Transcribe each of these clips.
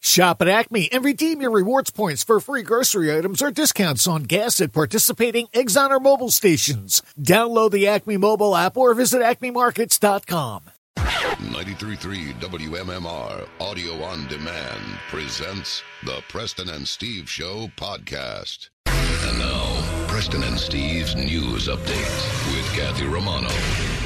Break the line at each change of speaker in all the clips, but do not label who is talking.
Shop at Acme and redeem your rewards points for free grocery items or discounts on gas at participating Exxon or mobile stations. Download the Acme mobile app or visit acmemarkets.com.
933 WMMR Audio on Demand presents the Preston and Steve Show podcast. And now, Preston and Steve's news update with Kathy Romano.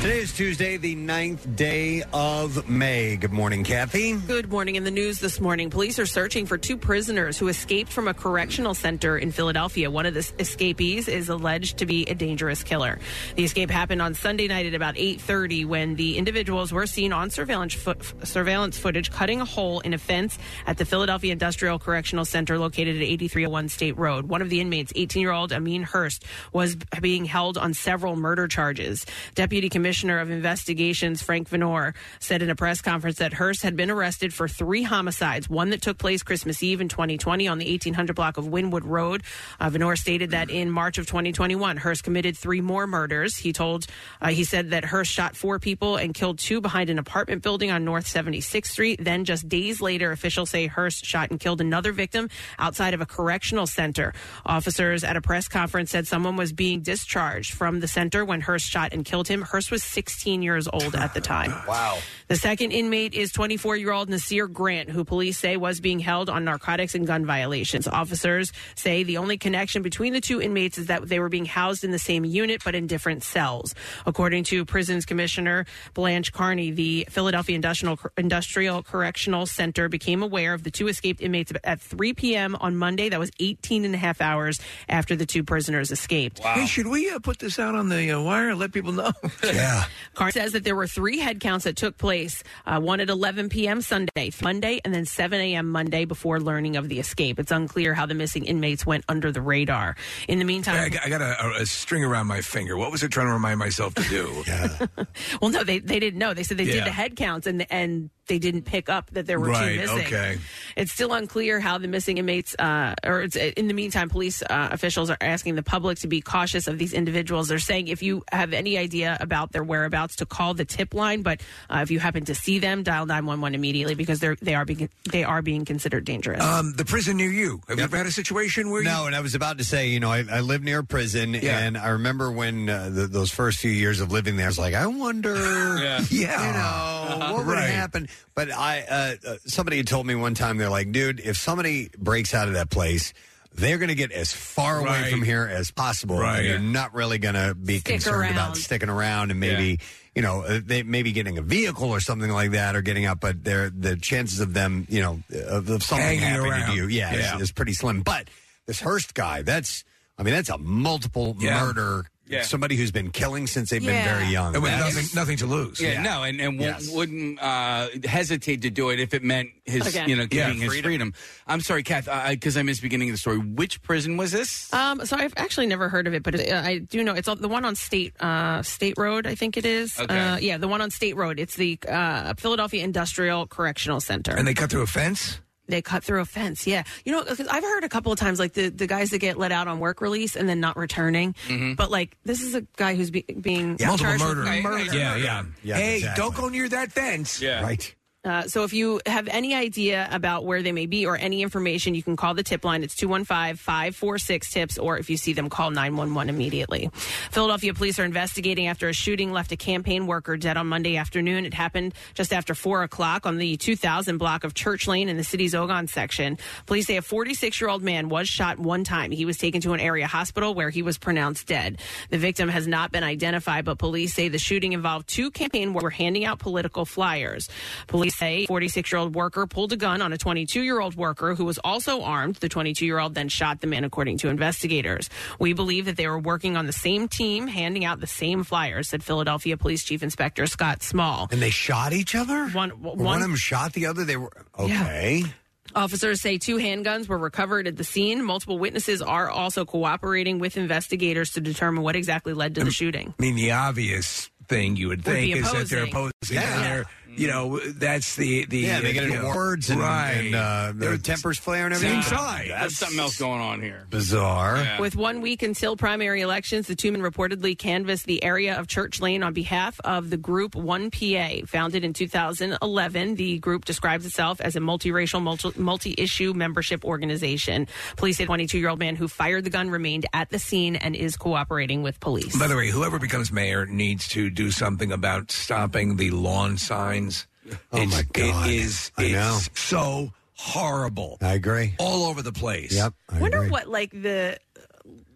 Today is Tuesday, the ninth day of May. Good morning, Kathy.
Good morning. In the news this morning, police are searching for two prisoners who escaped from a correctional center in Philadelphia. One of the escapees is alleged to be a dangerous killer. The escape happened on Sunday night at about 8:30 when the individuals were seen on surveillance fo- surveillance footage cutting a hole in a fence at the Philadelphia Industrial Correctional Center located at 8301 State Road. One of the inmates, 18-year-old Amin Hurst, was being held on several murder charges. Deputy Commissioner Commissioner of Investigations Frank Venor said in a press conference that Hearst had been arrested for three homicides, one that took place Christmas Eve in 2020 on the 1800 block of Winwood Road. Uh, Venor stated that in March of 2021, Hearst committed three more murders. He told uh, he said that Hearst shot four people and killed two behind an apartment building on North 76th Street. Then just days later, officials say Hearst shot and killed another victim outside of a correctional center. Officers at a press conference said someone was being discharged from the center when Hearst shot and killed him. Hearst was was 16 years old at the time.
Wow.
The second inmate is 24 year old Nasir Grant, who police say was being held on narcotics and gun violations. Officers say the only connection between the two inmates is that they were being housed in the same unit but in different cells. According to Prisons Commissioner Blanche Carney, the Philadelphia Industrial, Industrial Correctional Center became aware of the two escaped inmates at 3 p.m. on Monday. That was 18 and a half hours after the two prisoners escaped.
Hey, should we uh, put this out on the uh, wire and let people know?
Carr says that there were three headcounts that took place uh, one at 11 p.m. Sunday, Monday, and then 7 a.m. Monday before learning of the escape. It's unclear how the missing inmates went under the radar. In the
I,
meantime,
got- I got a, a- a string around my finger. What was it trying to remind myself to do?
well, no, they, they didn't know. They said they
Yeah.
did the headcounts and and they didn't pick up that there were
Right,
two missing.
okay.
It's still unclear how the missing inmates, uh, or it's, in the meantime, police uh, officials are asking the public to be cautious of these individuals. They're saying if you have any idea about their whereabouts, to call the tip line. But uh, if you happen to see them, dial nine one one immediately because they're they are being they are being considered dangerous.
Um, the prison near you. Have you ever had a situation where
No, and I was about to say, you know, I, I live near a prison,
Yeah.
and I remember when uh, th those first few years of living there, I was like, I wonder,
Yeah.
you know, what would
Right.
happen? But I, uh, uh, somebody had told me one time, they're like, dude, if somebody breaks out of that place, they're going to get as far away
Right.
from here as possible.
Right.
And you're not really going to be
Stick
concerned
around.
about sticking around and maybe, you know, uh, they maybe getting a vehicle or something like that or getting out, but they're, the chances of them, you know, of, of something
Hanging
happening
around.
to you, yeah,
Yeah.
Is, is pretty slim. But this Hearst guy, that's, I mean, that's a multiple
Yeah.
murder.
Yeah.
Somebody who's been killing since they've
Yeah.
been very young.
you? With
That's-
nothing, nothing to lose.
Yeah, no, and and w-
Yes.
wouldn't uh, hesitate to do it if it meant his,
Again.
you know,
Yeah,
getting his freedom. I'm sorry, Kath, because I, missed the beginning of the story. Which prison was this?
Um, so I've actually never heard of it, but uh, I do know it's on- the one on State uh, State Road, I think it is.
Okay.
Uh, yeah, the one on State Road. It's the uh, Philadelphia Industrial Correctional Center.
And they cut through a fence?
They cut through a fence. Yeah. You know, 'cause I've heard a couple of times like the, the guys that get let out on work release and then not returning. But like, this is a guy who's be- being
Multiple
charged with
murder.
murder.
Yeah, yeah.
Yeah,
hey,
exactly.
don't go near that fence.
Yeah.
Right.
Uh, so if you have any idea about where they may be or any information, you can call the tip line. It's 215-546-TIPS, or if you see them, call 911 immediately. Philadelphia police are investigating after a shooting left a campaign worker dead on Monday afternoon. It happened just after 4 o'clock on the 2000 block of Church Lane in the city's Ogon section. Police say a 46-year-old man was shot one time. He was taken to an area hospital where he was pronounced dead. The victim has not been identified, but police say the shooting involved two campaign workers handing out political flyers. Police say 46-year-old worker pulled a gun on a 22-year-old worker who was also armed. The 22-year-old then shot the man according to investigators. We believe that they were working on the same team, handing out the same flyers, said Philadelphia Police Chief Inspector Scott Small.
And they shot each other?
One-
Or
one-
of them shot the other? They were, okay.
Officers say two handguns were recovered at the scene. Multiple witnesses are also cooperating with investigators to determine what exactly led to the shooting.
I mean, the obvious thing you would
Would
think
be
is that they're
opposing.
opposing.
Yeah.
and they're- you know, that's the the
Yeah, they get
you
into
know,
words and,
right.
and uh, their tempers flare and everything.
Inside.
That's something else going on here.
Bizarre.
With one week until primary elections, the two men reportedly canvassed the area of Church Lane on behalf of the group 1PA. Founded in 2011, the group describes itself as a multiracial, multi- multi-issue membership organization. Police say 22-year-old man who fired the gun remained at the scene and is cooperating with police.
By the way, whoever becomes mayor needs to do something about stopping the lawn signs. Oh it's, my god! It is
I
it's
know.
so horrible.
I agree.
All over the place.
Yep.
I wonder what like the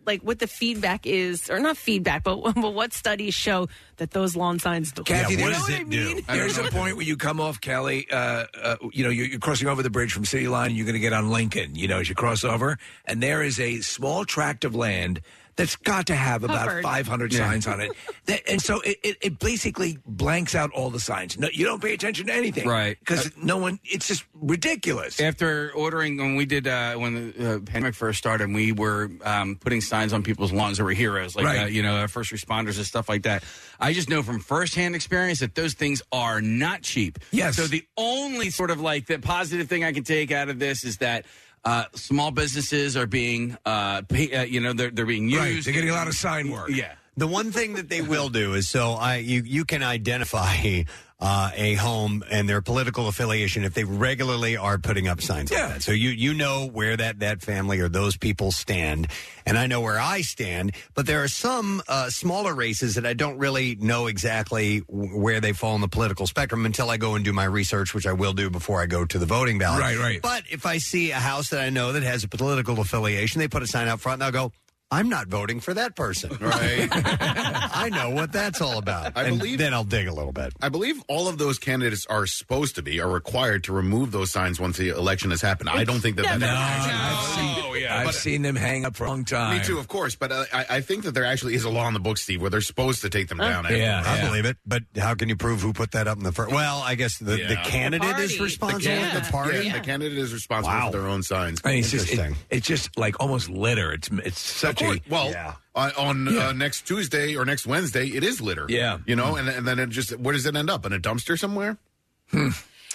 like what the feedback is, or not feedback, but, but what studies show that those lawn signs.
Kathy,
You know
there's,
what I mean?
there's a point where you come off Kelly. Uh, uh, you know, you're, you're crossing over the bridge from City Line. and You're going to get on Lincoln. You know, as you cross over, and there is a small tract of land that's got to have about
Covered.
500
Yeah.
signs on it, That- and so it, it, it basically blanks out all the signs. No, you don't pay attention to anything,
Right.
Because no one. It's just ridiculous.
After ordering, when we did, uh, when the uh, pandemic first started, we were um, putting signs on people's lawns that were heroes, like,
Right.
uh, you know, our first responders and stuff like that. I just know from firsthand experience that those things are not cheap.
Yes.
So the only sort of like the positive thing I can take out of this is that. Uh, small businesses are being, uh, pay, uh, you know, they're, they're being used.
Right. They're getting a lot of sign work.
Yeah.
The one thing that they will do is so I you you can identify uh, a home and their political affiliation if they regularly are putting up signs like that. So you you know where that that family or those people stand, and I know where I stand. But there are some uh, smaller races that I don't really know exactly w- where they fall in the political spectrum until I go and do my research, which I will do before I go to the voting ballot.
Right, right.
But if I see a house that I know that has a political affiliation, they put a sign out front, and I'll go. I'm not voting for that person.
Right.
I know what that's all about.
I
And
believe-
Then I'll dig a little bit.
I believe all of those candidates are supposed to be are required to remove those signs once the election has happened. I don't think that that.
No,
actually-
I've seen, I've seen them hang up for a long time.
Me too, of course, but uh, I, I think that there actually is a law in the book, Steve, where they're supposed to take them down.
I believe it. But how can you prove who put that up in the first? Well, I guess the, the candidate is responsible.
The candidate,
The party.
yeah, the candidate is responsible for their own signs.
I mean, it's just, it- it's just like almost litter. It's it's such
Of course.
a
well on, on
Yeah.
Uh, next Tuesday or next Wednesday, it is litter.
Yeah.
you know, and, and then it just where does it end up in a dumpster somewhere?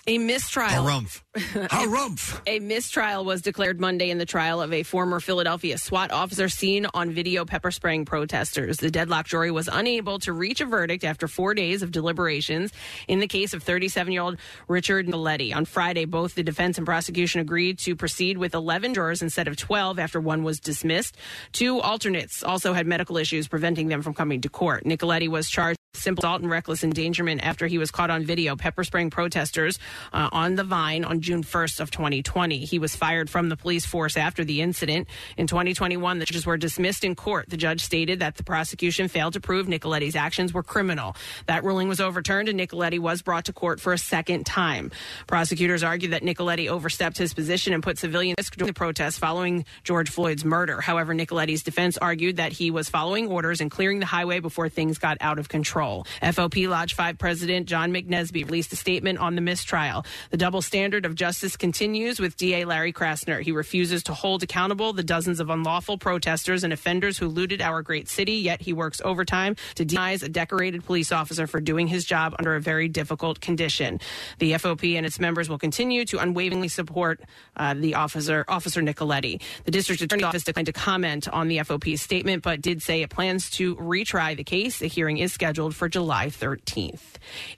A mistrial.
Harumph.
A mistrial was declared Monday in the trial of a former Philadelphia SWAT officer seen on video pepper spraying protesters. The deadlock jury was unable to reach a verdict after four days of deliberations in the case of 37 year old Richard Milletti. On Friday, both the defense and prosecution agreed to proceed with 11 jurors instead of 12 after one was dismissed. Two alternates also had medical issues preventing them from coming to court. Nicoletti was charged simple assault and reckless endangerment after he was caught on video pepper spraying protesters uh, on the vine on june 1st of 2020 he was fired from the police force after the incident in 2021 the charges were dismissed in court the judge stated that the prosecution failed to prove nicoletti's actions were criminal that ruling was overturned and nicoletti was brought to court for a second time prosecutors argued that nicoletti overstepped his position and put civilians at risk during the protests following george floyd's murder however nicoletti's defense argued that he was following orders and clearing the highway before things got out of control. FOP Lodge 5 President John McNesby released a statement on the mistrial. The double standard of justice continues with DA Larry Krasner. He refuses to hold accountable the dozens of unlawful protesters and offenders who looted our great city, yet he works overtime to denies a decorated police officer for doing his job under a very difficult condition. The FOP and its members will continue to unwaveringly support uh, the officer, Officer Nicoletti. The district attorney's office declined to comment on the FOP's statement, but did say it plans to retry the case. The hearing is scheduled for July 13th.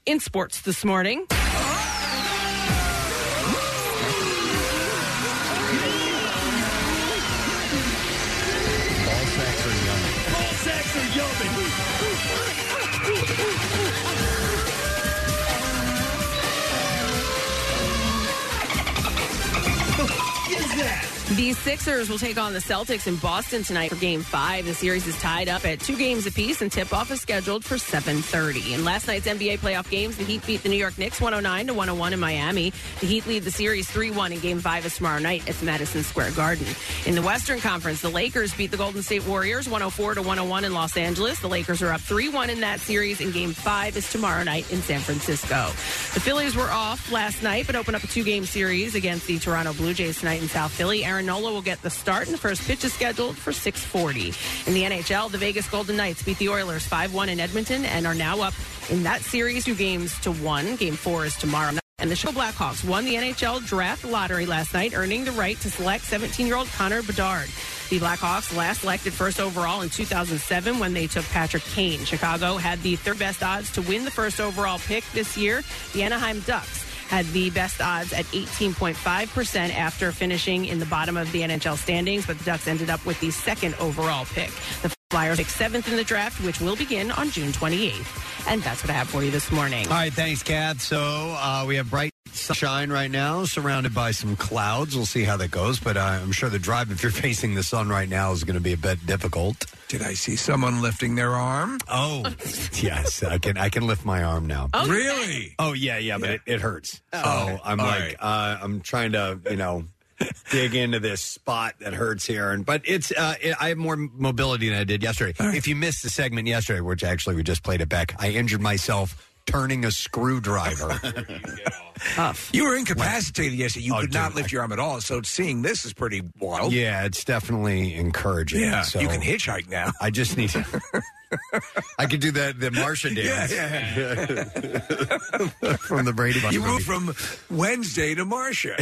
In sports this morning.
All sex and
The Sixers will take on the Celtics in Boston tonight for Game Five. The series is tied up at two games apiece, and tip-off is scheduled for 7:30. In last night's NBA playoff games, the Heat beat the New York Knicks 109 to 101 in Miami. The Heat lead the series 3-1 in Game Five is tomorrow night at the Madison Square Garden. In the Western Conference, the Lakers beat the Golden State Warriors 104 to 101 in Los Angeles. The Lakers are up 3-1 in that series, and Game Five is tomorrow night in San Francisco. The Phillies were off last night, but open up a two-game series against the Toronto Blue Jays tonight in South Philly. Aaron Aaron will get the start, and the first pitch is scheduled for 6:40. In the NHL, the Vegas Golden Knights beat the Oilers 5-1 in Edmonton and are now up in that series two games to one. Game four is tomorrow. night. And the Chicago Blackhawks won the NHL draft lottery last night, earning the right to select 17-year-old Connor Bedard. The Blackhawks last selected first overall in 2007 when they took Patrick Kane. Chicago had the third best odds to win the first overall pick this year. The Anaheim Ducks had the best odds at 18.5% after finishing in the bottom of the NHL standings, but the Ducks ended up with the second overall pick. The Flyers picked seventh in the draft, which will begin on June 28th. And that's what I have for you this morning.
All right, thanks, Kat. So uh, we have bright sunshine right now, surrounded by some clouds. We'll see how that goes, but uh, I'm sure the drive, if you're facing the sun right now, is going to be a bit difficult.
Did I see someone lifting their arm?
Oh, yes, I can. I can lift my arm now.
Oh, Really?
Oh yeah, yeah, but It, it hurts.
Oh,
so I'm
all
like,
right.
uh, I'm trying to, you know, dig into this spot that hurts here, and but it's. Uh, it, I have more mobility than I did yesterday. If you missed the segment yesterday, which actually we just played it back, I injured myself turning a screwdriver.
You were incapacitated yesterday. You
Oh,
could
dude,
not lift your arm at all. So seeing this is pretty wild.
Yeah, it's definitely encouraging.
Oh. Yeah, you can hitchhike now.
I just need to. I could do that the Marsha dance from the Brady Bunch.
You
movie.
moved from Wednesday to Marcia.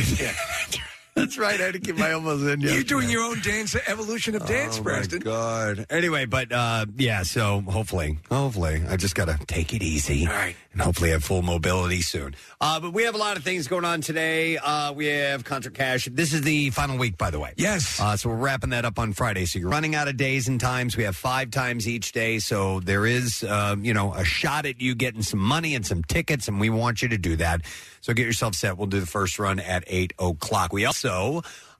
That's right. I had to keep my elbows in.
You're doing your own dance, evolution of dance,
oh
Preston.
My God. Anyway, but uh, yeah. So hopefully, hopefully, I just got to take it easy. All right. And hopefully, have full mobility soon. Uh, but we have a lot of things going on today. Uh, we have Contra Cash. This is the final week, by the way.
Yes.
Uh, so we're wrapping that up on Friday. So you're running out of days and times. We have five times each day. So there is, um, you know, a shot at you getting some money and some tickets, and we want you to do that. So get yourself set. We'll do the first run at eight o'clock. We also.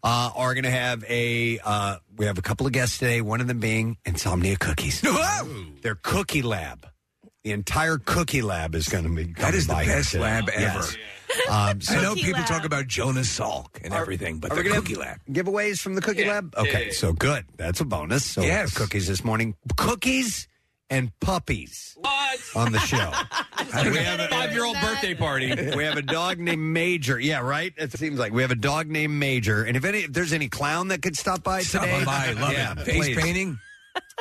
Uh, are going to have a uh, we have a couple of guests today. One of them being Insomnia Cookies. Their cookie lab, the entire cookie lab is going to be
That is the
by here
best
today.
lab ever.
Yes. Um, so-
I know people talk about Jonas Salk and everything, but
are
the
we gonna have
cookie lab.
giveaways from the cookie lab. Okay, so good. That's a bonus. So we'll have
Yes.
cookies this morning. Cookies and puppies
What?
on the show.
we have a five-year-old birthday party.
we have a dog named Major. Yeah, right. It seems like we have a dog named Major. And if any, if there's any clown that could stop by
Stop
today,
on by. Love it. Face
please.
painting.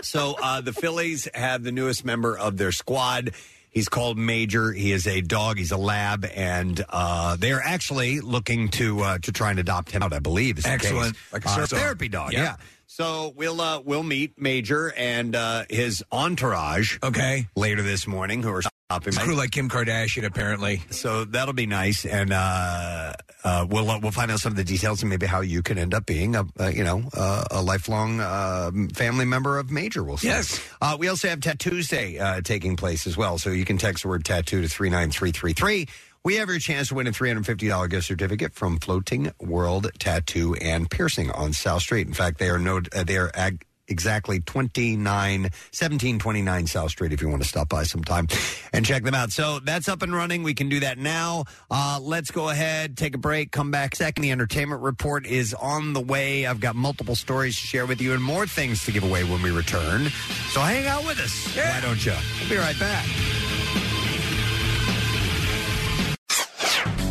So uh, the Phillies have the newest member of their squad. He's called Major. He is a dog. He's a lab, and uh, they are actually looking to uh, to try and adopt him out. I believe is the
Excellent.
case.
Like a
Uh,
service dog.
therapy dog.
Yeah.
Yeah. So we'll uh, we'll meet Major and uh, his entourage.
Okay.
Later this morning, who are stopping
It's
by.
crew like Kim Kardashian, apparently.
So that'll be nice, and uh, uh, we'll uh, we'll find out some of the details and maybe how you can end up being a, uh you know uh, a lifelong uh, family member of Major. We'll see.
Yes.
Uh, we also have Tattoos Day uh, taking place as well, so you can text the word tattoo to three nine three three three. We have your chance to win a three hundred fifty dollars gift certificate from Floating World Tattoo and Piercing on South Street. In fact, they are no uh, they are. Ag- Exactly 29, 1729 South Street if you want to stop by sometime and check them out. So that's up and running. We can do that now. Uh, let's go ahead, take a break, come back second. The entertainment report is on the way. I've got multiple stories to share with you and more things to give away when we return. So hang out with us. Why don't you? We'll be right back.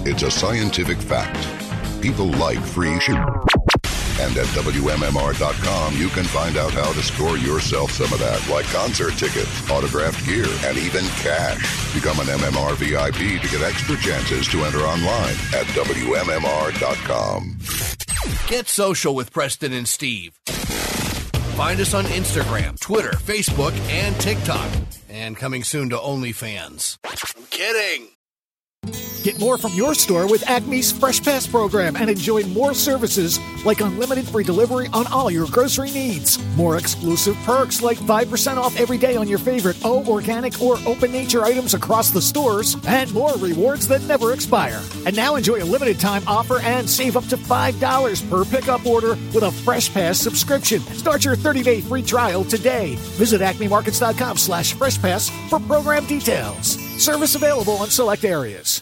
It's a scientific fact. People like free shit. And at WMMR.com, you can find out how to score yourself some of that, like concert tickets, autographed gear, and even cash. Become an MMR VIP to get extra chances to enter online at WMMR.com.
Get social with Preston and Steve. Find us on Instagram, Twitter, Facebook, and TikTok. And coming soon to OnlyFans. I'm kidding.
Get more from your store with Acme's Fresh Pass program and enjoy more services like unlimited free delivery on all your grocery needs. More exclusive perks like 5% off every day on your favorite O organic or open nature items across the stores and more rewards that never expire. And now enjoy a limited time offer and save up to $5 per pickup order with a Fresh Pass subscription. Start your 30-day free trial today. Visit acmemarkets.com slash freshpass for program details. Service available in select areas.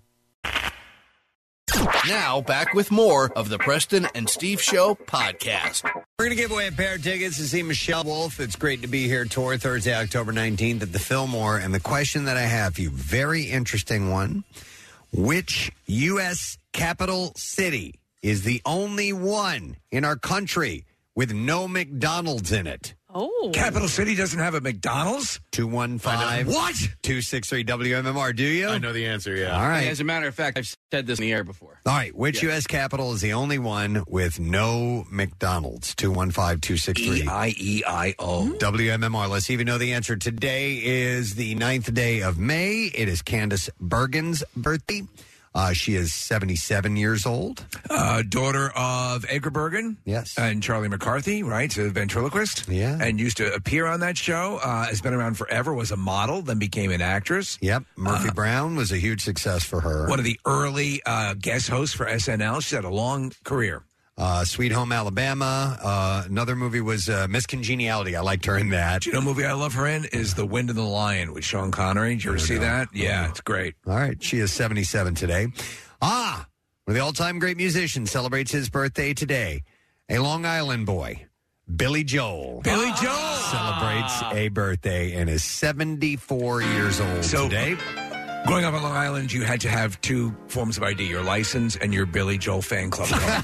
Now, back with more of the Preston and Steve Show podcast.
We're going to give away a pair of tickets to see Michelle Wolf. It's great to be here. Tour Thursday, October 19th at the Fillmore. And the question that I have for you, very interesting one. Which U.S. capital city is the only one in our country with no McDonald's in it?
Oh.
Capital City doesn't have a McDonald's?
215
What?
263 WMMR, do you? I know
the answer, yeah.
All right.
As a matter of fact, I've said this in the air before.
All right, which U.S. capital is the only one with no McDonald's? 215 263
E-I-E-I-O.
WMMR. Let's even know the answer. Today is the ninth day of May. It is Candace Bergen's birthday. Uh, she is 77 years old.
Uh, daughter of Edgar Bergen.
Yes.
And Charlie McCarthy, right? A ventriloquist.
Yeah.
And used to appear on that show. Uh, has been around forever, was a model, then became an actress. Uh,
Yep. Murphy Brown was a huge success for her.
One of the early uh, guest hosts for SNL. She's had a long career.
Uh, Sweet Home Alabama. Uh, another movie was uh, Miss Congeniality. I liked her in that.
Do you know a movie I love her in? Is The Wind and the Lion with Sean Connery. Did you ever see that? Yeah, it's great.
All right. She is 77 today. Ah, one of the all time great musicians celebrates his birthday today. A Long Island boy, Billy Joel.
Billy Joel
celebrates a birthday and is 74 years old
So-
today.
Growing up on Long Island, you had to have two forms of ID your license and your Billy Joel fan club. card.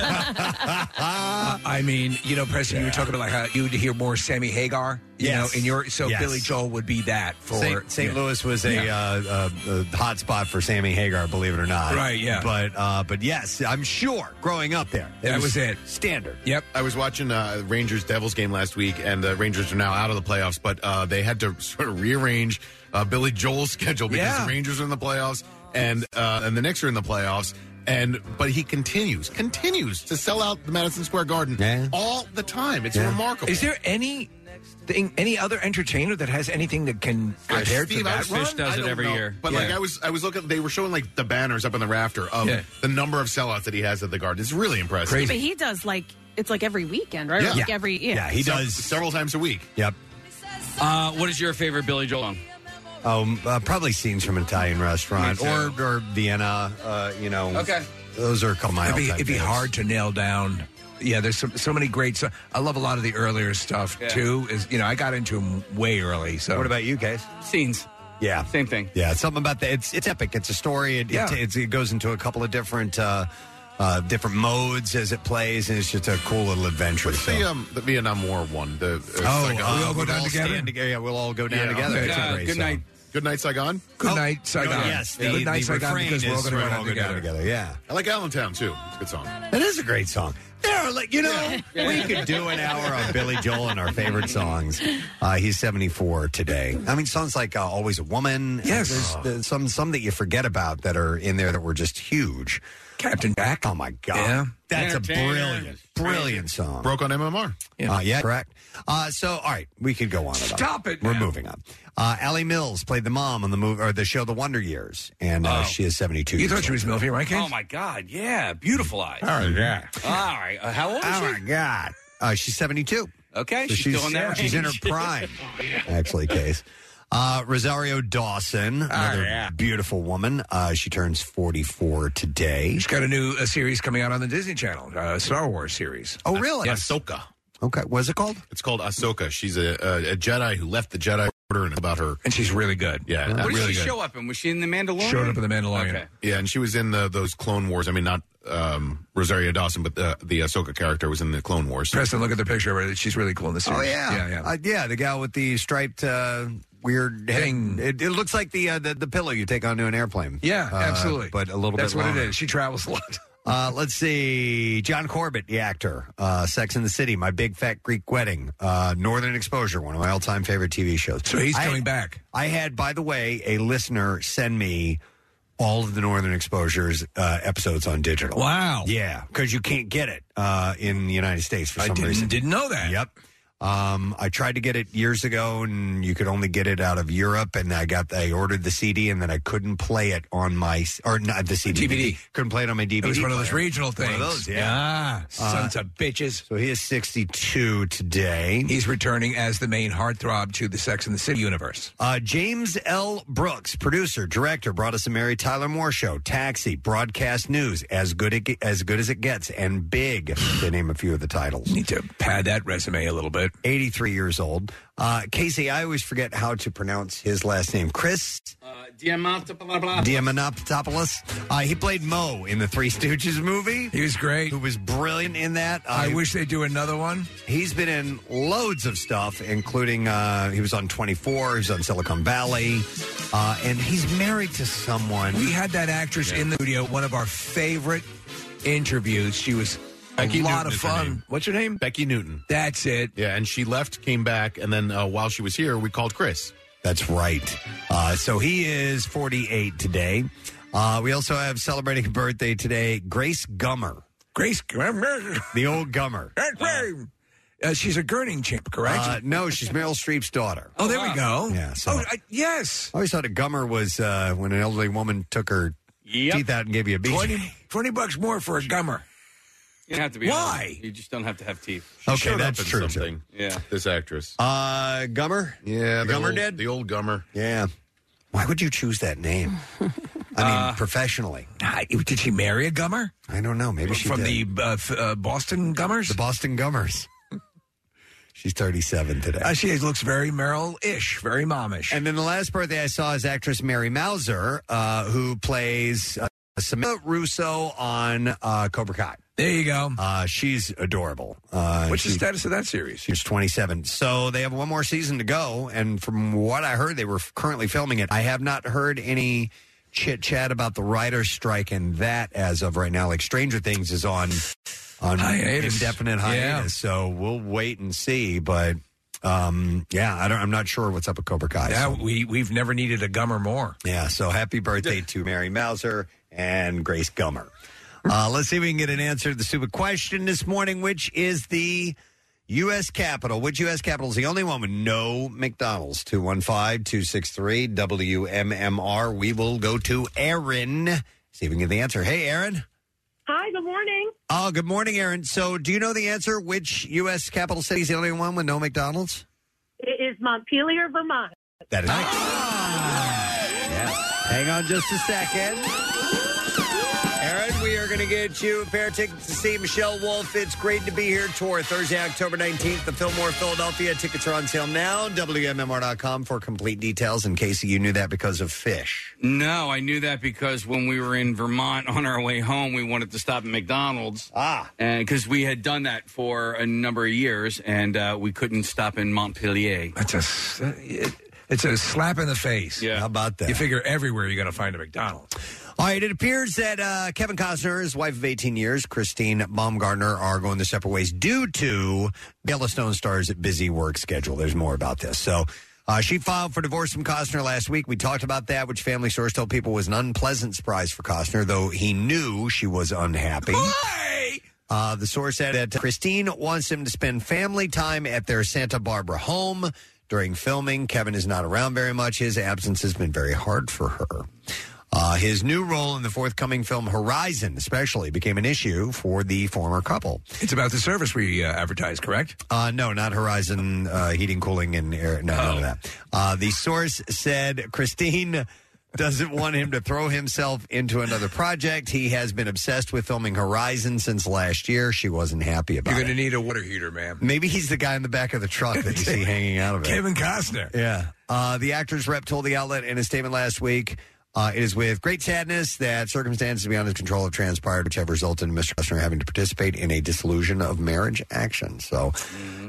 Uh, I mean, you know, Preston, you were talking about like how you'd hear more Sammy Hagar, you
Yes.
know, in your. So
Yes.
Billy Joel would be that for.
St. St.
yeah.
Louis was a,
Yeah.
uh, uh, uh, hot spot for Sammy Hagar, believe it or not.
Right, yeah.
But uh, but yes, I'm sure growing up there, it
That was it.
Standard.
Yep.
I was watching uh, Rangers Devils game last week, and the Rangers are now out of the playoffs, but uh, they had to sort of rearrange uh, Billy Joel's schedule because
Yeah.
the Rangers are in the playoffs, and uh, and the Knicks are in the playoffs. And but he continues, continues to sell out the Madison Square Garden
Yeah.
all the time. It's remarkable.
Is there any thing, any other entertainer that has anything that can
Gosh,
compare to
Steve, I
that
was-
run?
Fish does
I
it
don't
every
know.
year.
But like
Yeah.
I was, I was looking. They were showing like the banners up on the rafter of
Yeah.
the number of sellouts that he has at the Garden. It's really impressive.
Crazy.
But he does like it's like every weekend, right? Or
Yeah.
Like every yeah.
Yeah, he
Sev-
does.
several times a week.
Yep.
Uh, what is your favorite Billy Joel song?
Um, uh, probably scenes from an Italian restaurant
Me
or
too.
or Vienna. Uh, you know.
Okay.
Those are a couple of my
It'd be,
all-time
it'd be
favorites.
hard to nail down. Yeah, there's so, so many great. So, I love a lot of the earlier stuff
Yeah.
too. Is you know I got into them way early. So
What about you, Case?
Scenes.
Yeah.
Same thing.
Yeah, it's something about that. It's it's epic. It's a story. It,
Yeah.
it, it's, it goes into a couple of different uh, uh, different modes as it plays, and it's just a cool little adventure.
What's
so-
the um the Vietnam War one? The uh,
oh,
Saigon.
uh,
We all go
we'll
down together?
stand together. Yeah, we'll all go down
Yeah,
together.
okay.
It's a
Uh,
great
good
song.
night.
Good night, Saigon.
Good
Oh,
night, Saigon.
Yes, the,
good night,
the
Saigon,
refrain
because we're all
is
going to
we're
run
all
out
gonna
together.
down together. Yeah,
I like Allentown too. It's a good song.
that is a great song. There, are, like you know, we could do an hour on Billy Joel and our favorite songs. Uh, he's seventy four today. I mean, songs like uh, "Always a Woman."
Yes. Uh-huh.
There's- there's some some that you forget about that are in there that were just huge.
Captain Jack.
Oh my God,
Yeah.
that's a
Entertainer.
brilliant, brilliant song.
Broke on MMR.
Uh, yeah, correct. Uh, so, all right, we could go on. and on.
Stop it,
We're
man.
moving on. Uh, Allie Mills played the mom on the movie or the show The Wonder Years, and uh, she is seventy-two.
Oh. You
years
thought she
old.
was Milfy, right, Kate?
Oh my God! Yeah, beautiful eyes. All
right, yeah.
right. Uh, how old is
Oh my
she?
God, uh, she's seventy-two.
Okay,
So
she's, still in
yeah,
that.
She's in her
range.
prime,
Oh,
actually. Case. Uh, Rosario Dawson,
Ah,
another
yeah.
beautiful woman. Uh, she turns forty-four today.
She's got a new uh series coming out on the Disney Channel, uh, Star Wars series.
Oh, really?
Ahsoka.
Okay. What's it called?
It's called Ahsoka. She's a, a, a Jedi who left the Jedi Order, and it's about her.
And she's really good.
Yeah,
What did
really
she
good.
show up in? Was she in The Mandalorian?
Showed up in The Mandalorian.
Okay.
Yeah, and she was in the those Clone Wars. I mean, not um, Rosario Dawson, but the the Ahsoka character was in the Clone Wars.
Preston, look at the picture of her. She's really cool in the series.
Oh yeah,
Yeah, yeah.
Uh, yeah, the gal with the striped uh, weird head.
Thing.
It, it looks like the, uh, the the pillow you take onto an airplane.
yeah,
Uh,
absolutely.
But a little
That's
bit.
what
longer.
it is. She travels a lot.
Uh, let's see, John Corbett, the actor, uh, Sex in the City, My Big Fat Greek Wedding, uh, Northern Exposure, one of my all-time favorite TV shows.
So he's
I-
coming back.
I had, by the way, a listener send me all of the Northern Exposures uh, episodes on digital.
Wow.
Yeah, because you can't get it uh, in the United States for
I
some
didn't-
reason.
didn't know that.
Yep. Um, I tried to get it years ago, and you could only get it out of Europe. And I got I ordered the CD, and then I couldn't play it on my or not the CD
DVD.
Couldn't play it on my DVD.
It was one of those
player.
regional
One of
things.
those, yeah. Uh,
Ah, sons of bitches.
So he is 62 today.
He's returning as the main heartthrob to the Sex and the City universe.
Uh, James L. Brooks, producer, director, brought us a Mary Tyler Moore show, Taxi, Broadcast News, as good it, as good as it gets, and Big. to name a few of the titles.
Need to pad that resume a little bit.
Eighty-three years old, uh, Casey. I always forget how to pronounce his last name. Chris
Uh, Diamante, blah, blah.
Diamantopoulos. Uh, he played Mo in the Three Stooges movie.
He was great.
Who was brilliant in that. Uh,
I wish they'd do another one.
He's been in loads of stuff, including uh, he was on 24, he was on Silicon Valley, uh, and he's married to someone.
We had that actress in the studio, one of our favorite interviews. She was a lot of fun.
What's her name? Becky Newton.
That's it.
Yeah, and she left, came back, and then uh, while she was here, we called Chris.
That's right. Uh, so he is 48 today. Uh, we also have celebrating a birthday today, Grace Gummer,
Grace, remember?
the old Gummer.
That name. Uh, she's a Gurning chimp, correct?
Uh, no, she's Meryl Streep's daughter.
oh, there we go.
Yeah, so-
Oh, I, yes.
I always thought a Gummer was uh, when an elderly woman took her teeth out and gave you a beating.
20, 20 bucks more for a gummer.
You don't have to be.
Why?
honest. You just don't have to have teeth.
Okay, that's
in
true. too.
Yeah.
This actress.
Uh, Gummer?
yeah, the
Gummer
old,
dead?
The old Gummer.
Yeah. Why would you choose that name? I mean, professionally.
Ah, Uh, Did she marry a gummer?
I don't know. Maybe she
From
did.
the uh, f- uh, Boston gummers?
the Boston Gummers. She's 37 today.
Uh, she looks very Meryl ish, very momish.
And then the last birthday I saw is actress Mary Mauser, uh, who plays uh, Samantha Russo on uh, Cobra Kai.
there you go.
Uh, she's adorable. Uh,
What's
she,
the status of that series?
She's 27. So they have one more season to go. And from what I heard, they were f- currently filming it. I have not heard any chit chat about the writer's strike and that as of right now. Like Stranger Things is on on
Hiatus.
indefinite
Yeah.
hiatus. So we'll wait and see. But um, yeah, I don't, I'm not sure what's up with Cobra Kai.
Yeah,
So-
we, we've never needed a gummer more.
yeah, so happy birthday to Mary Mauser and Grace Gummer. Uh, let's see if we can get an answer to the stupid question this morning, which is the U.S. Capitol. Which U.S. Capitol is the only one with no McDonald's? 215 263 WMMR. We will go to Aaron. See if we can get the answer. Hey, Aaron.
Hi, good morning.
Oh, good morning, Aaron. So, do you know the answer? Which U.S. capital city is the only one with no McDonald's?
It is Montpelier, Vermont.
That is Yeah. Hang on just a second. Aaron, we are going to get you a pair of tickets to see Michelle Wolf. It's great to be here. Tour Thursday, October 19th, the Fillmore, Philadelphia. Tickets are on sale now. WMMR.com for complete details in case you knew that because of fish.
No, I knew that because when we were in Vermont on our way home, we wanted to stop at McDonald's.
Ah.
And because we had done that for a number of years, and uh, we couldn't stop in Montpelier.
That's a, s- it, it's a slap in the face.
Yeah.
How about that?
You figure everywhere you're going to find a McDonald's.
All right, it appears that uh, Kevin Costner, his wife of 18 years, Christine Baumgartner, are going their separate ways due to Yellowstone Star's busy work schedule. There's more about this. So uh, she filed for divorce from Costner last week. We talked about that, which family source told people was an unpleasant surprise for Costner, though he knew she was unhappy. Uh, the source said that Christine wants him to spend family time at their Santa Barbara home during filming. Kevin is not around very much. His absence has been very hard for her. Uh, his new role in the forthcoming film Horizon, especially, became an issue for the former couple.
It's about the service we uh, advertise, correct?
Uh, no, not Horizon uh, Heating, Cooling, and Air. No,
Oh.
none of that. Uh, the source said Christine doesn't want him to throw himself into another project. He has been obsessed with filming Horizon since last year. She wasn't happy about
You're
it.
going to need a water heater, ma'am.
Maybe he's the guy in the back of the truck that you see hanging out of it.
Kevin Costner.
Yeah. Uh, the actor's rep told the outlet in a statement last week. Uh, it is with great sadness that circumstances beyond his control have transpired, which have resulted in Mr. Costner having to participate in a dissolution of marriage action. So,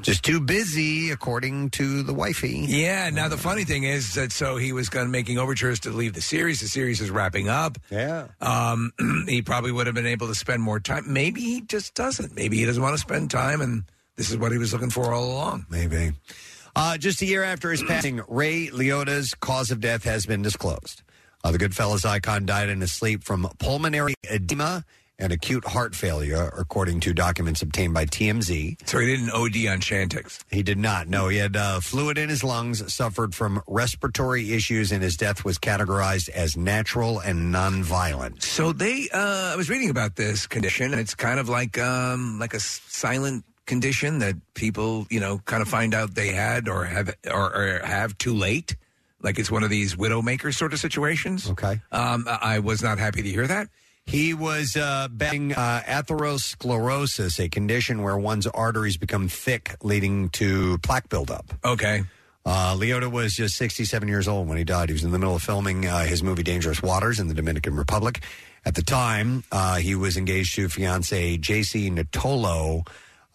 just too busy, according to the wifey.
Yeah. Now the funny thing is that so he was going making overtures to leave the series. The series is wrapping up.
Yeah.
Um, he probably would have been able to spend more time. Maybe he just doesn't. Maybe he doesn't want to spend time, and this is what he was looking for all along.
Maybe. Uh, just a year after his passing, Ray Liotta's cause of death has been disclosed. Uh, the Goodfellas icon died in his sleep from pulmonary edema and acute heart failure, according to documents obtained by TMZ.
So he didn't OD on Chantix.
He did not. No, he had uh, fluid in his lungs, suffered from respiratory issues, and his death was categorized as natural and nonviolent.
So they, uh, I was reading about this condition, and it's kind of like um, like a s- silent condition that people, you know, kind of find out they had or have or, or have too late. Like it's one of these widowmaker sort of situations.
Okay.
Um, I I was not happy to hear that.
He was uh, betting uh, atherosclerosis, a condition where one's arteries become thick, leading to plaque buildup.
Okay.
Uh, Leota was just 67 years old when he died. He was in the middle of filming uh, his movie Dangerous Waters in the Dominican Republic. At the time, uh, he was engaged to fiance JC Natolo,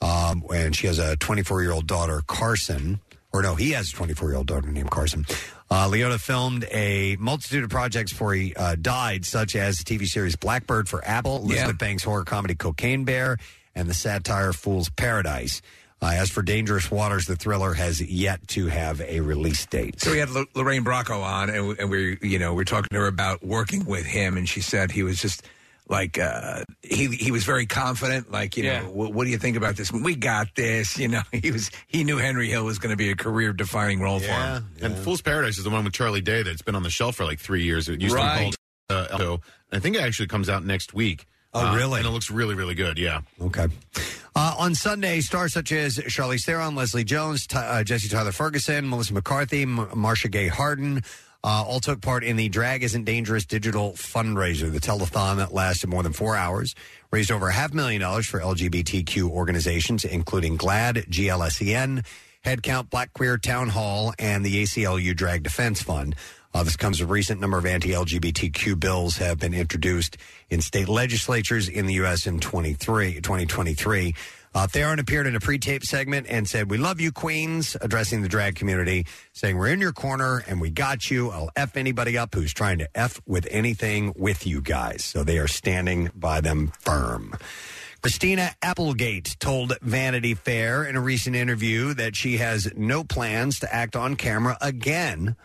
um, and she has a 24 year old daughter, Carson. Or no, he has a 24 year old daughter named Carson. Uh, Leota filmed a multitude of projects before he uh, died, such as the TV series Blackbird for Apple, Elizabeth Banks' horror comedy Cocaine Bear, and the satire Fool's Paradise. Uh, as for Dangerous Waters, the thriller has yet to have a release date.
So we had L- Lorraine Bracco on, and, we- and we, you know, we are talking to her about working with him, and she said he was just like uh, he he was very confident. Like, you know, "Wh- what do you think about this? We got this. You know, he was he knew Henry Hill was going to be a career defining role for him.
And Fool's Paradise is the one with Charlie Day that's been on the shelf for like three years. It used
Right.
to be called uh, Elko. I think it actually comes out next week.
Oh,
Uh,
really?
And it looks really, really good. Yeah.
Okay. Uh, on Sunday, stars such as Charlize Theron, Leslie Jones, Ty- uh, Jesse Tyler Ferguson, Melissa McCarthy, M- Marsha Gay Harden uh, all took part in the Drag Isn't Dangerous digital fundraiser. The telethon that lasted more than four hours raised over a half million dollars for LGBTQ organizations, including GLAD, GLSEN, E Headcount, Black Queer Town Hall, and the ACLU Drag Defense Fund. Uh, this comes a recent number of anti-LGBTQ bills have been introduced in state legislatures in the U.S. in 23, 2023. Uh, Theron appeared in a pre-tape segment and said, "We love you, Queens," addressing the drag community, saying, "We're in your corner and we got you. I'll f anybody up who's trying to f with anything with you guys." So they are standing by them firm. Christina Applegate told Vanity Fair in a recent interview that she has no plans to act on camera again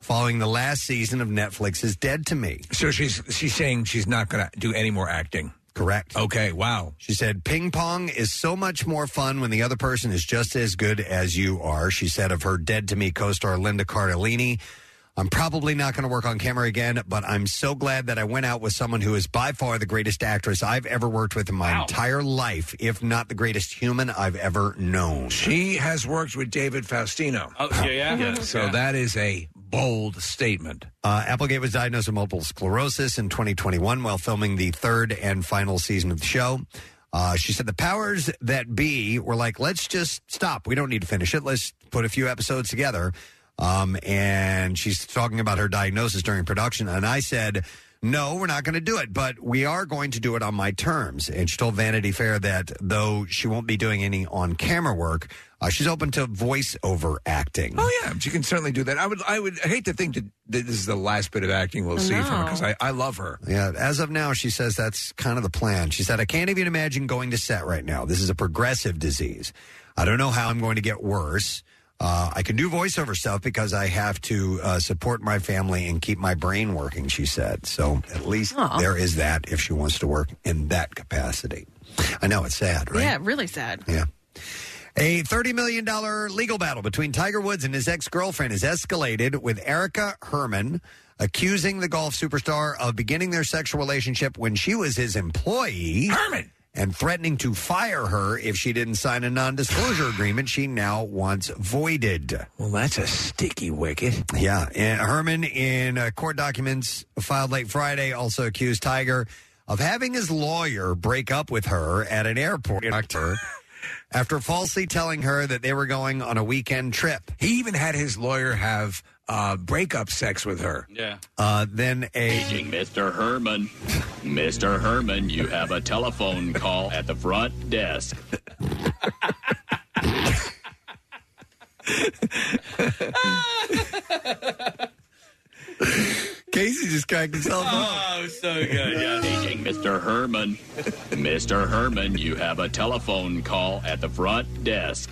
following the last season of Netflix's Dead to Me.
So she's she's saying she's not going to do any more acting.
Correct.
Okay. Wow.
She said, Ping pong is so much more fun when the other person is just as good as you are. She said of her Dead to Me co star Linda Cardellini, I'm probably not going to work on camera again, but I'm so glad that I went out with someone who is by far the greatest actress I've ever worked with in my entire life, if not the greatest human I've ever known.
She has worked with David Faustino.
Oh, yeah, yeah.
So
Yeah.
that is a bold statement.
Uh, Applegate was diagnosed with multiple sclerosis in 2021 while filming the third and final season of the show. Uh, she said the powers that be were like, let's just stop. We don't need to finish it. Let's put a few episodes together. Um, and she's talking about her diagnosis during production. And I said, no, we're not going to do it, but we are going to do it on my terms. And she told Vanity Fair that though she won't be doing any on camera work, uh, she's open to voiceover acting.
Oh yeah, she can certainly do that. I would, I would hate to think that that this is the last bit of acting we'll see from her
No.
because I, I love her.
Yeah, as of now, she says that's kind of the plan. She said, I can't even imagine going to set right now. This is a progressive disease. I don't know how I'm going to get worse. Uh, I can do voiceover stuff because I have to uh, support my family and keep my brain working, she said. So at least
Aw.
there is that if she wants to work in that capacity. I know it's sad, right?
Yeah, really sad.
Yeah. A $30 million legal battle between Tiger Woods and his ex girlfriend has escalated with Erica Herman accusing the golf superstar of beginning their sexual relationship when she was his employee.
Herman!
And threatening to fire her if she didn't sign a non disclosure agreement she now wants voided.
Well, that's a sticky wicket.
Yeah. And Eh, Herman, in uh, court documents filed late Friday, also accused Tiger of having his lawyer break up with her at an airport in October after falsely telling her that they were going on a weekend trip.
He even had his lawyer have uh, breakup sex with her.
Yeah.
Uh, then a.
Mr. Herman. Mr. Herman, you have a telephone call at the front desk.
Casey just cracked himself
up. Oh, so good. Yeah. Teaching Mr. Herman. Mr. Herman, you have a telephone call at the front desk.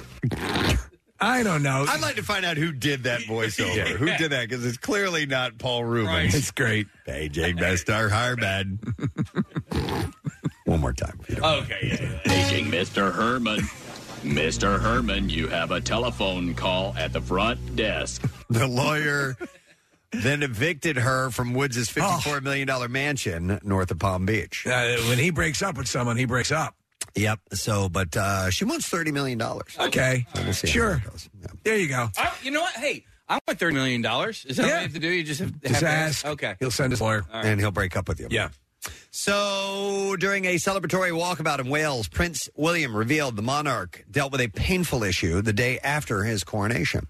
I don't know.
I'd like to find out who did that voiceover.
Yeah.
Who did that? Because it's clearly not Paul Rubens.
Right. It's
great. Hey, Jake Bestar, Harbad. One more time.
Okay. Taking Mr. Herman. Mr. Herman, you have a telephone call at the front desk.
The lawyer then evicted her from Woods'
Oh.
fifty-four million dollar mansion north of Palm Beach.
Uh, when he breaks up with someone, he breaks up.
Yep. So, but uh, she wants thirty million dollars.
Okay. sure. There you go.
I- you know what? Hey, I want thirty million dollars. Is that all you have to do? You just have, have
Just
to
ask.
Okay.
He'll send his lawyer,
All right.
and he'll break up with you.
Yeah.
So, during a celebratory walkabout in Wales, Prince William revealed the monarch dealt with a painful issue the day after his coronation.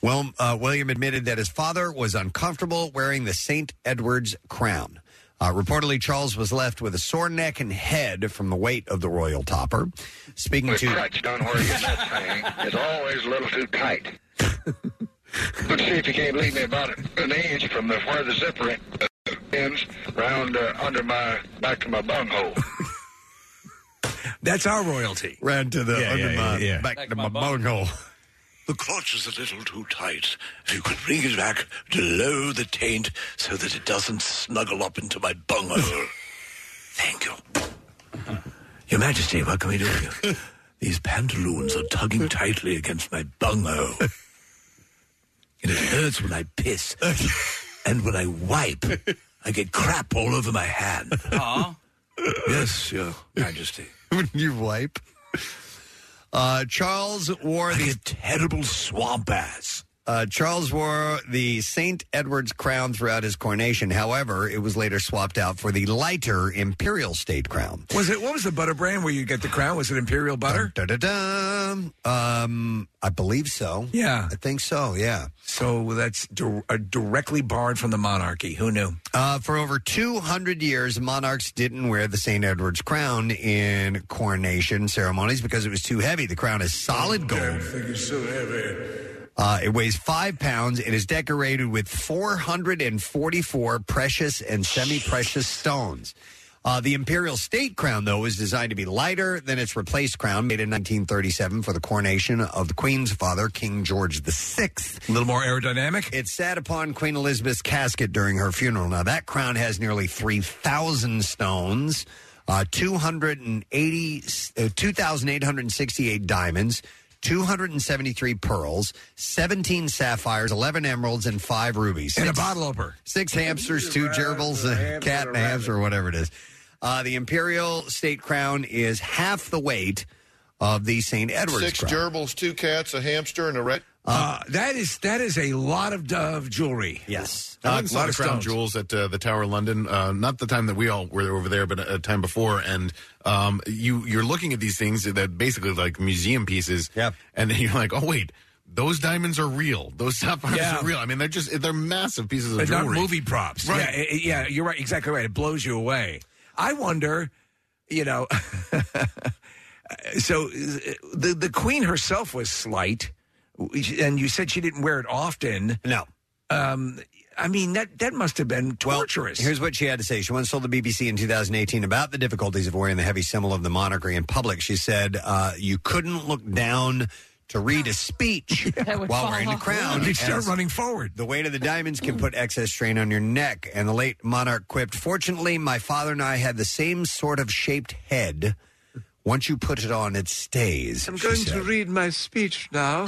Well, uh, William admitted that his father was uncomfortable wearing the St. Edward's crown. Uh, reportedly, Charles was left with a sore neck and head from the weight of the royal topper. Speaking to.
Don't worry about that thing. It's always a little too tight. Let's see if you can't leave me about an inch from the, where the zipper ends, round uh, under my back to my bunghole.
That's our royalty.
Ran to the
Yeah,
under
yeah,
my,
yeah, yeah.
back,
Back
to
my
my
bung-
bunghole.
The clutch is a little too tight. If you could bring it back below the taint so that it doesn't snuggle up into my bunghole. Thank you. Your Majesty, what can we do for you? These pantaloons are tugging tightly against my bunghole. And it hurts when I piss. And when I wipe, I get crap all over my hand.
Aw.
Yes, Your Majesty.
when you wipe. Uh, Charles wore the
terrible swamp ass.
Uh, Charles wore the St. Edward's crown throughout his coronation. However, it was later swapped out for the lighter imperial state crown.
Was it what was the butter brand where you get the crown? Was it imperial butter?
Da da da. Um, I believe so.
Yeah, I
think so. Yeah.
So that's dir- uh, directly barred from the monarchy. Who knew?
Uh, for over 200 years, monarchs didn't wear the St. Edward's crown in coronation ceremonies because it was too heavy. The crown is solid gold.
Thing is so heavy.
Uh, it weighs five pounds. It is decorated with 444 precious and semi precious stones. Uh, the imperial state crown, though, is designed to be lighter than its replaced crown, made in 1937 for the coronation of the Queen's father, King George VI.
A little more aerodynamic.
It sat upon Queen Elizabeth's casket during her funeral. Now, that crown has nearly 3,000 stones, uh, 280, uh, 2,868 diamonds, 273 pearls, 17 sapphires, 11 emeralds, and 5 rubies.
And a
Six-
bottle opener.
Six hamsters, two gerbils, a
rabbit,
cat and
a
a
rabbit.
hamster, or whatever it is. Uh, the imperial state crown is half the weight of the St. Edward's
Six
crown.
gerbils, two cats, a hamster, and a rat.
Uh, that is that is a lot of uh, of jewelry.
Yes,
I went and saw the crown jewels at uh, the Tower of London. Uh, not the time that we all were over there, but a a time before. And um, you you're looking at these things that basically like museum pieces. Yeah. And then you're like, oh wait, those diamonds are real. Those sapphires
Yeah.
are real. I mean, they're just they're massive pieces of
But not
jewelry.
movie props.
Right.
Yeah, it- it- yeah, you're right. Exactly right. It blows you away. I wonder, you know, so uh, the the queen herself was slight, and you said she didn't wear it often.
No.
Um, I mean that that must have been torturous.
Here's what she had to say. She once told the BBC in 2018 about the difficulties of wearing the heavy symbol of the monarchy in public. She said, uh, "You couldn't look down to read a speech while wearing the crown.
you start
as
running forward.
The weight of the diamonds can put excess strain on your neck." And the late monarch quipped, "Fortunately, my father and I had the same sort of shaped head. Once you put it on, it stays."
I'm
she
going
said.
to read my speech now.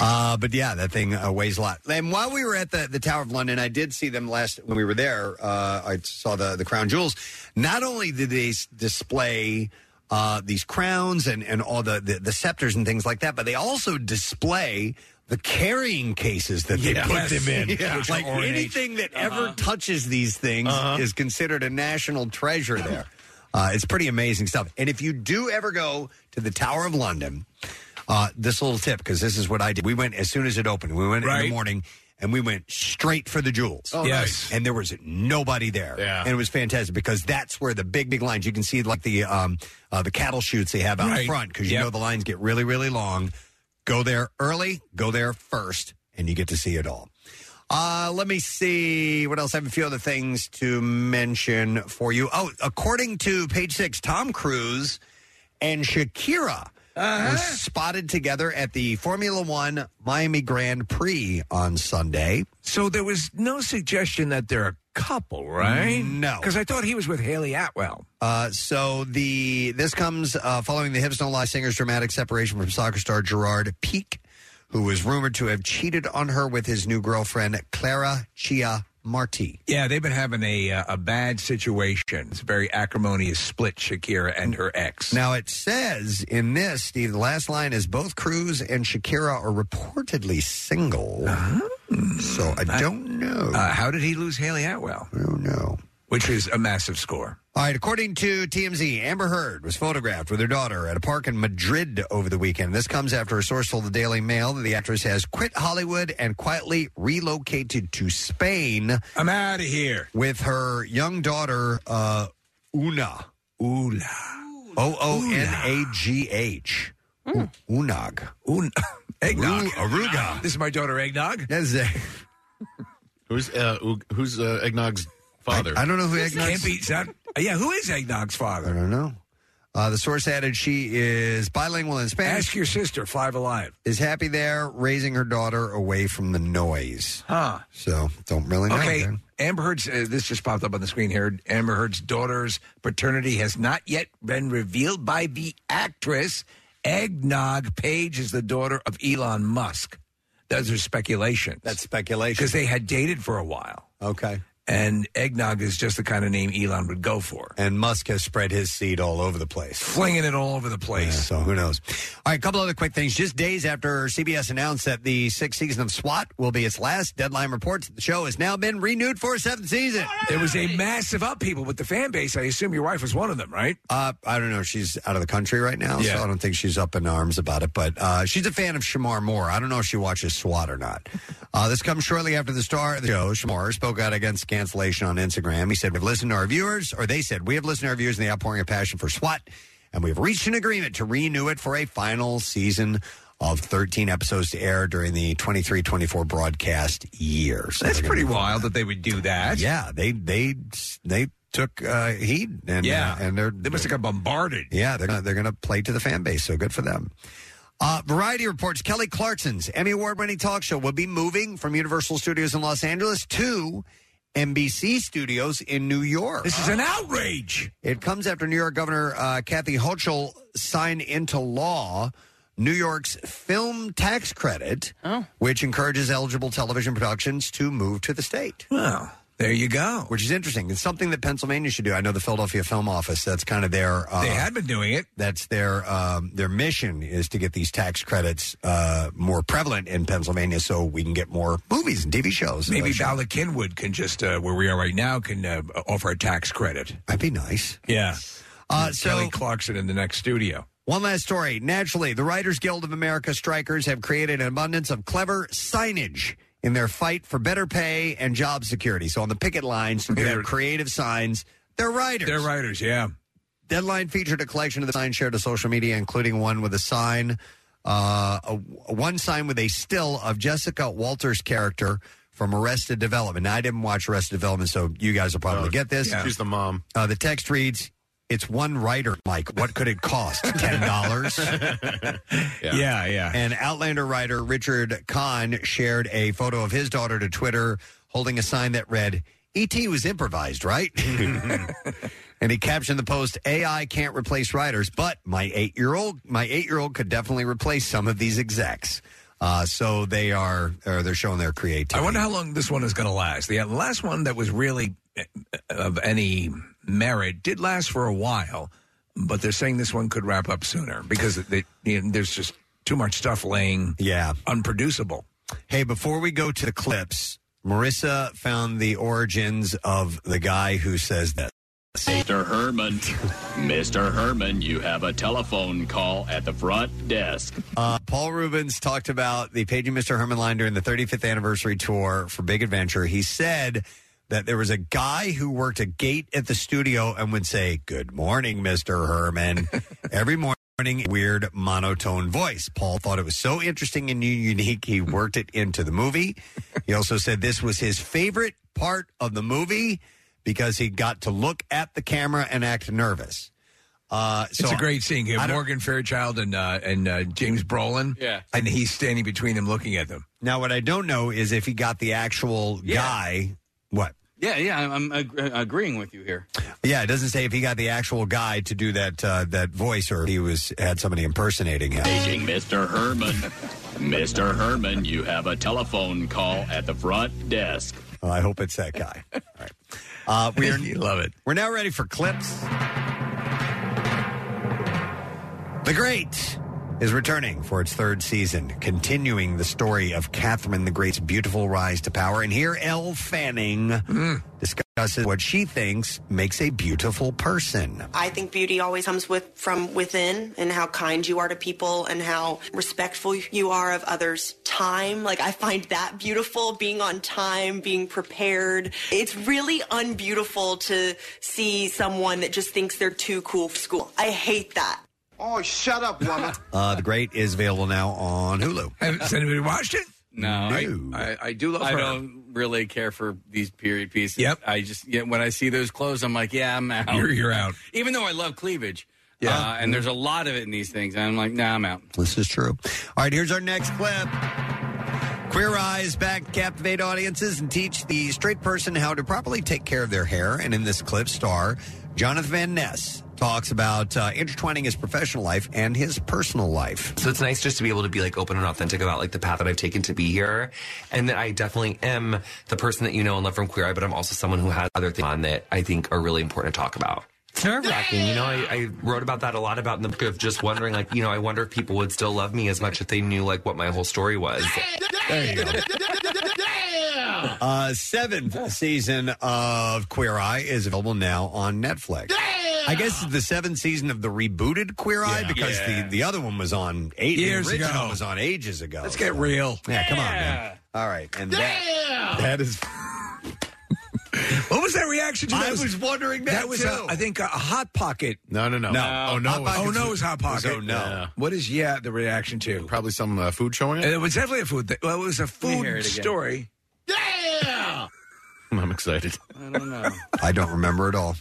Uh, but yeah, that thing uh, weighs a lot. And while we were at the, the Tower of London, I did see them last when we were there. Uh, I saw the the crown jewels. Not only did they s- display uh, these crowns and and all the, the the scepters and things like that, but they also display. The carrying cases that they
Yeah.
put
Yes.
them in,
Yeah. Which are
like
ornate.
anything that
Uh-huh.
ever touches these things,
Uh-huh.
is considered a national treasure. There, uh, it's pretty amazing stuff. And if you do ever go to the Tower of London, uh, this little tip because this is what I did. We went as soon as it opened. We went in the
Right.
morning and we went straight for the jewels.
Oh, Yes. nice.
and there was nobody there.
Yeah.
and it was fantastic because that's where the big big lines. You can see like the um, uh, the cattle shoots they have out
Right.
front because you
Yep.
know the lines get really really long. Go there early. Go there first, and you get to see it all. Uh, let me see what else. I have a few other things to mention for you. Oh, according to page six, Tom Cruise and Shakira
Uh-huh.
was spotted together at the Formula One Miami Grand Prix on Sunday.
So there was no suggestion that they're a couple, right?
No.
Because I thought he was with Haley Atwell.
Uh, so the this comes uh, following the Hips Don't Lie singer's dramatic separation from soccer star Gerard Pique, who was rumored to have cheated on her with his new girlfriend Clara Chia Marti.
Yeah, they've been having a uh, a bad situation. It's a very acrimonious split, Shakira and her ex.
Now it says in this, Steve, the last line is both Cruz and Shakira are reportedly single. So I don't know.
Ah. Uh, how did he lose Haley Atwell?
I don't know.
Which is a massive score.
All right, according to TMZ, Amber Heard was photographed with her daughter at a park in Madrid over the weekend. This comes after a source told the Daily Mail that the actress has quit Hollywood and quietly relocated to Spain.
I'm out of here.
With her young daughter, uh, Una.
Una.
O O N A G H.
Hmm.
Unag.
Un-
Eggnog. Aruga.
This is my daughter Eggnog.
That's it.
who's uh, who- who's uh, Eggnog's father?
I, I don't know who Eggnog's
Can't be, it's not, yeah, who is Eggnog's father? I
don't know. Uh, the source added she is bilingual in Spanish.
Ask your sister, Five Alive.
Is happy there, raising her daughter away from the noise.
Huh.
So don't really know.
Okay,
man.
Amber Heard's, uh, this just popped up on the screen here. Amber Heard's daughter's paternity has not yet been revealed by the actress. Eggnog Page is the daughter of Elon Musk. Those are speculations. That's
speculation.
Because they had dated for a while.
Okay.
And Eggnog is just the kind of name Elon would go for.
And Musk has spread his seed all over the place.
Flinging it all over the place.
so who knows? All right, a couple other quick things. Just days after CBS announced that the sixth season of SWAT will be its last, Deadline reports that the show has now been renewed for a seventh season.
There was a massive upheaval with the fan base. I assume your wife was one of them, right?
Uh, I don't know. She's out of the country right now,
Yeah.
so I don't think she's up in arms about it. But uh, she's a fan of Shamar Moore. I don't know if she watches SWAT or not. Uh, this comes shortly after the star of the show, Shamar, spoke out against cancellation on Instagram. He said, We've listened to our viewers, or they said, We have listened to our viewers in the outpouring of passion for SWAT, and we've reached an agreement to renew it for a final season of 13 episodes to air during the 23 24 broadcast year. So
That's
they're gonna
pretty
be-
wild that they would do that.
Yeah, they, they, they took uh, heed. And,
Yeah.
uh, and they're,
They must have got bombarded.
yeah, they're gonna, they're going to play to the fan base, so good for them. Uh, Variety reports Kelly Clarkson's Emmy Award winning talk show will be moving from Universal Studios in Los Angeles to NBC Studios in New York.
This is an outrage.
It comes after New York Governor uh, Kathy Hochul signed into law New York's film tax credit, which encourages eligible television productions to move to the state.
Wow. There you go.
Which is interesting. It's something that Pennsylvania should do. I know the Philadelphia Film Office, that's kind of their. Uh,
they had been doing it.
that's their um, their mission is to get these tax credits uh, more prevalent in Pennsylvania, so we can get more movies and TV shows.
Maybe Bala Kinwood can just, uh, where we are right now, can uh, offer a tax credit.
That'd be nice.
Yeah.
Uh, so-
Kelly Clarkson in the next studio.
One last story. Naturally, the Writers Guild of America strikers have created an abundance of clever signage in their fight for better pay and job security. So on the picket lines, they have creative signs. They're writers.
They're writers, yeah.
Deadline featured a collection of the signs shared to social media, including one with a sign, uh, a, one sign with a still of Jessica Walters' character from Arrested Development. Now, I didn't watch Arrested Development, so you guys will probably get this.
Oh, yeah. She's the mom.
Uh, the text reads, "It's one writer, Mike. What could it cost? Ten dollars."
Yeah. yeah,
And Outlander writer Richard Kahn shared a photo of his daughter to Twitter holding a sign that read, E.T. was improvised, right? and he captioned the post, AI can't replace writers, but my eight year old my eight year old could definitely replace some of these execs. Uh, so they are or they're showing their creativity.
I wonder how long this one is going to last. The last one that was really uh, of any merit did last for a while, but they're saying this one could wrap up sooner because they, you know, there's just too much stuff laying
yeah.
unproducible.
Hey, before we go to the clips, Marissa found the origins of the guy who says that.
Mr. Herman, Mr. Herman, you have a telephone call at the front desk.
Uh, Paul Rubens talked about the Paging Mr. Herman line during the 35th anniversary tour for Big Adventure. He said that there was a guy who worked a gate at the studio and would say, Good morning, Mr. Herman, every morning. Weird monotone voice. Paul thought it was so interesting and unique, he worked it into the movie. He also said this was his favorite part of the movie because he got to look at the camera and act nervous. Uh, Uh,
it's a great scene. You have Morgan Fairchild and uh, and uh, James Brolin.
Yeah.
and he's standing between them, looking at them.
Now, what I don't know is if he got the actual guy. What?
Yeah, yeah, I'm, I'm ag- uh, agreeing with you here.
Yeah, it doesn't say if he got the actual guy to do that uh, that voice or he was had somebody impersonating him.
Taking Mr. Herman. Mr. Herman, you have a telephone call at the front desk.
Well, I hope it's that guy. All right. Uh, we are, love it. We're now ready for clips. The Great is returning for its third season, continuing the story of Catherine the Great's beautiful rise to power. And here, Elle Fanning discusses what she thinks makes a beautiful person.
I think beauty always comes with from within and how kind you are to people and how respectful you are of others' time. Like I find that beautiful, being on time, being prepared. It's really unbeautiful to see someone that just thinks they're too cool for school. I hate that. Oh, shut up, woman.
Uh, the Great is available now on Hulu.
Has
Uh,
anybody watched it?
No, I, I, I do love. I
her.
don't really care for these period pieces. Yep. I just yeah, when I see those clothes, I'm like, yeah, I'm out.
You're- you're out.
Even though I love cleavage. Yeah. Uh, and there's a lot of it in these things, and I'm like, nah, I'm out.
This is true. All right, here's our next clip. Queer Eyes back to captivate audiences and teach the straight person how to properly take care of their hair. And in this clip, star Jonathan Van Ness talks about uh, intertwining his professional life and his personal life.
So it's nice just to be able to be like open and authentic about like the path that I've taken to be here. And that I definitely am the person that you know and love from Queer Eye, but I'm also someone who has other things on that I think are really important to talk about. It's nerve wracking. You know, I, I wrote about that a lot about in the book of just wondering, like, you know, I wonder if people would still love me as much if they knew like what my whole story was.
Uh, seventh season of Queer Eye is available now on Netflix. I guess it's the seventh season of the rebooted Queer Eye because the, the other one was on eight
Years
the original
ago.
was on ages ago.
Let's get real.
Yeah, come on, man. All right, and that that is
What was that reaction to
I
those?
was wondering that
was,
too.
uh, I think, a hot pocket.
No, no, no.
No.
Oh, no.
Hot Pockets- Oh, no is Hot Pocket.
Oh, no.
Yeah. What is, yeah, the reaction to?
Probably some uh, food showing up.
It was definitely a food. Th- well, it was a
me hear
food
it again.
story.
Yeah! I'm excited.
I don't know.
I don't remember at all.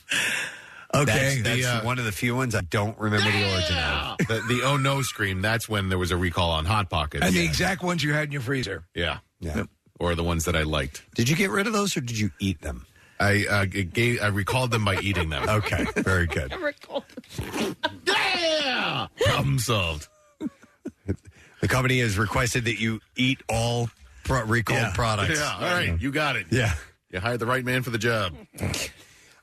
Okay.
that's, that's one of the few ones I don't remember the origin of.
The, the oh no scream, that's when there was a recall on Hot Pockets.
And the exact ones you had in your freezer.
Yeah.
Yeah.
Or the ones that I liked.
Did you get rid of those or did you eat them?
I uh, g- gave, I recalled them by eating them.
okay. Very good.
Yeah. Problem solved.
The company has requested that you eat all pro- recalled products.
Yeah. All right. You got it.
Yeah.
You hired the right man for the job.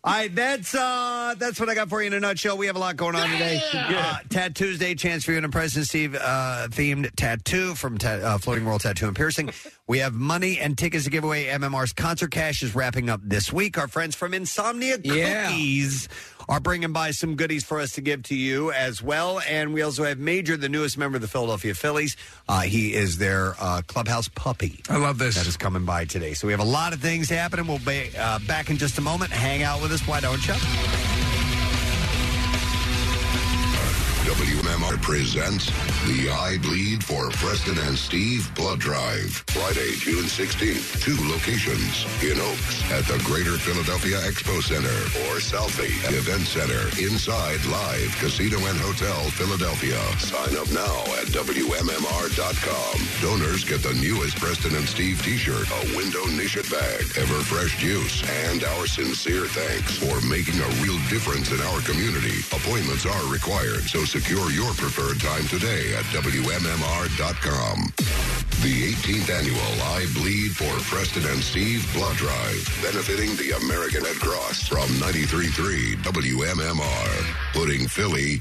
All right, that's uh, that's what I got for you in a nutshell. We have a lot going on today. Uh, Tattoos Day, chance for you and a President Steve uh, themed tattoo from ta- uh, Floating World Tattoo and Piercing. we have money and tickets to give away. MMR's concert cash is wrapping up this week. Our friends from Insomnia
Yeah.
Cookies are bringing by some goodies for us to give to you as well. And we also have Major, the newest member of the Philadelphia Phillies. Uh, he is their uh, clubhouse puppy.
I love this.
That is coming by today. So we have a lot of things happening. We'll be uh, back in just a moment. Hang out with us. Why don't you?
WMMR presents the I Bleed for Preston and Steve Blood Drive. Friday, June 16th. Two locations in Oaks at the Greater Philadelphia Expo Center or Southie at Event Center inside Live Casino and Hotel Philadelphia. Sign up now at WMMR.com. Donors get the newest Preston and Steve t-shirt, a window niche bag, ever fresh juice, and our sincere thanks for making a real difference in our community. Appointments are required, so secure your preferred time today at WMMR.com. The 18th annual I Bleed for Preston and Steve Blood Drive, benefiting the American Red Cross from 93.3 WMMR, putting Philly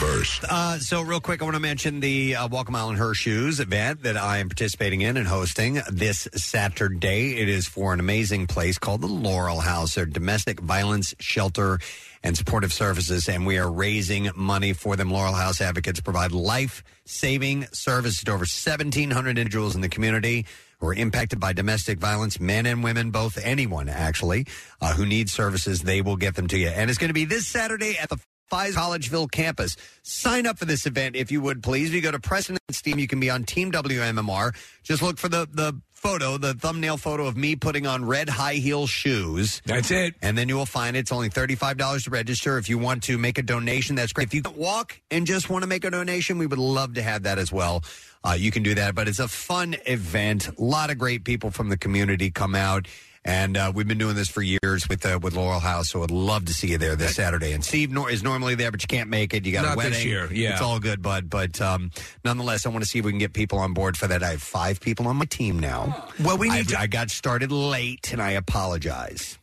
first.
Uh, so, real quick, I want to mention the uh, Walk a Mile in Her Shoes event that I am participating in and hosting this Saturday. It is for an amazing place called the Laurel House, their domestic violence shelter and supportive services. And we are raising money for them. Laurel House advocates provide life saving services to over 1,700 individuals in the community who are impacted by domestic violence, men and women, both anyone actually, uh, who need services. They will get them to you. And it's going to be this Saturday at the Fies Collegeville campus. Sign up for this event if you would please. If you go to President's Team, you can be on Team WMMR. Just look for the the photo, the thumbnail photo of me putting on red high heel shoes.
That's it.
And then you will find it's only $35 to register. If you want to make a donation, that's great. If you can't walk and just want to make a donation, we would love to have that as well. Uh, you can do that. But it's a fun event. A lot of great people from the community come out. And uh, we've been doing this for years with uh, with Laurel House, so I'd love to see you there this Saturday. And Steve nor- is normally there, but you can't make it. You got
Not
a
this
wedding.
year, yeah.
it's all good, bud. But um, nonetheless, I want to see if we can get people on board for that. I have five people on my team now.
Well, we need
I've- I got started late, and I apologize.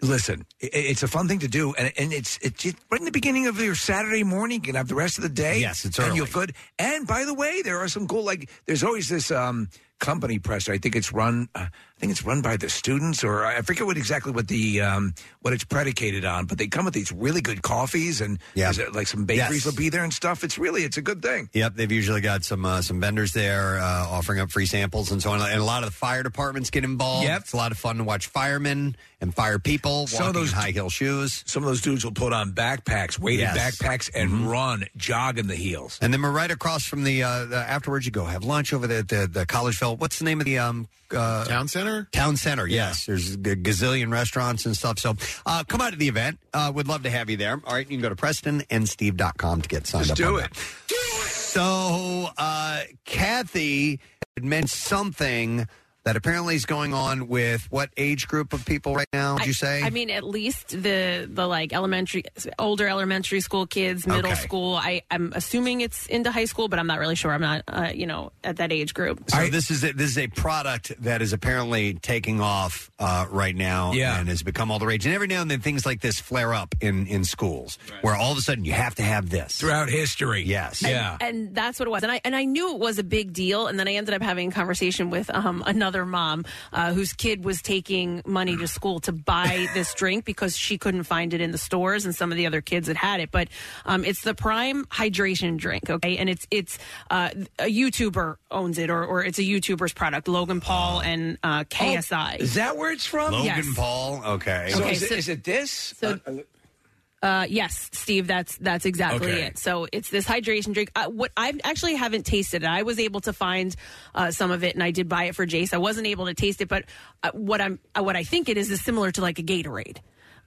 Listen, i- it's a fun thing to do, and and it's it's just right in the beginning of your Saturday morning. You can have the rest of the day. Yes, it's and
early.
you're good. And by the way, there are some cool like there's always this um, company press. I think it's run. Uh, I think it's run by the students, or I forget what exactly what the um, what it's predicated on. But they come with these really good coffees, and
Yeah.
there's, uh, like some
Yes.
bakeries will be there and stuff. It's really it's a good thing.
Yep, they've usually got some uh, some vendors there uh, offering up free samples and so on. And a lot of the fire departments get involved. Yep, it's a lot of fun to watch firemen and fire people.
Some of
walking in
those-
high heel shoes.
Some of those dudes will put on backpacks, weighted
Yes.
backpacks, and run, jog in the heels.
And then we're right across from the, uh, the afterwards. You go have lunch over there at the the Collegeville. What's the name of the um, uh,
town center?
Town center. Yes, there's a gazillion restaurants and stuff. So uh, come out to the event. Uh, would love to have you there. All right, you can go to PrestonandSteve.com to get signed
Just
up.
do
on
it.
that. So uh, Kathy had mentioned something that apparently is going on with what age group of people right now? Would you say?
I mean, at least the the like elementary, older elementary school kids, middle
Okay.
school. I I'm assuming it's into high school, but I'm not really sure. I'm not, uh, you know, at that age group.
So this is a, this is a product that is apparently taking off uh, right now,
Yeah.
and has become all the rage. And every now and then, things like this flare up in in schools, where all of a sudden you have to have this
throughout history.
Yes,
and that's what it was. And I and I knew it was a big deal. And then I ended up having a conversation with um, another mom uh, whose kid was taking money to school to buy this drink because she couldn't find it in the stores, and some of the other kids had had it. But um, it's the Prime hydration drink, okay? And it's it's uh, a YouTuber owns it, or or it's a YouTuber's product. Logan Paul and uh, KSI.
Oh, Is that where it's from?
Logan Yes.
Paul. Okay.
So,
Okay,
is,
so-
it, is it this? Uh,
Uh, yes, Steve, that's that's exactly
Okay.
it. So it's this hydration drink. Uh, what I actually haven't tasted it. I was able to find uh, some of it, and I did buy it for Jace. I wasn't able to taste it, but uh, what I'm uh, what I think it is is similar to like a Gatorade.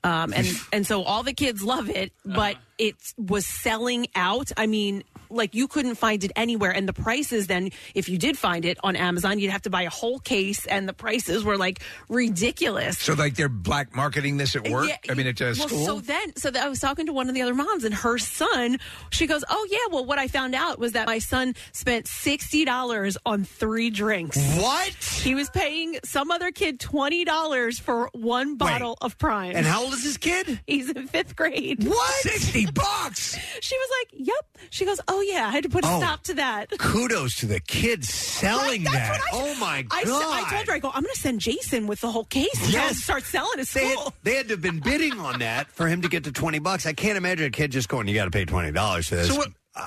Um, and and so all the kids love it, but it was selling out. I mean, like you couldn't find it anywhere, and the prices. Then, if you did find it on Amazon, you'd have to buy a whole case, and the prices were like ridiculous.
so like they're black marketing this at work. I mean, at uh,
Well,
school.
so then, so that I was talking to one of the other moms, and her son, she goes, "Oh yeah, well, what I found out was that my son spent sixty dollars on three drinks.
What?
He was paying some other kid twenty dollars for one bottle of Prime.
And how old is this kid?
He's in fifth grade.
What?
Sixty bucks.
she was like, "Yep." She goes, "Oh yeah, I had to put a
Oh.
stop to that."
Kudos to the kids selling
Right,
that.
that's what I-
oh my god!
I, s- I told her, I go, I'm going to send Jason with the whole case. and tell him to start selling at
They had,
school.
they had to have been bidding on that for him to get to twenty bucks. I can't imagine a kid just going, "You got to pay twenty dollars for this."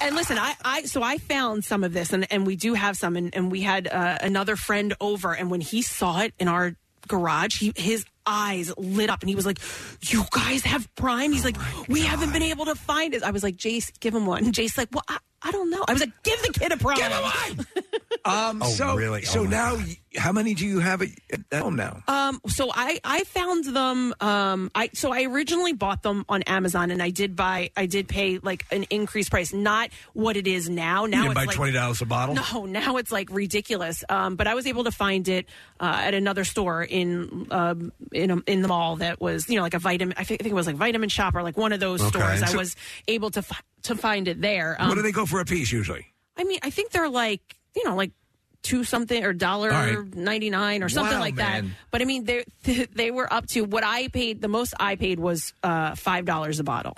and listen, I, I so I found some of this, and, and we do have some, and, and we had uh, another friend over, and when he saw it in our garage, he, his eyes lit up, and he was like, "You guys have Prime?" He's like, "We haven't been able to find it." I was like, "Jace, give him one." And Jace's like, "Well, I, I don't know." I was like, "Give the kid a Prime." Give him one.
um,
Oh,
so,
really?
So
Oh, my
now, y- how many do you have at, at home now?
Um, so I, I found them. Um, I so I originally bought them on Amazon, and I did buy, I did pay like an increased price, not what it is now. Now
you
it's
buy
like,
twenty dollars a bottle.
No, now it's like ridiculous. Um, but I was able to find it uh, at another store in um, in a, in the mall that was you know like a vitamin. I thi- I think it was like Vitamin Shop or like one of those
Okay.
stores. I
So-
was able to fi- to find it there. Um,
what do they go for a piece usually?
I mean, I think they're like you know like two something or dollar
right.
ninety nine or something
Wow,
like that.
man.
But I mean, they they were up to what I paid. The most I paid was uh, five dollars a bottle.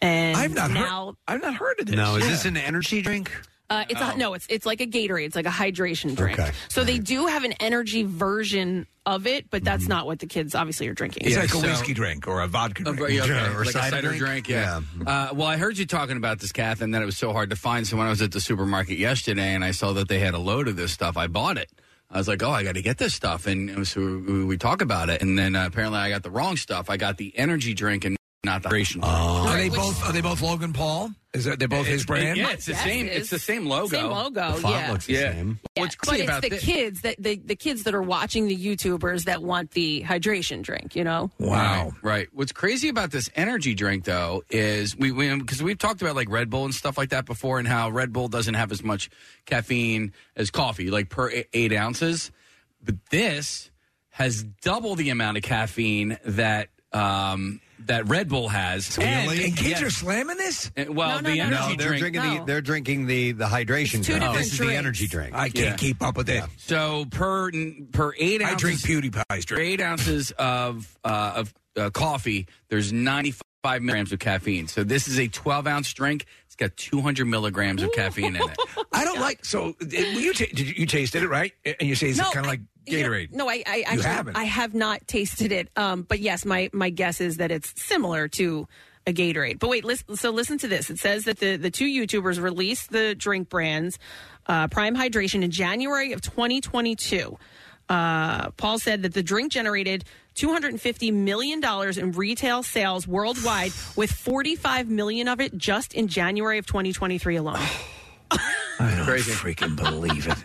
And
I've not
now
heard. I've not heard of this.
No, is
Yeah.
this an energy drink?
uh, it's
Oh.
a, no, it's it's like a Gatorade. It's like a hydration drink.
Okay.
So they do have an energy version of it, but that's not what the kids obviously are drinking.
Mm-hmm. It's like a whiskey drink or a vodka drink.
Yeah, okay. like a cider drink. yeah. Uh, well, I heard you talking about this, Kath, and that it was so hard to find. So when I was at the supermarket yesterday and I saw that they had a load of this stuff, I bought it. I was like, oh, I got to get this uh, stuff. And so we, we talk about it. And then uh, apparently I got the wrong stuff. I got the energy drink and not the racial.
are they both? Are they both Logan Paul? Is that they both his brand?
Yeah, it's the same. It's the same logo.
Same logo, The font yeah. looks the
yeah.
same.
Yeah,
What's
but
crazy
it's
about
the
this?
kids that the, the kids that are watching the YouTubers that want the hydration drink, you know?
Wow.
Right, right. What's crazy about this energy drink though is we because we, have talked about like Red Bull and stuff like that before, and how Red Bull doesn't have as much caffeine as coffee, like per e- eight ounces. But this has double the amount of caffeine that um, that Red Bull has.
And, Uh, and kids
Yeah.
are slamming this.
And- well, the energy
no, they're
drink.
drinking the they're drinking the the hydration drink. this is the energy drink.
I can't keep up with it.
So per per eight ounces, I drink
PewDiePie's drink.
Eight ounces of uh, of uh, coffee. There's 95 milligrams of caffeine. So this is a 12 ounce drink. It's got 200 milligrams of caffeine in it.
I don't like. So it- well, you ta- did you, you tasted it right? And you say it's
No,
kind of like
You know,
Gatorade.
no, I, I actually
haven't.
I have not tasted it. Um, but yes, my my guess is that it's similar to a Gatorade. But wait, listen, so listen to this. It says that the the two YouTubers released the drink brands uh, Prime Hydration in January of 2022. Uh, Paul said that the drink generated 250 million dollars in retail sales worldwide, with 45 million of it just in January of 2023 alone.
I don't freaking believe it.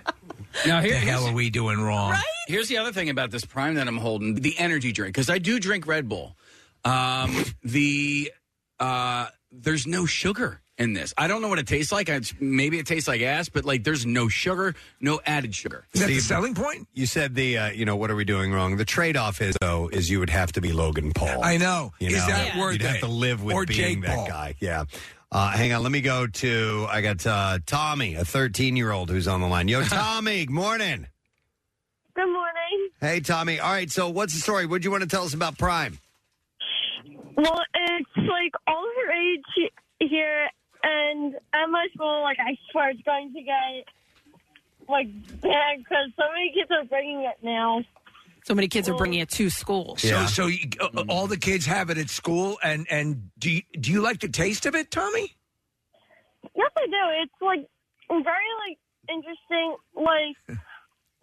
Now
the
here-
hell are we doing wrong?
Here's the other thing about this prime that I'm holding: the energy drink, because I do drink Red Bull. Um, the uh, there's no sugar in this. I don't know what it tastes like. I, maybe it tastes like ass, but like there's no sugar, no added sugar.
Steve,
point?
You said the uh, you know what are we doing wrong? The trade off is though is you would have to be Logan Paul.
I know.
You
Is
know?
that worth
You'd have
it?
to live with
Or
being
Jake
that
Paul?
guy. Yeah. Uh, hang on, let me go to I got uh, Tommy, a 13 year old who's on the line. Yo, Tommy, good morning.
Good morning.
Hey, Tommy. All right, so what's the story? What do you want to tell us about Prime?
Well, it's like all her age here, and at my school, like I swear, it's going to get like bad because so many kids are bringing it now.
So many kids are bringing it to school.
So, so you, uh, all the kids have it at school, and and do you, do you like the taste of it, Tommy?
Yes, I do. It's like very like interesting.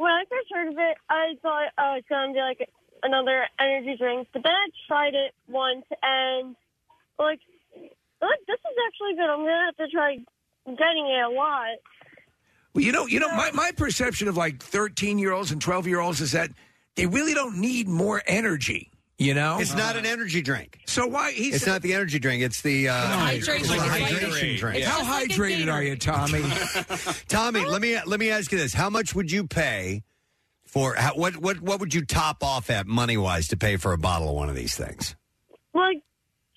Like when I first heard of it, I thought, oh, it's gonna be like another energy drink. But then I tried it once, and like, like this is actually good. I'm gonna have to try getting it a lot.
Well, you know, you know, my, my perception of like thirteen year olds and twelve year olds is that they really don't need more energy. You know,
It's not an energy drink.
So why? He's
it's not the energy drink. It's the uh,
It's hydration.
it's the
It's like a
hydration
Gatorade.
drink.
It's How just like a hydrated are you, Tommy?
Tommy, let me let me ask you this: How much would you pay for how, what what what would you top off at money wise to pay for a bottle of one of these things?
Like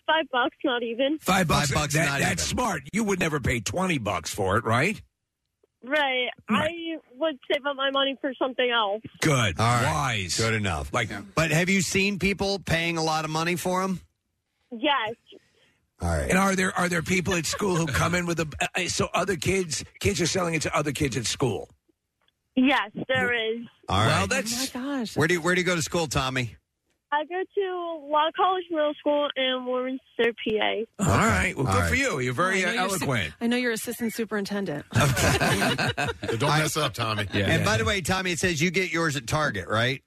five bucks, not even.
five bucks.
Five bucks,
that-
not
that's smart. You would never pay twenty bucks for it, right?
Right. I would save up my money for something else.
Good,
All right.
wise,
good enough.
Like,
but have you seen people paying a lot of money for them?
Yes.
All right.
And are there are there people at school who come in with a uh, so other kids kids are selling it to other kids at school?
Yes, there is.
All right. Well,
that's
oh my gosh.
Where do you, where do you go to school, Tommy?
I go to Law College Middle School in Warminster, PA.
All right. Well,
All
good
right.
for you. You're very
Oh, I
uh,
know you're su-
eloquent.
I know you're assistant superintendent.
Don't mess up, Tommy. And by the way, Tommy, it says you get yours at Target, right?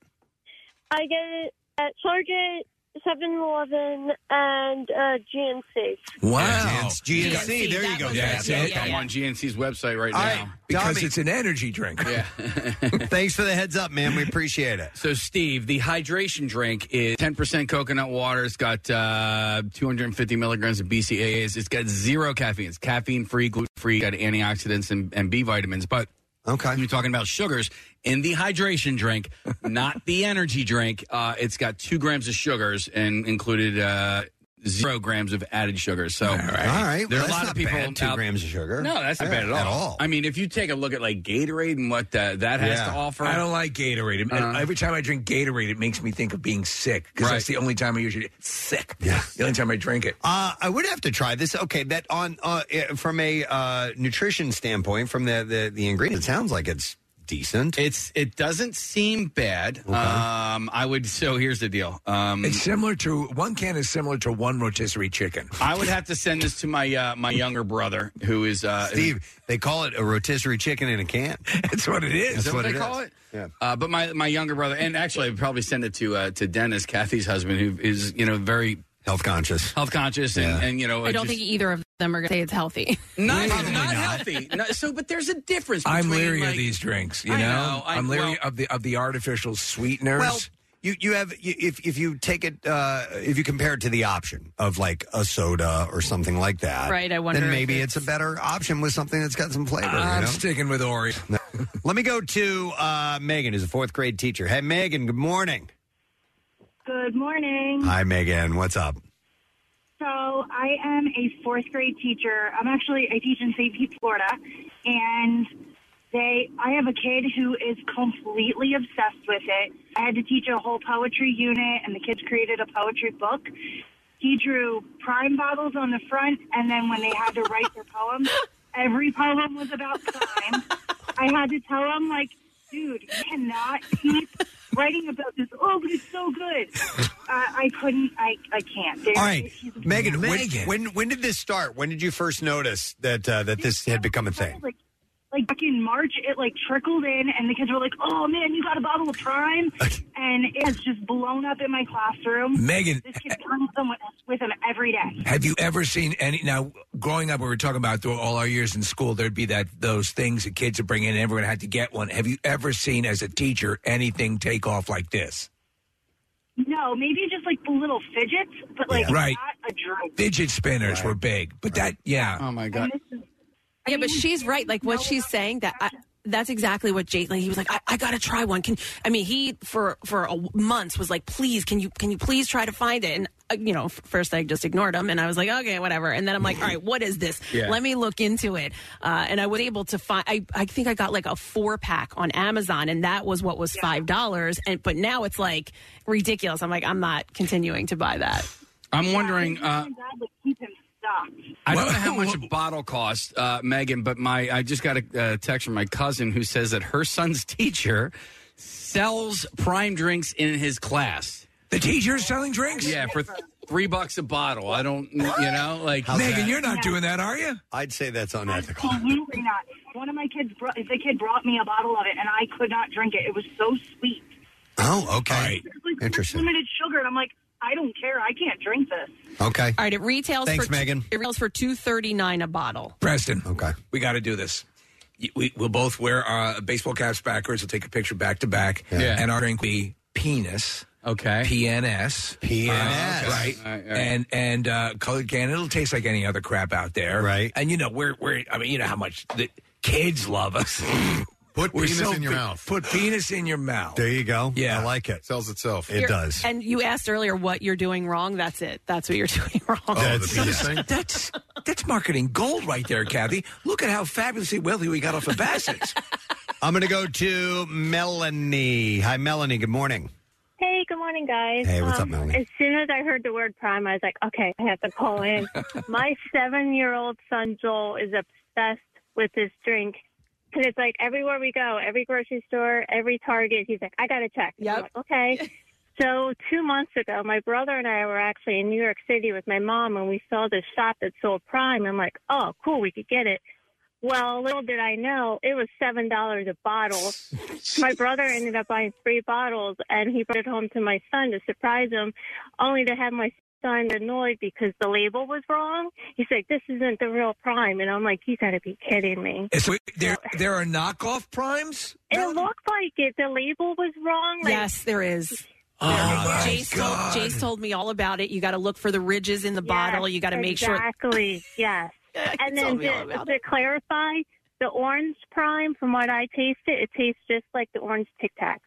I get it at Target, 7 Eleven, and uh, GNC.
Wow.
GNC, GNC, there you that go. was
Yeah,
it.
it's
Yeah,
up
yeah,
I'm
yeah.
on GNC's website right
All
now.
right,
Because
Tommy.
it's an energy drink.
Yeah.
Thanks for the heads up, man. We appreciate it.
So, Steve, the hydration drink is 10% coconut water. It's got uh, 250 milligrams of BCAAs. It's got zero caffeine. It's caffeine free, gluten free, got antioxidants and, and B vitamins. But
okay,
you're talking about sugars in the hydration drink, not the energy drink. Uh, it's got two grams of sugars and included. Uh, Zero grams of added sugar. So, all right,
All right.
there
Well,
are a lot
that's
of
not
people.
bad, two
out-
grams of sugar.
No, that's not
Yeah,
bad at all.
at all.
I mean, if you take a look at like Gatorade and what that that has
Yeah.
to offer,
I don't like Gatorade. It-
Uh-huh.
Every time I drink Gatorade, it makes me think of being sick because that's
Right.
the only time I usually sick. Yeah, the only time I drink it.
Uh, I would have to try this. Okay, that on uh, eh, from a uh, nutrition standpoint, from the the, the ingredient, it sounds like it's decent.
It's it doesn't seem bad. Um, I would. So here's the deal. Um,
It's similar to one can is similar to one rotisserie chicken.
I would have to send this to my uh, my younger brother, who is uh,
Steve. They call it a rotisserie chicken in a can.
That's what it is.
Is that what they call it?
Yeah.
Uh, but my my younger brother, and actually, I'd probably send it to uh, to Dennis, Kathy's husband, who is you know very
Health conscious.
Health conscious, and, and you know,
I don't think either of them are going to say it's healthy.
Oh, not, not, healthy. No, so, but there's a difference. Between,
I'm leery
like-
of these drinks. You
I
know,
know, I-
I, am leery
well-
of the of the artificial sweeteners.
Well, you you have you, if if you take it uh, if you compare it to the option of like a soda or something like that,
Right, I wonder
Then
if Um,
maybe it's... a better option with something that's got some flavor.
I'm
you know?
sticking with Ori.
Let me go to uh, Megan, who's a fourth grade teacher. Hey, Megan. Good morning.
Good morning.
Hi, Megan. What's up?
So I am a fourth grade teacher. I'm actually I teach in St. Pete, Florida, and they I have a kid who is completely obsessed with it. I had to teach a whole poetry unit, and the kids created a poetry book. He drew prime bottles on the front, and then when they had to write their poems, every poem was about prime. I had to tell him like, dude, you cannot keep writing about this. Oh, but it's so good. Uh, I couldn't. I I can't. There-
All right,
he's
Megan. When, when when did this start? When did you first notice that uh, that this had become a thing?
like like back in March, it like trickled in, and the kids were like, "Oh man, you got a bottle of Prime," and it has just blown up in my classroom.
Megan-
this kid comes them with, with him every day.
Have you ever seen any? Now, growing up, we were talking about through all our years in school, there'd be that those things that kids would bring in, and everyone had to get one. Have you ever seen, as a teacher, anything take off like this?
No, maybe just like the little fidgets, but like
Yeah. Right.
not a drink.
Fidget spinners were big, but that, yeah. Oh
my
God.
Yeah, but she's right. Like what she's saying that I, that's exactly what Jake. Like he was like, I, I got to try one. Can I mean he for for a, months was like, please, can you can you please try to find it? And uh, you know, f- first I just ignored him, and I was like, okay, whatever. And then I'm like, all right, what is this?
Yeah.
Let me look into it. Uh, and I was able to find. I I think I got like a four pack on Amazon, and that was what was five dollars. And but now it's like ridiculous. I'm like, I'm not continuing to buy that.
I'm wondering. Uh,
God would keep him stocked.
I don't know how much a bottle costs, uh, Megan, but my I just got a uh, text from my cousin who says that her son's teacher sells prime drinks in his class.
The teacher is selling drinks?
Yeah, for th- three bucks a bottle. I don't, you know, like
How's Megan, that? you're not doing that, are you?
I'd say that's unethical.
Absolutely not. One of my kids, brought, the kid brought me a bottle of it, and I could not drink it. It was so sweet.
Oh, okay. Interesting.
Limited sugar, and I'm like, I don't care. I can't drink this.
Okay.
All right, it retails.
Thanks,
for
Megan.
It retails for two thirty nine a bottle.
Preston.
Okay.
We got to do this. Y- We, we'll both wear uh, baseball caps backwards. We'll take a picture back to back.
Yeah.
And our drink will be penis.
Okay.
PNS.
PNS.
Uh, right.
All right, all right.
And and uh, colored can. It'll taste like any other crap out there. Right. And you know we're we're. I mean you know how much the kids love us.
Put
We're
penis in your
big-
mouth.
Put penis in your mouth.
There you go.
Yeah. I
like it.
Sells itself.
You're- And you asked earlier what you're doing wrong. That's it. That's what you're doing wrong.
Oh,
that's that's marketing gold right there, Kathy. Look at how fabulously wealthy we got off of Bassett's.
I'm going to go to Melanie. Hi, Melanie. Good morning.
Hey, good morning, guys. Um,
Hey, what's up, Melanie?
As soon as I heard the word prime, I was like, okay, I have to call in. My seven year old son, Joel, is obsessed with this drink. And it's like everywhere we go, every grocery store, every Target, he's like, I got to check. Yeah. Like, okay. So two months ago, my brother and I were actually in New York City with my mom, and we saw this shop that sold prime. I'm like, oh, cool, we could get it. Well, little did I know, it was seven dollars a bottle. my brother ended up buying three bottles, and he brought it home to my son to surprise him, only to have my son annoyed because the label was wrong. He's like, "This isn't the real prime," and I'm like, "You got to be kidding me!"
So there there are knockoff primes.
It looked like it. The label was wrong. Like,
yes, there is.
Oh, my
Jace, told, Jace told me all about it. You got to look for the ridges in the bottle. You got to make sure.
Exactly. Yes. and
tell
then
me all
to,
about
to clarify, the orange prime, from what I taste it, it tastes just like the orange Tic Tac.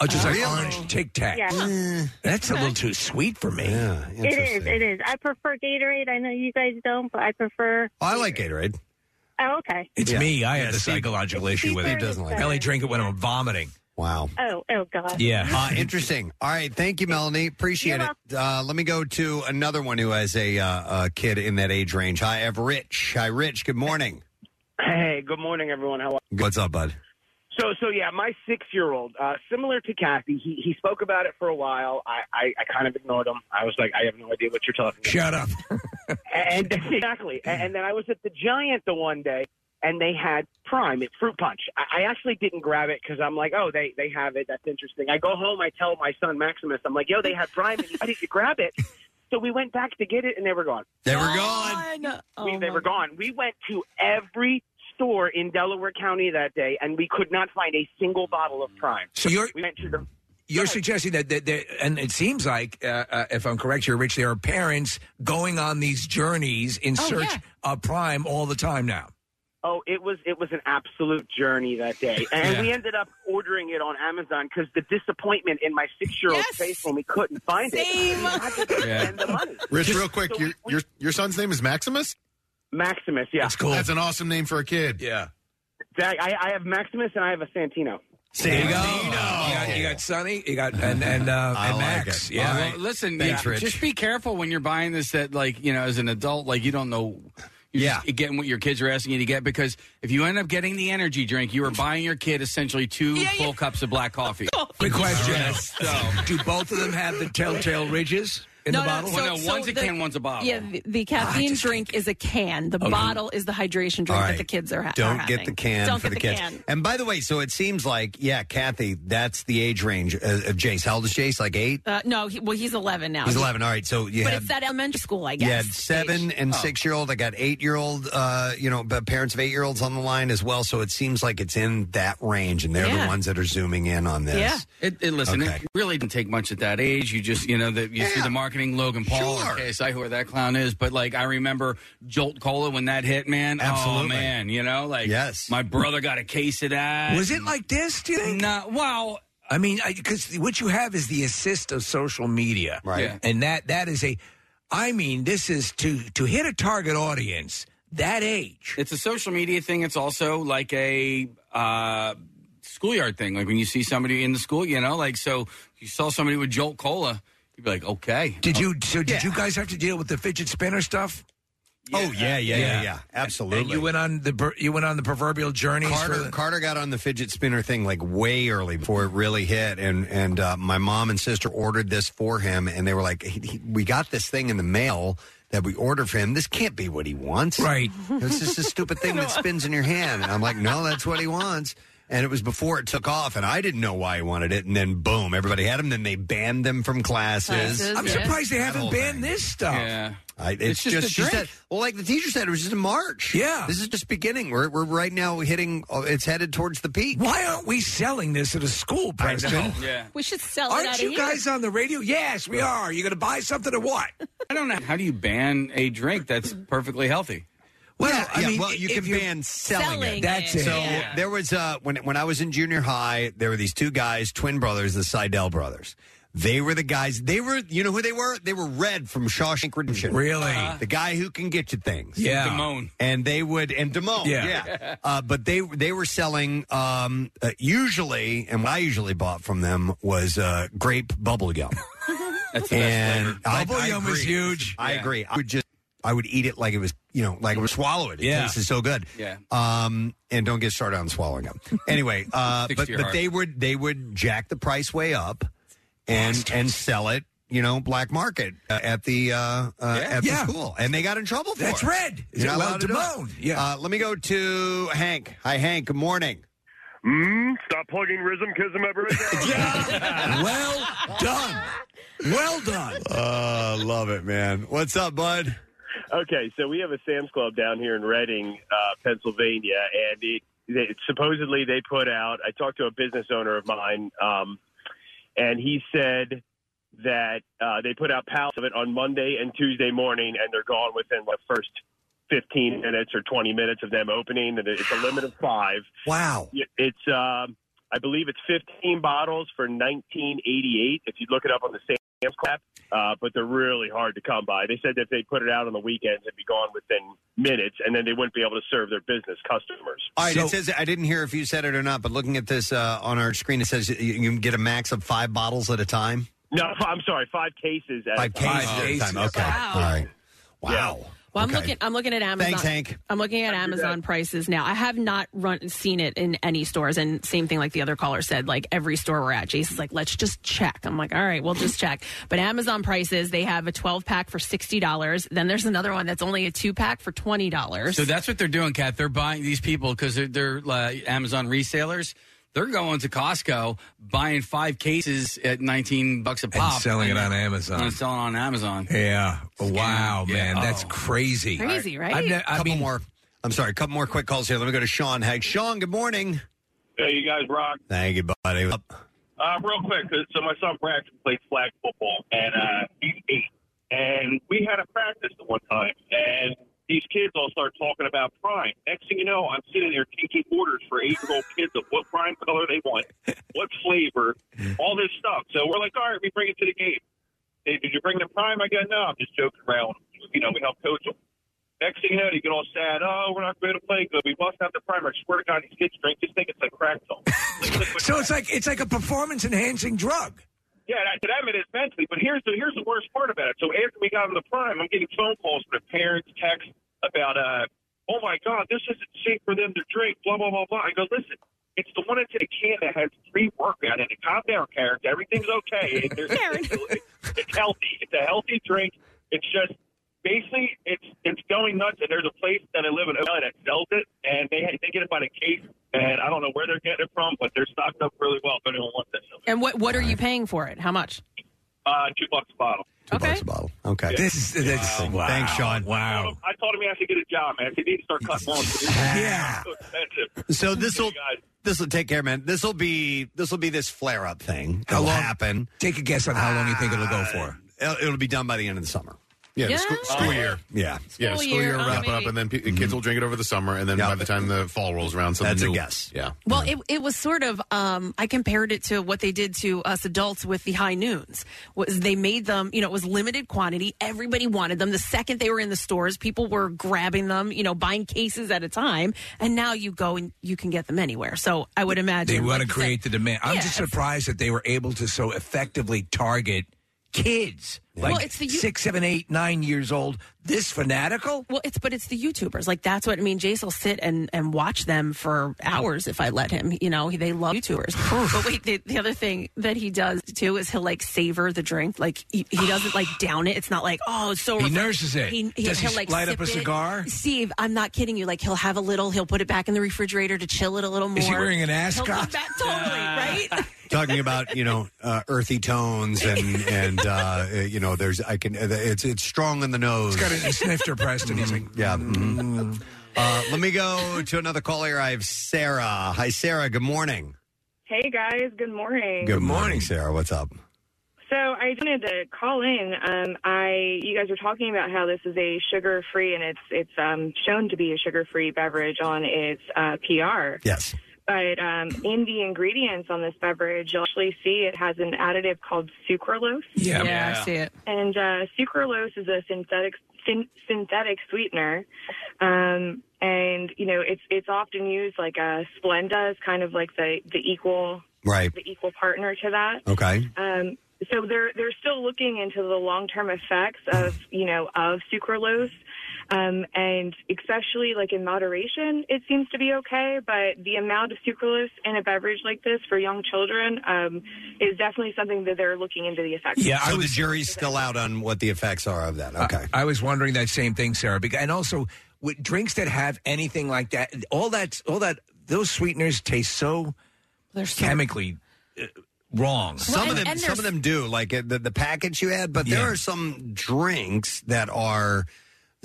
Oh, just like orange Tic Tacs.
Yeah.
Hmm.
Mm.
That's a little too sweet for me. Yeah,
It is. It is. I prefer Gatorade. I know you guys don't, but I prefer.
I like Gatorade.
Oh, okay.
It's me. I have the
Steve-
psychological issue with
Steve
it.
Burns doesn't like
I only drink it when I'm vomiting.
Wow.
Oh, oh God.
Uh, interesting. All right. Thank you, Melanie. Appreciate it. Uh, let me go to another one who has a, uh, uh kid in that age range. Hi, Ev Rich. Hi, Rich. Good morning.
Hey, good morning, everyone. How are
What's up, bud?
so so yeah, my six year old, uh, similar to Kathy, he, he spoke about it for a while. I, I, I kind of ignored him. I was like, I have no idea what you're talking about.
Shut up.
and exactly. And, and then I was at the Giant the one day, and they had Prime at Fruit Punch. I, I actually didn't grab it because I'm like, oh, they they have it. That's interesting. I go home. I tell my son Maximus, I'm like, yo, they had Prime, and I didn't grab it. So we went back to get it, and they were gone.
They were
gone. we, they were gone. We went to every store in Delaware County that day, and we could not find a single bottle of Prime.
So you're-
we went to the
You're suggesting that, that, that, and it seems like, uh, uh, if I'm correct here, Rich, there are parents going on these journeys in
Oh,
search
yeah.
of Prime all the time now.
Oh, it was it was an absolute journey that day, and
Yeah.
we ended up ordering it on Amazon because the disappointment in my six year old face when we couldn't find
Same.
it.
Rich, real quick, your, your your son's name is Maximus.
Maximus, yeah, that's
cool. That's an awesome name for a kid. Yeah,
Zach, I, I have Maximus and I have a Santino.
There you go. You got, you got Sonny, you got, and, and, uh, and Max. Yeah.
Well, listen, yeah, just be careful when you're buying this that, like, you know, as an adult, like, you don't know. You're yeah. just getting what your kids are asking you to get because if you end up getting the energy drink, you are buying your kid essentially two full cups of black coffee.
Quick question.
Do both of them have the
telltale ridges in the bottle?
Well, Oh, no, one's a
the-
can, one's a bottle.
Yeah, the, the caffeine drink is a can. The
Okay.
bottle is the hydration drink
All
that
right.
the kids are, ha-
Don't
are having.
get the can
Don't
for
get
the kids.
can.
And by the way, so it seems like, yeah, Kathy, that's the age range of, of Jace. How old is Jace? Like eight?
Uh, no, he, well, he's 11 now.
He's 11. All right. So you
but
had,
it's that elementary school, I
you had
guess.
seven and
Oh.
six year old. I got eight year old, uh, you know, but parents of eight year olds on the line as well. So it seems like it's in that range, and they're
Yeah.
the ones that are zooming in on this.
It, it listen,
Okay.
it really didn't take much at that age. You just, you know, that you see the marketing Logan Paul. Okay, so I who that clown is, but like I remember Jolt Cola when that hit, man. Oh
Absolutely.
man, you know, like yes. my brother got a case of that.
Was it like this? Do you think?
No. Wow.
I mean, because what you have is the assist of social media,
Right. Yeah.
And that that is a, I mean, this is to to hit a target audience that age.
It's a social media thing. It's also like a uh, schoolyard thing. Like when you see somebody in the school, you know, like so you saw somebody with Jolt Cola, you'd be like, okay.
Did you? So did you guys have to deal with the fidget spinner stuff?
Oh yeah, yeah, yeah, yeah. Absolutely.
And you went on the per- you went on the proverbial journey.
Carter, Carter got on the fidget spinner thing like way early before it really hit, and and uh, my mom and sister ordered this for him, and they were like, he, he- "We got this thing in the mail that we ordered for him. This can't be what he wants,
right?
This is a stupid thing that spins in your hand." And I'm like, "No, that's what he wants." And it was before it took off, and I didn't know why he wanted it. And then boom, everybody had them. Then they banned them from classes.
I'm surprised they haven't banned this stuff.
Yeah.
I, it's,
It's just
just,
a
she
drink.
said- well, like the teacher said, it was just a march.
Yeah.
this is just beginning. We're we're right now hitting. oh, It's headed towards the peak.
Why aren't we selling this at a school, Preston?
Yeah.
We should sell it out
Aren't
of
you
here.
guys on the radio? Yes, we are. You going to buy something or what?
I don't know. How do you ban a drink that's perfectly healthy?
Well,
yeah, well, you can ban selling, it. So there was uh, when when I was in junior high, there were these two guys, twin brothers, the Seidel brothers. They were the guys. They were, you know, who they were. They were Red from Shawshank Redemption.
Really?
the guy who can get you things.
Yeah.
Damone.
And they would, and Damone.
Yeah.
Yeah. Uh, but they they were selling um, uh, usually, and what I usually bought from them was uh, grape bubble gum.
That's
the best
and
flavor.
I-
Bubble
I
gum is
agree.
huge.
I
Yeah.
agree. I would just I would eat it like it was you know like I would swallow it. It
Yeah.
tasted so good.
Yeah.
Um, and don't get started on swallowing them. Anyway, uh,
Sticks
but
to your
but
heart.
they would they would jack the price way up, and and sell it. You know, black market uh, at the uh, uh, at the
Yeah.
school, and they got in trouble for
That's
it.
red.
You're not
Well,
allowed to do it.
Damone, yeah.
Uh, let me go to Hank. Hi, Hank. Good morning.
Stop plugging Rism Kism ever again.
well done. Well done.
Uh, love it, man. What's up, bud?
Okay, so we have a Sam's Club down here in Reading, uh, Pennsylvania, and it, they, supposedly they put out. I talked to a business owner of mine, um, and he said that uh, they put out pallets of it on Monday and Tuesday morning, and they're gone within the first fifteen minutes or twenty minutes of them opening. And it- it's a limit of five.
Wow.
Yeah, It's um, I believe it's 15 bottles for 1988. If you look it up on the Sam's Club, uh, but they're really hard to come by. They said that if they put it out on the weekends, it'd be gone within minutes, and then they wouldn't be able to serve their business customers.
All right, it says I didn't hear if you said it or not, but looking at this uh, on our screen, it says you, you can get a max of five bottles at a time.
No, I'm sorry, five cases. At
Five
a time.
cases at a time. Okay, all right. Wow.
Well, I'm
Okay.
looking. I'm looking at Amazon.
Thanks, Hank.
I'm looking at Amazon prices now. I have not run seen it in any stores. And same thing, like the other caller said, like every store we're at, Jason's like, let's just check. I'm like, all right, we'll just check. But Amazon prices, they have a 12 pack for sixty dollars. Then there's another one that's only a two pack for twenty dollars.
So that's what they're doing, Kat. They're buying these people because they're, they're uh, Amazon resellers. They're going to Costco, buying five cases at 19 bucks a pop,
selling it on
then-
Amazon.
and selling it on Amazon.
Yeah. Wow,
Yeah.
man.
Oh.
That's crazy.
Crazy, right?
I've
I
couple more. I'm sorry. A couple more quick calls here. Let me go to Sean Hag. Sean, good morning.
Hey, you guys rock.
Thank you, buddy. What's up?
Uh, real quick, 'cause- so my son Braxton plays flag football, and uh, he's eight. And we had a practice the one time, and these kids all start talking about prime. Next thing you know, I'm sitting there taking orders for eight-year-old kids of what prime color they want, what flavor, all this stuff. So we're like, all right, we bring it to the game. Hey, did you bring the prime? I go, no, I'm just joking around. You know, we help coach them. Next thing you know, they get all sad. Oh, we're not going to play good. We bust out the primer. I swear to God, these kids drink this thing. It's like crack salt.
So it's like it's like a performance enhancing drug.
Yeah, that, to them it is mentally. But here's the here's the worst part about it. So after we got on the prime, I'm getting phone calls from the parents, texts about, uh, oh my God, this isn't safe for them to drink. Blah blah blah blah. I go, listen, it's the one that's in a can that has pre workout in it. Calm down, Karen. Everything's okay. It, there's- it's, it's healthy. It's a healthy drink. It's just basically it's it's going nuts. And there's a place that I live in LA that sells it, and they they get it by the case. And I don't know where they're getting it from, but they're stocked up really well. If anyone wants it,
And what what are you paying for it? How much?
uh, two bucks a bottle.
okay.
Okay.
This is that's, wow.
Thanks, Sean.
Wow.
I told him he has to get a job, man. He needs to start cutting lawns.
Yeah.
So expensive.
So this will
You guys-
this will take care, man. This will be this will be this flare up thing. How long happen? Uh,
Take a guess on how long you think it'll go for.
It'll be done by the end of the summer.
Yeah, the
Yeah.
school, school year.
Yeah.
yeah,
School
school
year,
year,
oh,
wrap
maybe.
up, and then pe- kids will drink it over the summer, and then by the time the fall rolls around, something
That's a
new-
guess.
Yeah.
Well, it, it was sort of. Um, I compared it to what they did to us adults with the high noons. Was they made them? You know, it was limited quantity. Everybody wanted them. The second they were in the stores, people were grabbing them. You know, buying cases at a time. And now you go and you can get them anywhere. So I would imagine
They want to
like you
create the demand. I'm just
Yes.
surprised that they were able to so effectively target kids.
Well,
Like
it's the youth-
six, seven, eight, nine years old. This fanatical?
Well, it's but it's the YouTubers. Like that's what I mean. Jace will sit and and watch them for hours if I let him. You know, they love YouTubers. but wait, the, the other thing that he does too is he'll like savor the drink. Like he, he doesn't like down it. It's not like oh, it's so
He
refresh-
nurses it. Does he
he'll, like,
light up
sip
a
it.
cigar?
Steve, I'm not kidding you. Like he'll have a little. He'll put it back in the refrigerator to chill it a little more.
Is he wearing an
He'll come
ascot?
back- totally right.
Talking about you know uh, earthy tones and and uh, uh, you know there's I can uh, it's it's strong in the nose.
He's got a snifter pressed and he's like,
yeah. mhm. Uh, let me go to another caller. I have Sarah. Hi, Sarah. Good morning.
Hey guys, good morning.
morning, Sarah. What's up?
So I just wanted to call in. Um, I you guys were talking about how this is a sugar-free and it's it's um, shown to be a sugar-free beverage on its uh, PR.
Yes.
But um, in the ingredients on this beverage, you'll actually see it has an additive called sucralose.
Yeah, I see it.
And uh, sucralose is a synthetic syn- synthetic sweetener, um, and you know it's it's often used like a Splenda is kind of like the the equal
Right.
the equal partner to that.
Okay.
Um, so they're they're still looking into the long term effects of you know of sucralose, um, and especially like in moderation, it seems to be okay. But the amount of sucralose in a beverage like this for young children um, is definitely something that they're looking into the effects. of.
So the jury's still out on what the effects are of that. Okay.
I was wondering that same thing, Sarah. Because, and also, with drinks that have anything like that, all that, all that, those sweeteners taste so
They're
chemically uh, wrong.
some of them, some of them do like uh, the the package you had, but there
Yeah.
are some drinks that are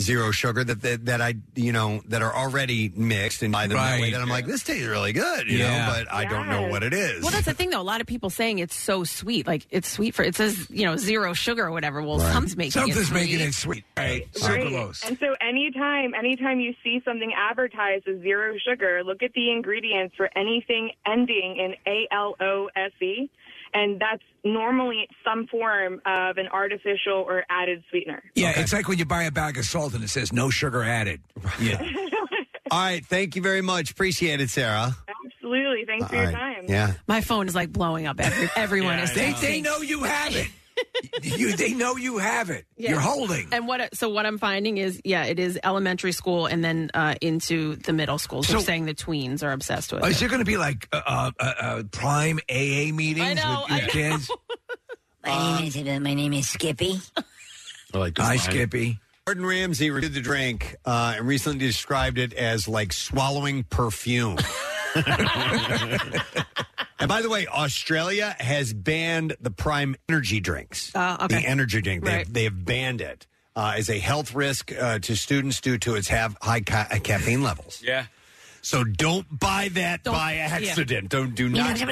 zero sugar that, that that I you know that are already mixed and by the way
Right.
that I'm like this tastes really good, you
Yeah.
know, but I don't know what it is.
Well, that's the thing, though. A lot of people saying it's so sweet, like it's sweet for it says you know zero sugar or whatever. Well,
Right.
something's making it
Something's
sweet.
making it sweet. Right. Sucralose.
And so anytime anytime you see something advertised as zero sugar, look at the ingredients for anything ending in A L O S E and that's normally some form of an artificial or added sweetener.
Yeah, it's like when you buy a bag of salt and it says no sugar added. Yeah.
All right, thank you very much. Appreciate it, Sarah.
Absolutely. Thanks for your
All right.
time.
Yeah.
My phone is like blowing up. Every, everyone is.
They,
texting.
they know you have it. you, they know you have it.
Yeah.
You're holding.
And what? So what I'm finding is, yeah, it is elementary school and then uh, into the middle schools. They're
So-
saying the tweens are obsessed with.
Is
it.
there going to be like uh, uh, uh, uh, prime AA meetings
I know,
with your
I know.
kids?
My, name is, uh, my name is Skippy.
I like
Hi, Skippy.
Gordon Ramsay reviewed the drink uh, and recently described it as like swallowing perfume. And by the way, Australia has banned the prime energy drinks.
Uh, okay.
The energy drink. They,
Right.
have, they have banned it uh, as a health risk uh, to students due to its have high ca- uh, caffeine levels.
Yeah.
So don't buy that by accident. Don't do not. do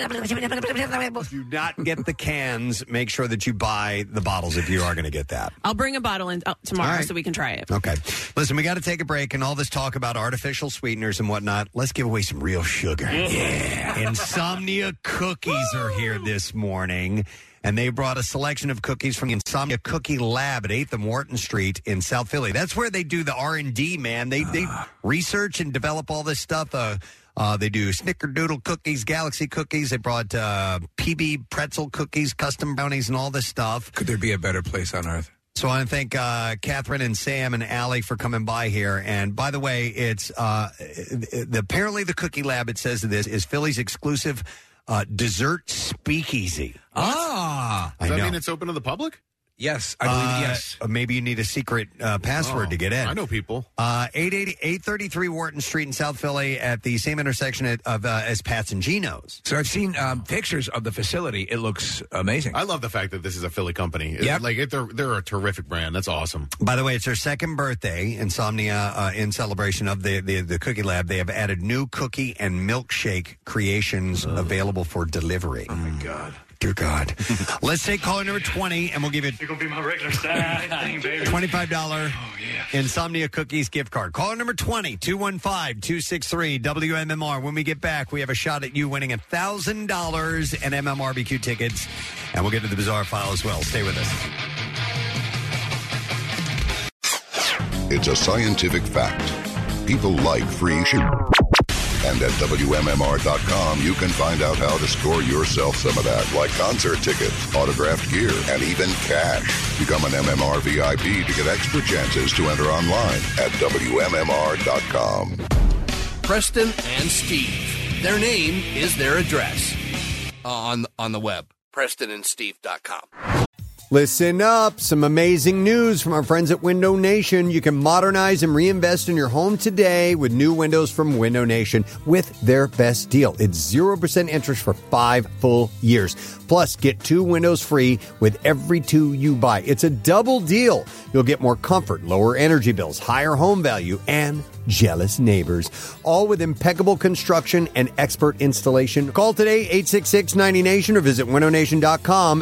not get the cans. Make sure that you buy the bottles if you are going to get that.
I'll bring a bottle in uh, tomorrow
All right.
so we can try it.
Okay. Listen, we got to take a break and all this talk about artificial sweeteners and whatnot. Let's give away some real sugar. Yeah. Insomnia cookies are here this morning. And they brought a selection of cookies from the Insomnia Cookie Lab at 8th and Wharton Street in South Philly. That's where they do the R&D, man. They, they research and develop all this stuff. Uh, uh, they do snickerdoodle cookies, galaxy cookies. They brought uh, PB pretzel cookies, custom brownies, and all this stuff.
Could there be a better place on earth?
So I want to thank uh, Catherine and Sam and Allie for coming by here. And by the way, it's uh, the, apparently the Cookie Lab. It says this is Philly's exclusive uh, dessert speakeasy.
Ah,
I
Does that
know.
mean it's open to the public?
Yes,
Uh, Maybe you need a secret uh, password
Oh,
to get in.
I know people.
Uh, 880 833 Wharton Street in South Philly at the same intersection at, of uh, as Pat's and Gino's.
So I've seen um, pictures of the facility. It looks amazing.
I love the fact that this is a Philly company.
Yep.
Like it, they're they're a terrific brand. That's awesome.
By the way, it's their second birthday, Insomnia, uh, in celebration of the, the, the Cookie Lab. They have added new cookie and milkshake creations available for delivery. Oh, my God. Dear God. Let's take caller number 20, and we'll give you
You're gonna be my regular Saturday night thing, baby.
$25 Insomnia Cookies gift card. Caller number 20, 215 263 WMMR. When we get back, we have a shot at you winning $1,000 in MMRBQ tickets, and we'll get to the bizarre file as well. Stay with us.
It's a scientific fact. People like free sugar. And at WMMR.com, you can find out how to score yourself some of that, like concert tickets, autographed gear, and even cash. Become an MMR VIP to get extra chances to enter online at WMMR.com.
Preston and Steve. Their name is their address on on the web. PrestonandSteve.com.
Listen up. Some amazing news from our friends at Window Nation. You can modernize and reinvest in your home today with new windows from Window Nation with their best deal. It's 0% interest for five full years. Plus, get two windows free with every two you buy. It's a double deal. You'll get more comfort, lower energy bills, higher home value, and jealous neighbors. All with impeccable construction and expert installation. Call today 866 90 Nation or visit windownation.com.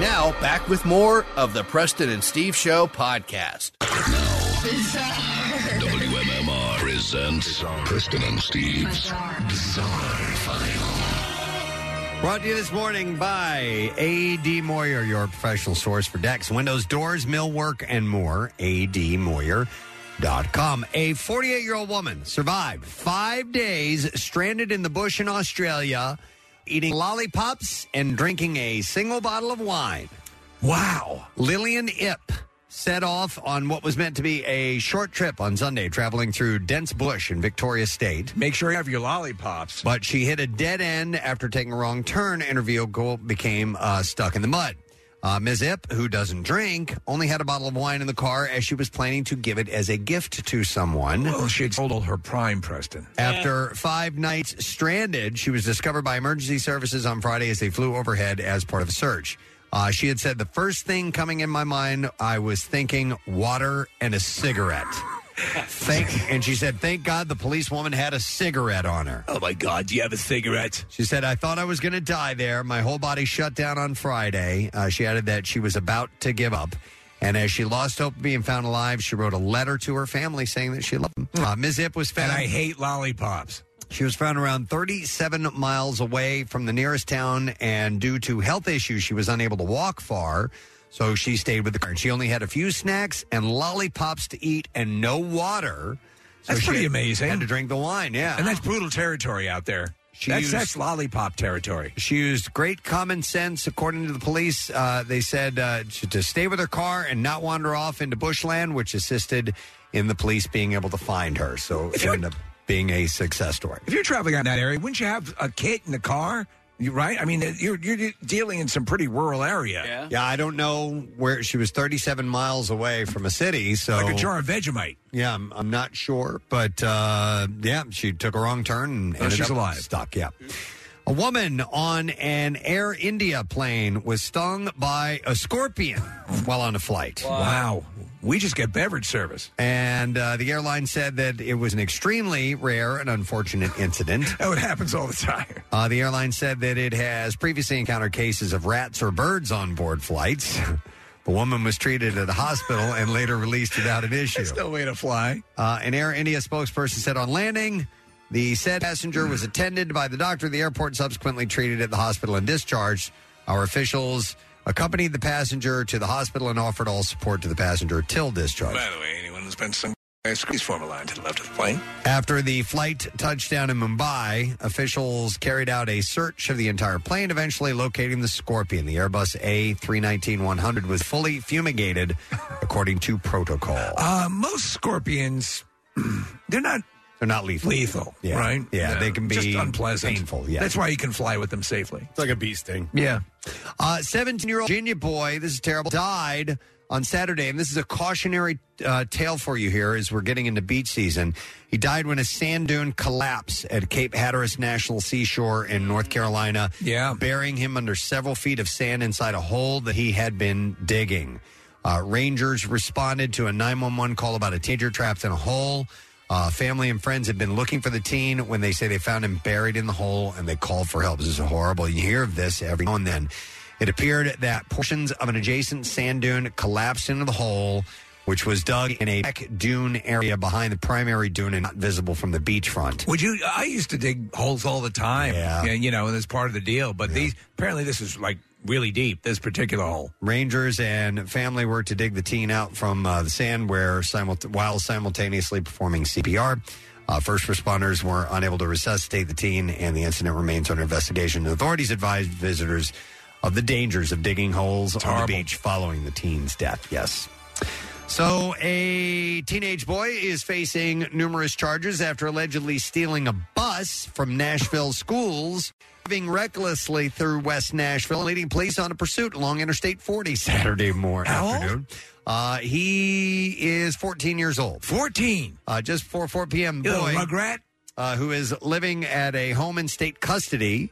Now back with more of the Preston and Steve Show podcast.
WMMR presents Kristen and Steve's Bizarre File.
Brought to you this morning by A.D. Moyer, your professional source for decks, windows, doors, millwork, and more. ADMoyer.com. A 48 year old woman survived five days stranded in the bush in Australia, eating lollipops and drinking a single bottle of wine. Wow. Lillian Ip set off on what was meant to be a short trip on Sunday, traveling through dense bush in Victoria State.
Make sure you have your lollipops.
But she hit a dead end after taking a wrong turn, and her vehicle became uh, stuck in the mud. Uh, Ms. Ip, who doesn't drink, only had a bottle of wine in the car as she was planning to give it as a gift to someone.
Well, Oh, she had sold all her prime, Preston.
After five nights stranded, she was discovered by emergency services on Friday as they flew overhead as part of a search. Uh, she had said, The first thing coming in my mind, I was thinking water and a cigarette. Thank, and she said, Thank God the policewoman had a cigarette on her.
Oh my God, do you have a cigarette?
She said, I thought I was going to die there. My whole body shut down on Friday. Uh, she added that she was about to give up. And as she lost hope of being found alive, she wrote a letter to her family saying that she loved them. Uh, Ms. Ip was found.
I hate lollipops.
She was found around 37 miles away from the nearest town, and due to health issues, she was unable to walk far. So she stayed with the car. She only had a few snacks and lollipops to eat and no water.
That's pretty amazing.
Had to drink the wine, yeah.
And that's brutal territory out there.
She
that's,
used-
that's lollipop territory.
She used great common sense, according to the police. Uh, they said uh, to, to stay with her car and not wander off into bushland, which assisted in the police being able to find her. So it ended up being a success story.
If you're traveling out in that area, wouldn't you have a kit in the car? You, right? I mean, you're, you're dealing in some pretty rural area.
Yeah. I don't know where she was 37 miles away from a city, so
Like a jar of Vegemite.
Yeah, I'm, I'm not sure, but uh, yeah, she took a wrong turn and
Oh,
ended
she's
up
alive.
Stuck, yeah. A woman on an Air India plane was stung by a scorpion while on a flight. Wow.
We just get beverage service.
And uh, the airline said that it was an extremely rare and unfortunate incident.
Oh, it happens all the time.
Uh, the airline said that it has previously encountered cases of rats or birds on board flights. The woman was treated at a hospital and later released without an issue. There's
no way to fly.
Uh, an Air India spokesperson said on landing, the said passenger was attended by the doctor at the airport, subsequently treated at the hospital and discharged. Our officials accompanied the passenger to the hospital and offered all support to the passenger till discharge.
By the way, anyone who's been some squeeze form a line to the left of the plane.
After the flight touchdown in Mumbai, officials carried out a search of the entire plane, eventually locating the scorpion. The Airbus A319 100 was fully fumigated, according to protocol.
Uh, most scorpions, they're not.
They're not lethal.
Lethal,
Yeah.
right?
Yeah, they can be
just unpleasant,
painful, yeah.
that's why you can fly with them safely. It's
like a bee sting.
Yeah.
17 year old Uh, Virginia boy, this is terrible, died on Saturday. And this is a cautionary uh, tale for you here as we're getting into beach season. He died when a sand dune collapsed at Cape Hatteras National Seashore in North Carolina, yeah. burying him under several feet of sand inside a hole that he had been digging. Uh, Rangers responded to a 911 call about a teenager trapped in a hole. Uh, family and friends had been looking for the teen when they say they found him buried in the hole and they called for help. This is horrible. You hear of this every now and then. It appeared that portions of an adjacent sand dune collapsed into the hole, which was dug in a back dune area behind the primary dune and not visible from the beachfront.
Would you? I used to dig holes all the time. Yeah. you know, and it's part of the deal. But these apparently this is like really deep. This particular hole.
Rangers and family were to dig the teen out from uh, the sand where simult- while simultaneously performing CPR. Uh, first responders were unable to resuscitate the teen, and the incident remains under investigation. Authorities advised visitors of the dangers of digging holes on the beach following the teen's death. Yes. So, a teenage boy is facing numerous charges after allegedly stealing a bus from Nashville schools, driving recklessly through West Nashville, leading police on a pursuit along Interstate 40 Saturday morning. afternoon. Uh, he is 14 years old.
14.
Uh, just before 4 p.m.
You little
Boy,
rugrat.
uh, who is living at a home in state custody,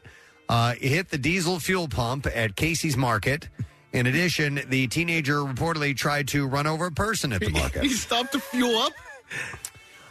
uh, hit the diesel fuel pump at Casey's Market. In addition, the teenager reportedly tried to run over a person at the market.
He stopped to fuel up.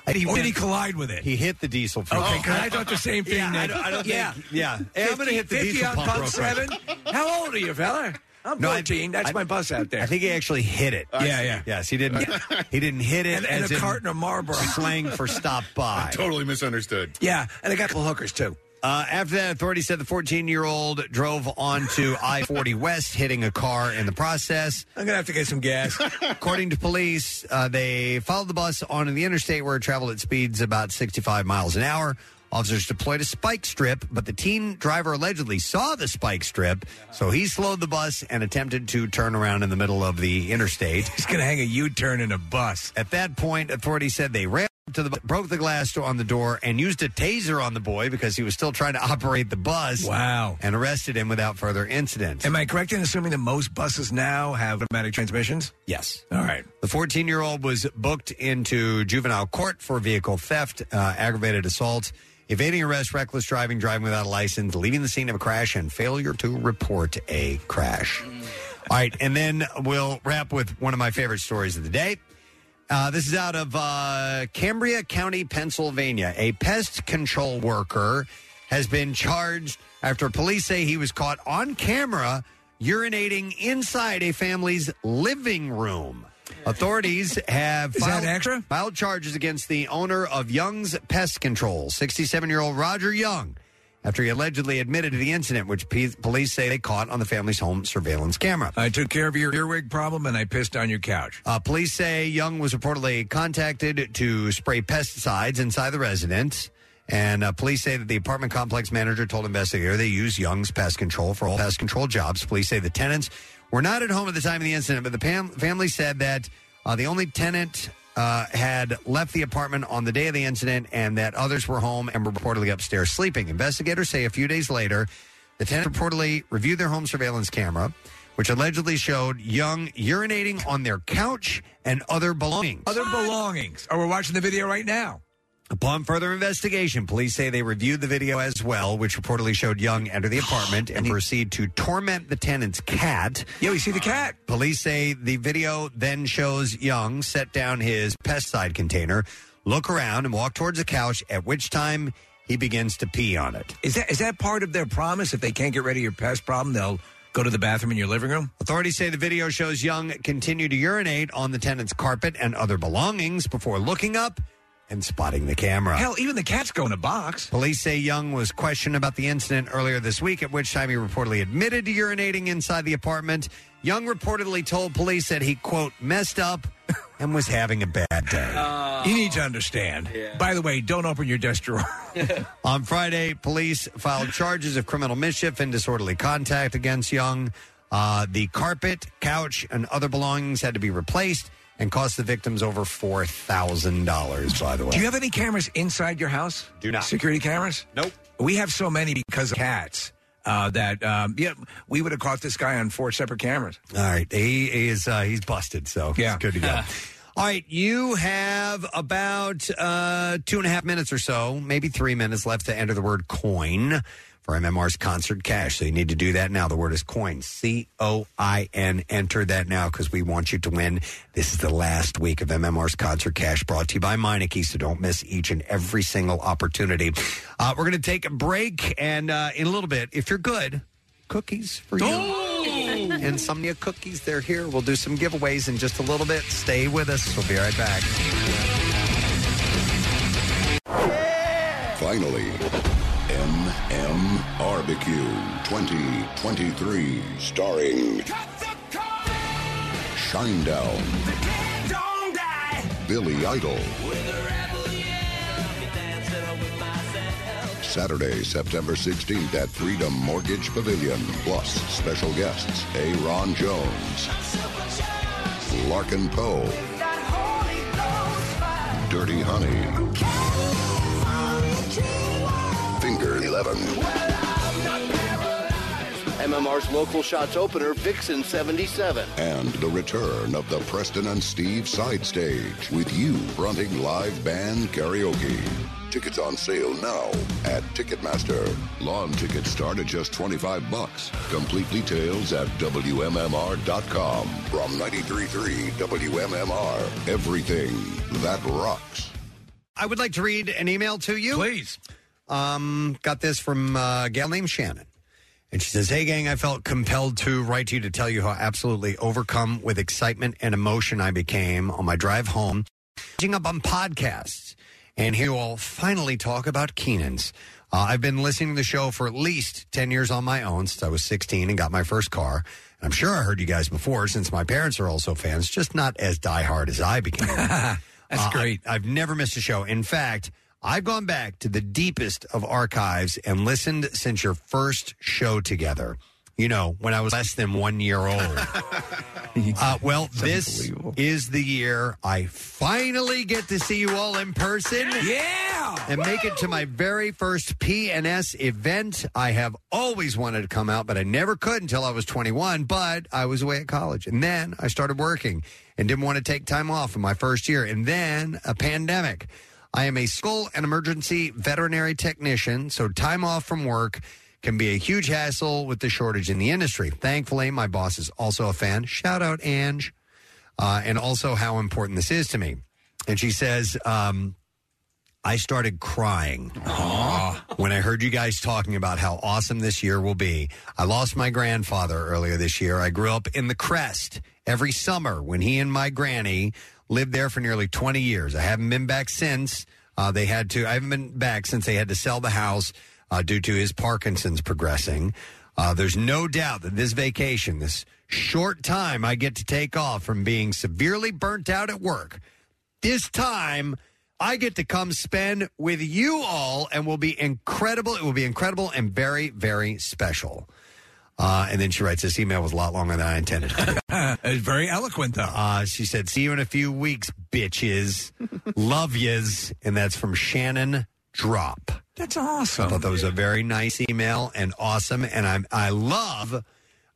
And
Or
went-
did he collide with it?
He hit the diesel fuel.
Okay,
Oh.
pump.
'cause I thought the same thing.
Yeah, I
Nick.
don't, I don't
yeah.
think- yeah. Hey, I'm gonna hit the
50
diesel
on
pump.
pump
real quick.
seven. How old are you, fella? I'm
No, I-
14. That's
I-
my bus out there.
I think he actually hit it.
I Yeah, see. yeah.
Yes, he didn't. He didn't hit it.
And- and
as
a
in
carton of Marlboro.
slang for stop by.
Totally misunderstood.
Yeah, and they got little hookers too.
Uh, after that, authorities said the 14 year old drove onto I 40 West, hitting a car in the process.
I'm going to have to get some gas.
According to police, uh, they followed the bus onto the interstate where it traveled at speeds about 65 miles an hour. Officers deployed a spike strip, but the teen driver allegedly saw the spike strip, so he slowed the bus and attempted to turn around in the middle of the interstate.
He's going to hang a U-turn in a bus.
At that point, authorities said they ran up to the bu- broke the glass door on the door and used a taser on the boy because he was still trying to operate the bus.
Wow.
And arrested him without further incident.
Am I correct in assuming that most buses now have automatic transmissions?
Yes.
All right.
The 14 year old was booked into juvenile court for vehicle theft, uh, aggravated assault, evading arrest, reckless driving, driving without a license, leaving the scene of a crash, and failure to report a crash. All right. And then we'll wrap with one of my favorite stories of the day. Uh, this is out of uh, Cambria County, Pennsylvania. A pest control worker has been charged after police say he was caught on camera urinating inside a family's living room. Authorities have filed, filed charges against the owner of Young's Pest Control, 67 year old Roger Young, after he allegedly admitted to the incident, which pe- police say they caught on the family's home surveillance camera.
I took care of your earwig problem and I pissed on your couch.
Uh, police say Young was reportedly contacted to spray pesticides inside the residence. And uh, police say that the apartment complex manager told investigator they use Young's pest control for all pest control jobs. Police say the tenants were not at home at the time of the incident, but the pam- family said that uh, the only tenant uh, had left the apartment on the day of the incident and that others were home and were reportedly upstairs sleeping. Investigators say a few days later, the tenant reportedly reviewed their home surveillance camera, which allegedly showed Young urinating on their couch and other belongings.
Other belongings. Oh, we're watching the video right now.
Upon further investigation, police say they reviewed the video as well, which reportedly showed Young enter the apartment and proceed to torment the tenant's cat.
Yeah, we see the cat.
Police say the video then shows Young set down his pesticide container, look around, and walk towards the couch, at which time he begins to pee on it.
Is that is that part of their promise? If they can't get rid of your pest problem, they'll go to the bathroom in your living room.
Authorities say the video shows Young continue to urinate on the tenant's carpet and other belongings before looking up and spotting the camera.
Hell, even the cats go in a box.
Police say Young was questioned about the incident earlier this week, at which time he reportedly admitted to urinating inside the apartment. Young reportedly told police that he, quote, messed up and was having a bad day.
you need to understand. By the way, don't open your desk drawer.
On Friday, police filed charges of criminal mischief and disorderly contact against Young. Uh, the carpet, couch, and other belongings had to be replaced and cost the victims over $4,000, by the way.
Do you have any cameras inside your house?
Do not.
Security cameras?
Nope.
We have so many because of cats uh, that, um, yeah, we would have caught this guy on four separate cameras.
All right. He is, uh, he's busted, so yeah. he's good to go. All right, you have about uh, two and a half minutes or so, maybe three minutes left to enter the word coin for MMR's concert cash. So you need to do that now. The word is coin, C O I N. Enter that now because we want you to win. This is the last week of MMR's concert cash brought to you by Meineke, so don't miss each and every single opportunity. Uh, we're going to take a break, and uh, in a little bit, if you're good, cookies for you. Insomnia cookies, they're here. We'll do some giveaways in just a little bit. Stay with us. We'll be right back.
Finally, MM Barbecue 2023, starring Shinedown, Billy Idol. Saturday, September 16th at Freedom Mortgage Pavilion. Plus, special guests A. Ron Jones, Larkin Poe, Dirty Honey, Finger 11.
MMR's local shots opener, Vixen 77.
And the return of the Preston and Steve side stage with you fronting live band karaoke. Tickets on sale now at Ticketmaster. Lawn tickets start at just 25 bucks. Complete details at WMMR.com. From 93.3 WMMR, everything that rocks.
I would like to read an email to you.
Please.
Um, got this from uh, a gal named Shannon. And she says, Hey, gang, I felt compelled to write to you to tell you how absolutely overcome with excitement and emotion I became on my drive home, catching up on podcasts, and here you all finally talk about Keenan's. Uh, I've been listening to the show for at least 10 years on my own since I was 16 and got my first car. And I'm sure I heard you guys before since my parents are also fans, just not as diehard as I became. That's great. I've never missed a show. In fact, I've gone back to the deepest of archives and listened since your first show together. You know, when I was less than one year old. Uh, well, this is the year I finally get to see you all in person.
Yeah!
And make it to my very first PNS event. I have always wanted to come out, but I never could until I was 21. But I was away at college. And then I started working and didn't want to take time off in my first year. And then a pandemic. I am a school and emergency veterinary technician, so time off from work can be a huge hassle with the shortage in the industry. Thankfully, my boss is also a fan. Shout out, Ange. Uh, and also how important this is to me. And she says, um, I started crying uh, when I heard you guys talking about how awesome this year will be. I lost my grandfather earlier this year. I grew up in the Crest every summer when he and my granny lived there for nearly 20 years. I haven't been back since. Uh, they had to, I haven't been back since they had to sell the house uh, due to his Parkinson's progressing. Uh, there's no doubt that this vacation, this short time I get to take off from being severely burnt out at work, this time I get to come spend with you all and will be incredible. It will be incredible and very, very special. Uh, and then she writes this email was a lot longer than I intended.
it's very eloquent, though.
Uh, she said, "See you in a few weeks, bitches. Love yous." And that's from Shannon Drop.
That's awesome.
I thought that was a very nice email and awesome. And I I love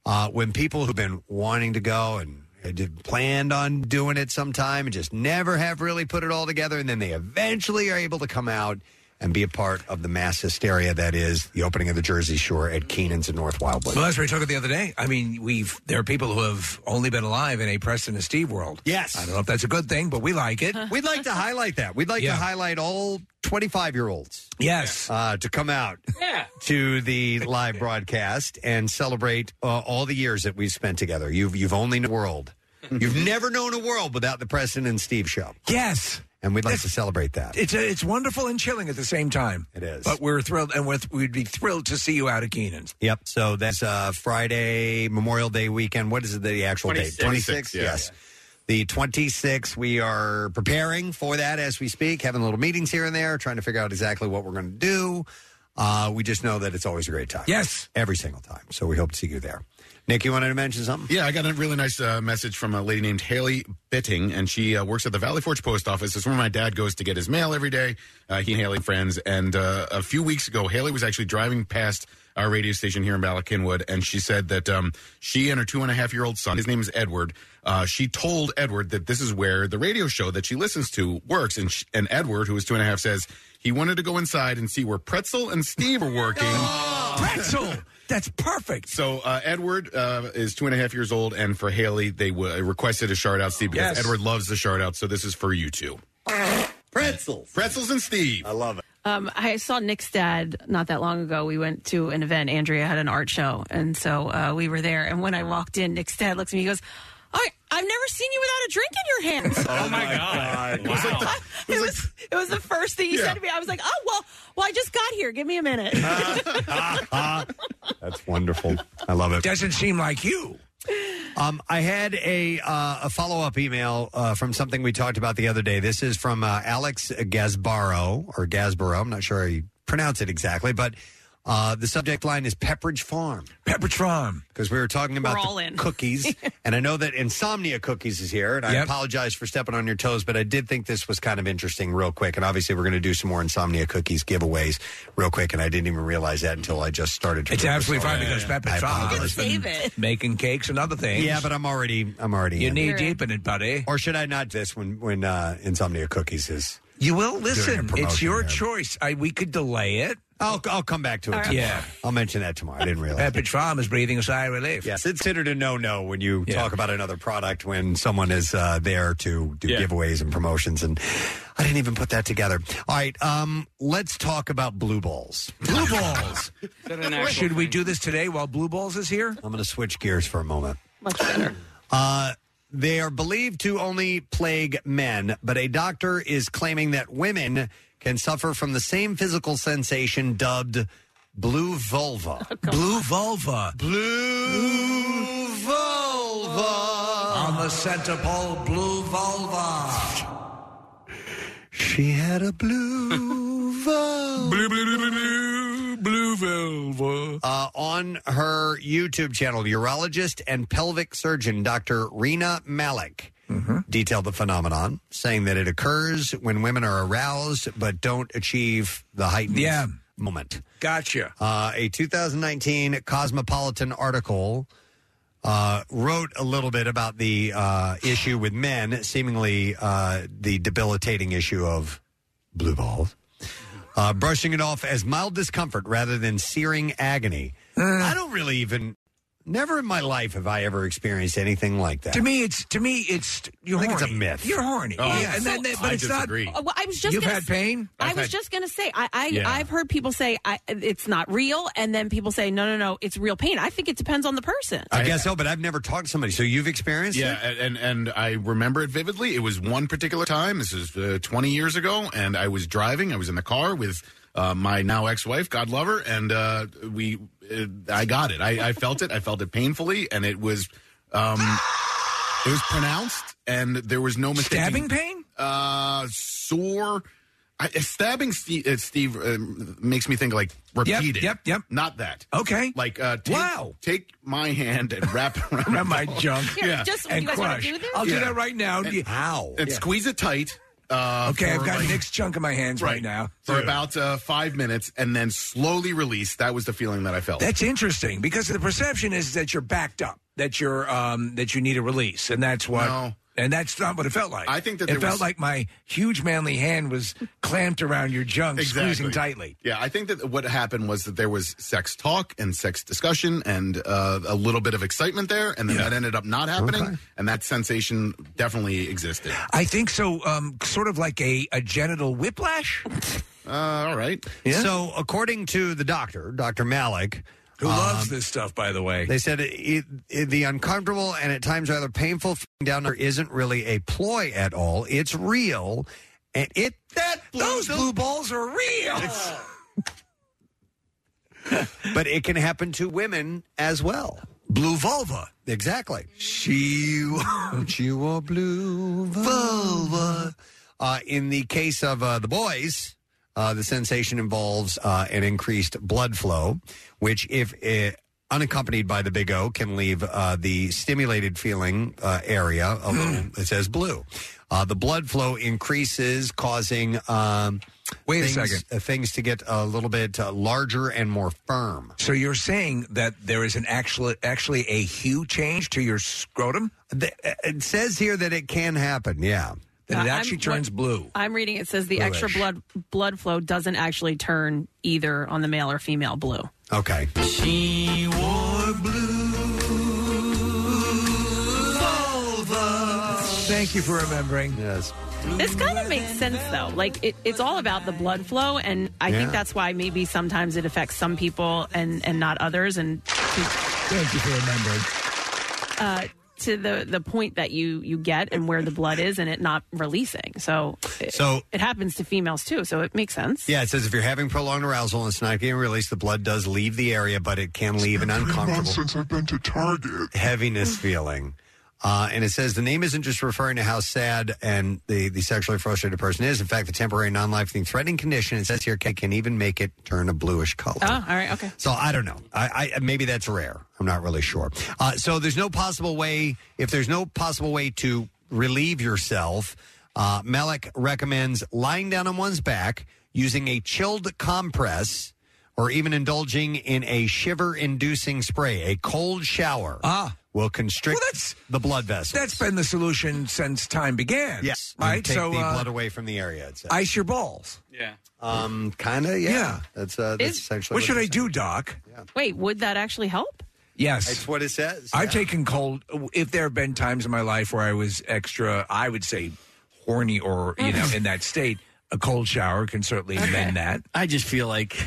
uh, when people who've been wanting to go and had planned on doing it sometime and just never have really put it all together, and then they eventually are able to come out and be a part of the mass hysteria that is the opening of the Jersey Shore at Keenan's in North Wildwood.
Well, that's what we talked about the other day. I mean, we've there are people who have only been alive in a Preston and Steve world.
Yes.
I don't know if that's a good thing, but we like it.
We'd like to highlight that. We'd like
Yeah.
to highlight all 25 year olds.
Yes.
Uh, to come out to the live broadcast and celebrate uh, all the years that we've spent together. You've, you've only known a world. You've never known a world without the Preston and Steve show.
Yes.
And we'd like to celebrate that.
It's a, it's wonderful and chilling at the same time.
It is.
But we're thrilled, and we're, we'd be thrilled to see you out at Keenan's.
Yep. So that's uh, Friday, Memorial Day weekend. What is it, the actual date?
26, yeah.
Yes. The 26th, we are preparing for that as we speak, having little meetings here and there, trying to figure out exactly what we're going to do. Uh, we just know that it's always a great time.
Yes.
Every single time. So we hope to see you there. Nick, you wanted to mention something?
Yeah, I got a really nice uh, message from a lady named Haley Bitting, and she uh, works at the Valley Forge Post Office. It's where my dad goes to get his mail every day. Uh, he and Haley are friends, and uh, a few weeks ago, Haley was actually driving past our radio station here in Ballackinwood, and she said that um, she and her two and a half year old son, his name is Edward, uh, she told Edward that this is where the radio show that she listens to works, and sh and Edward, who is two and a half, says he wanted to go inside and see where Pretzel and Steve are working.
Pretzel. That's perfect.
So uh, Edward uh, is two and a half years old, and for Haley, they w- requested a shout out, Steve, because
Yes.
Edward loves the shout out. So this is for you two.
Pretzels.
Pretzels and Steve. I
love it.
Um, I saw Nick's dad not that long ago. We went to an event. Andrea had an art show, and so uh, we were there. And when I walked in, Nick's dad looks at me. He goes, "I I've never seen you without a drink in your hands."
Oh, my God. Wow.
it was it was the first thing he said to me. I was like, "Oh well, well I just got here. Give me a minute."
Uh,
That's wonderful. I love it.
Ah. Doesn't seem like you.
Um, I had a uh, a follow up email uh, from something we talked about the other day. This is from uh, Alex Gasbaro or Gasbaro. I'm not sure how you pronounce it exactly, but uh, the subject line is Pepperidge Farm.
Pepperidge Farm,
because we were talking about
We're
the
all in.
cookies, and I know that Insomnia Cookies is here, and I apologize for stepping on your toes, but I did think this was kind of interesting, real quick. And obviously, we're going to do some more Insomnia Cookies giveaways, real quick. And I didn't even realize that until I just started. To
It's
do this.
absolutely fine because
I
Pepperidge Farm
apologize.
has been making cakes and other things.
Yeah, but I'm already I'm already
You
in.
knee deep in it, buddy.
Or should I not this when when uh, Insomnia Cookies is?
You will
doing a
listen. It's
promotion
your
there.
choice. I, we could delay it.
I'll I'll come back to it. tomorrow.
Yeah.
I'll mention that tomorrow. I didn't realize.
Pepperidge Farm is breathing a sigh of relief.
Yes, it's considered a no-no when you talk about another product when someone is uh, there to do giveaways and promotions, and I didn't even put that together. All right, um, let's talk about blue balls.
Blue balls.
actual
Should we do this today while Blue Balls is here?
I'm going to switch gears for a moment. Uh, they are believed to only plague men, but a doctor is claiming that women can suffer from the same physical sensation dubbed blue vulva.
blue vulva.
Blue vulva.
On the center pole, blue vulva.
She had a blue vulva.
blue, blue, blue, blue, blue vulva.
Uh, on her YouTube channel, urologist and pelvic surgeon Dr. Rena Malik detailed the phenomenon, saying that it occurs when women are aroused but don't achieve the heightened
Yeah.
moment.
Gotcha.
Uh, a 2019 Cosmopolitan article uh, wrote a little bit about the uh, issue with men, seemingly uh, the debilitating issue of blue balls, uh, brushing it off as mild discomfort rather than searing agony.
Uh.
I don't really even. Never in my life have I ever experienced anything like that.
To me, it's to me, it's you're
I think it's
horny.
a myth.
You're horny.
Oh,
yeah, and then, but it's not.
Uh, well, I was just
You've
gonna
had
s-
pain.
I was just gonna say I, I
Yeah.
I've heard people say I, it's not real, and then people say no no no it's real pain. I think it depends on the person.
I guess so, but I've never talked to somebody. So you've experienced
Yeah,
it?
and, and and I remember it vividly. It was one particular time. This is uh, 20 years ago, and I was driving. I was in the car with uh, my now ex-wife, God love her, and uh, we, uh, I got it. I, I felt it. I felt it painfully, and it was, um, it was pronounced, and there was no mistake.
Stabbing pain,
uh, sore. I, stabbing Steve, uh, Steve uh, makes me think like repeated.
yep, yep.
Not that.
Okay.
Like uh, take,
Wow.
Take my hand and wrap around,
Around my junk. Here,
yeah.
just- And you guys wanna crush. do this? I'll do that right now.
And,
Yeah. Ow.
And
Yeah.
squeeze it tight. Uh,
Okay, I've
for,
got
like,
Nick's chunk in my hands right, now.
for about uh, five minutes, and then slowly release. That was the feeling that I felt.
That's interesting because the perception is that you're backed up, that you're um, that you need a release, and that's what.
No.
And that's not what it felt like.
I think that there
it felt
was-
like my huge manly hand was clamped around your junk, squeezing tightly.
Yeah, I think that what happened was that there was sex talk and sex discussion and uh, a little bit of excitement there, and then that ended up not happening, and that sensation definitely existed.
I think so. Um, sort of like a, a genital whiplash.
Uh, all right.
So, according to the doctor, Dr. Malik,
Who
um,
loves this stuff, by the way?
They said it, it, the uncomfortable and at times rather painful f***ing down there isn't really a ploy at all. It's real, and it that
Those blue balls are real.
but it can happen to women as well.
Blue vulva.
Exactly. She she wore blue vulva. Uh, in the case of uh, the boys, uh, the sensation involves uh, an increased blood flow, which, if uh unaccompanied by the big O, can leave uh, the stimulated feeling uh, area a little. it says blue. Uh, the blood flow increases, causing um,
Wait a
things,
second.
uh, things to get a little bit uh, larger and more firm.
So you're saying that there is an actual, actually a hue change to your scrotum? uh,
it says here that it can happen. Yeah,
that it
Uh, I'm-
actually turns
what-
blue.
I'm reading it says the extra
Bluish.
blood blood flow doesn't actually turn either on the male or female blue.
Okay.
She wore
Thank you for remembering.
Yes.
This kind of makes sense though. Like it, it's all about the blood flow, and I
Yeah.
think that's why maybe sometimes it affects some people and and not others. And
Thank you for remembering.
uh, to the the point that you you get and where the blood is and it not releasing. So it,
So-
it happens to females too. So it makes sense.
Yeah, it says if you're having prolonged arousal and it's not getting released, the blood does leave the area, but it can leave an uncomfortable
Since I've been to Target.
heaviness feeling. Uh, and it says the name isn't just referring to how sad and the, the sexually frustrated person is. In fact, the temporary non-life threatening condition, it says here, can, can even make it turn a bluish color.
Oh, all right, okay.
So I don't know. I, I maybe that's rare. I'm not really sure. Uh, so there's no possible way. If there's no possible way to relieve yourself, uh, Malik recommends lying down on one's back, using a chilled compress, or even indulging in a shiver-inducing spray. A cold shower ah. will constrict the blood vessels.
That's been the solution since time began.
Yes, and
Right?
Take
So
the
uh,
blood away from the area. It says.
ice your balls.
Yeah.
Um, kind of. Yeah.
Yeah.
That's uh. That's
Is-
essentially.
What should I do, Doc?
Wait, would that actually help?
Yes.
That's what it says.
I've
yeah.
taken cold. If there have been times in my life where I was extra, I would say, horny or you know, in that state, a cold shower can certainly mend that.
I just feel like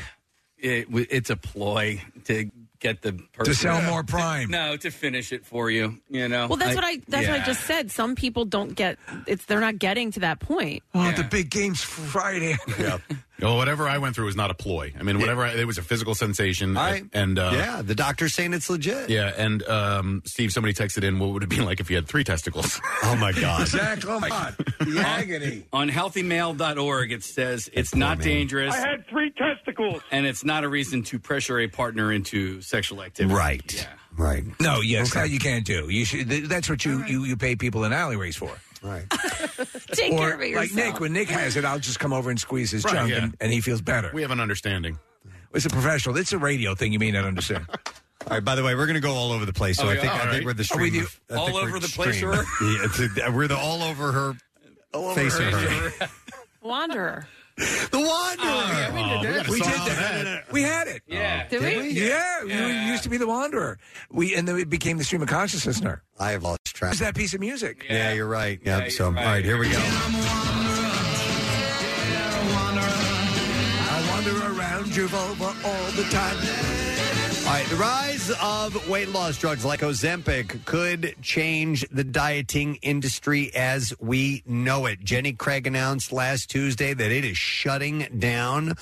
it, w- it's a ploy to get the person
sell more prime.
No, to finish it for you. You know.
Well, that's what I that's what
yeah.
I just said. Some people don't get it's they're not getting to that point.
Oh, the big game's Friday.
Yeah. well, whatever I went through was not a ploy. I mean, whatever I, it was a physical sensation.
All right.
And uh,
yeah, the doctor's saying it's legit.
Yeah, and um, Steve, somebody texted in, what would it be like if you had three testicles?
Oh my god.
Zach, oh my God, the agony.
On healthymail.org, it says it's not dangerous.
I had three testicles.
and it's not a reason to pressure a partner into sexual activity.
Right.
Yeah.
Right.
No, yes, that you can't do. You should. th- That's what you you, you pay people in alleyways for.
Right.
Take
or,
care of it
Like
yourself.
Nick, when Nick has it, I'll just come over and squeeze his
Right,
junk,
yeah.
and, and he feels better.
We have an understanding.
It's a professional. It's a radio thing. You may not understand.
All right. By the way, we're going to go all over the place. So
Oh,
I
yeah,
think
all
I think
right.
we're the
Are we
stream.
the-
of- I think
all
we're
over the
stream.
place, or-
yeah, it's a- we're the all over her.
over
face
her
of her.
Wanderer.
The Wanderer. Oh,
we
we
did that.
gotta
We,
solve
had it.
Oh.
Yeah.
Did we?
Yeah, we used to be the Wanderer. We and then it became the Stream of Consciousness. Nerd.
I have lost track.
It's that piece of music.
Yeah, you're right. Yep. so all right, here we go.
I wander around your vulva all the time.
All right, the rise of weight loss drugs like Ozempic could change the dieting industry as we know it. Jenny Craig announced last Tuesday that it is shutting down.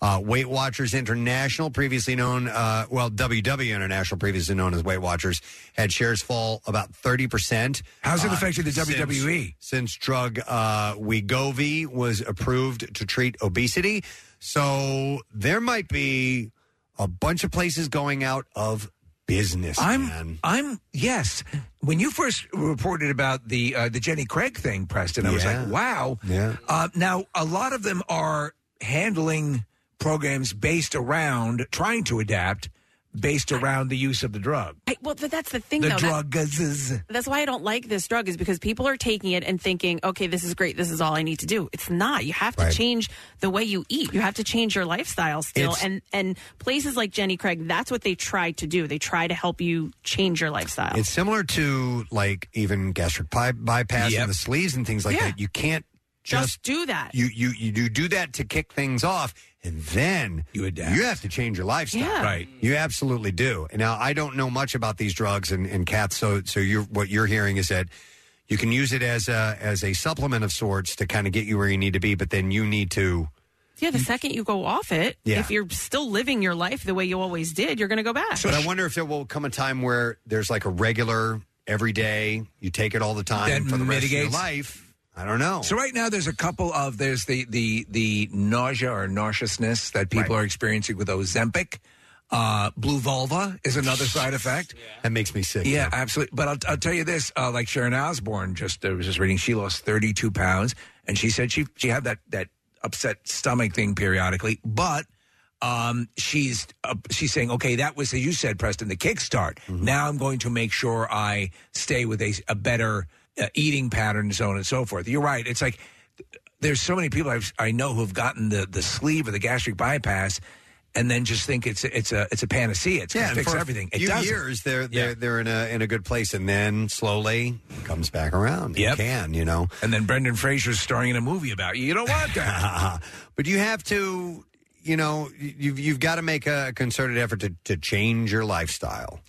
Uh, Weight Watchers International, previously known, uh, well, WW International, previously known as Weight Watchers, had shares fall about 30%.
How's it
uh,
affected the E?
since-
WWE?
Since drug uh, Wegovy was approved to treat obesity. So there might be a bunch of places going out of business.
I'm, I'm, yes. When you first reported about the uh, the Jenny Craig thing, Preston, I was
Yeah.
like, wow.
Yeah.
Uh, now, a lot of them are handling programs based around trying to adapt, based around the use of the drug.
I, well, but that's the thing,
the
though. That-
drug is.
that's why I don't like this drug is because people are taking it and thinking, okay, this is great. This is all I need to do. It's not. You have to
Right.
change the way you eat. You have to change your lifestyle still.
It's-
and and places like Jenny Craig, that's what they try to do. They try to help you change your lifestyle.
It's similar to like even gastric pi- bypass
Yep.
and the sleeves and things like
Yeah.
that. You can't
just,
just,
do that.
you you you do, do that to kick things off, and then you adapt. You have to change your lifestyle,
Yeah. Right.
You absolutely do. Now I don't know much about these drugs and and cats, so so you're what you're hearing is that. You can use it as a as a supplement of sorts to kind of get you where you need to be, but then you need to
yeah, the second you go off it,
Yeah.
if you're still living your life the way you always did, you're going to go back.
but I wonder if there will come a time where there's like a regular every day you take it all the time
That
for the rest of
mitigates-
your life. I don't know.
So right now, there's a couple of there's the the the nausea or nauseousness that people are experiencing with Ozempic. Uh, blue vulva is another side effect.
That makes me sick.
Yeah, absolutely. But I'll, I'll tell you this: uh, like Sharon Osbourne, just I was just reading, she lost 32 pounds, and she said she she had that that upset stomach thing periodically, but. Um, she's uh, she's saying, okay, that was as you said, Preston, the kickstart.
Mm-hmm.
Now I'm going to make sure I stay with a, a better uh, eating pattern, and so on and so forth. You're right. It's like there's so many people I've, I know who've gotten the the sleeve or the gastric bypass, and then just think it's it's a it's a panacea. It's
yeah,
gonna
and
fix
for
everything.
A
It
few
doesn't.
years, they're they're they're in a in a good place, and then slowly comes back around. It
Yep.
can you know?
And then Brendan Fraser's starring in a movie about you. You don't want that.
but you have to, you know, you've you've got to make a concerted effort to to change your lifestyle.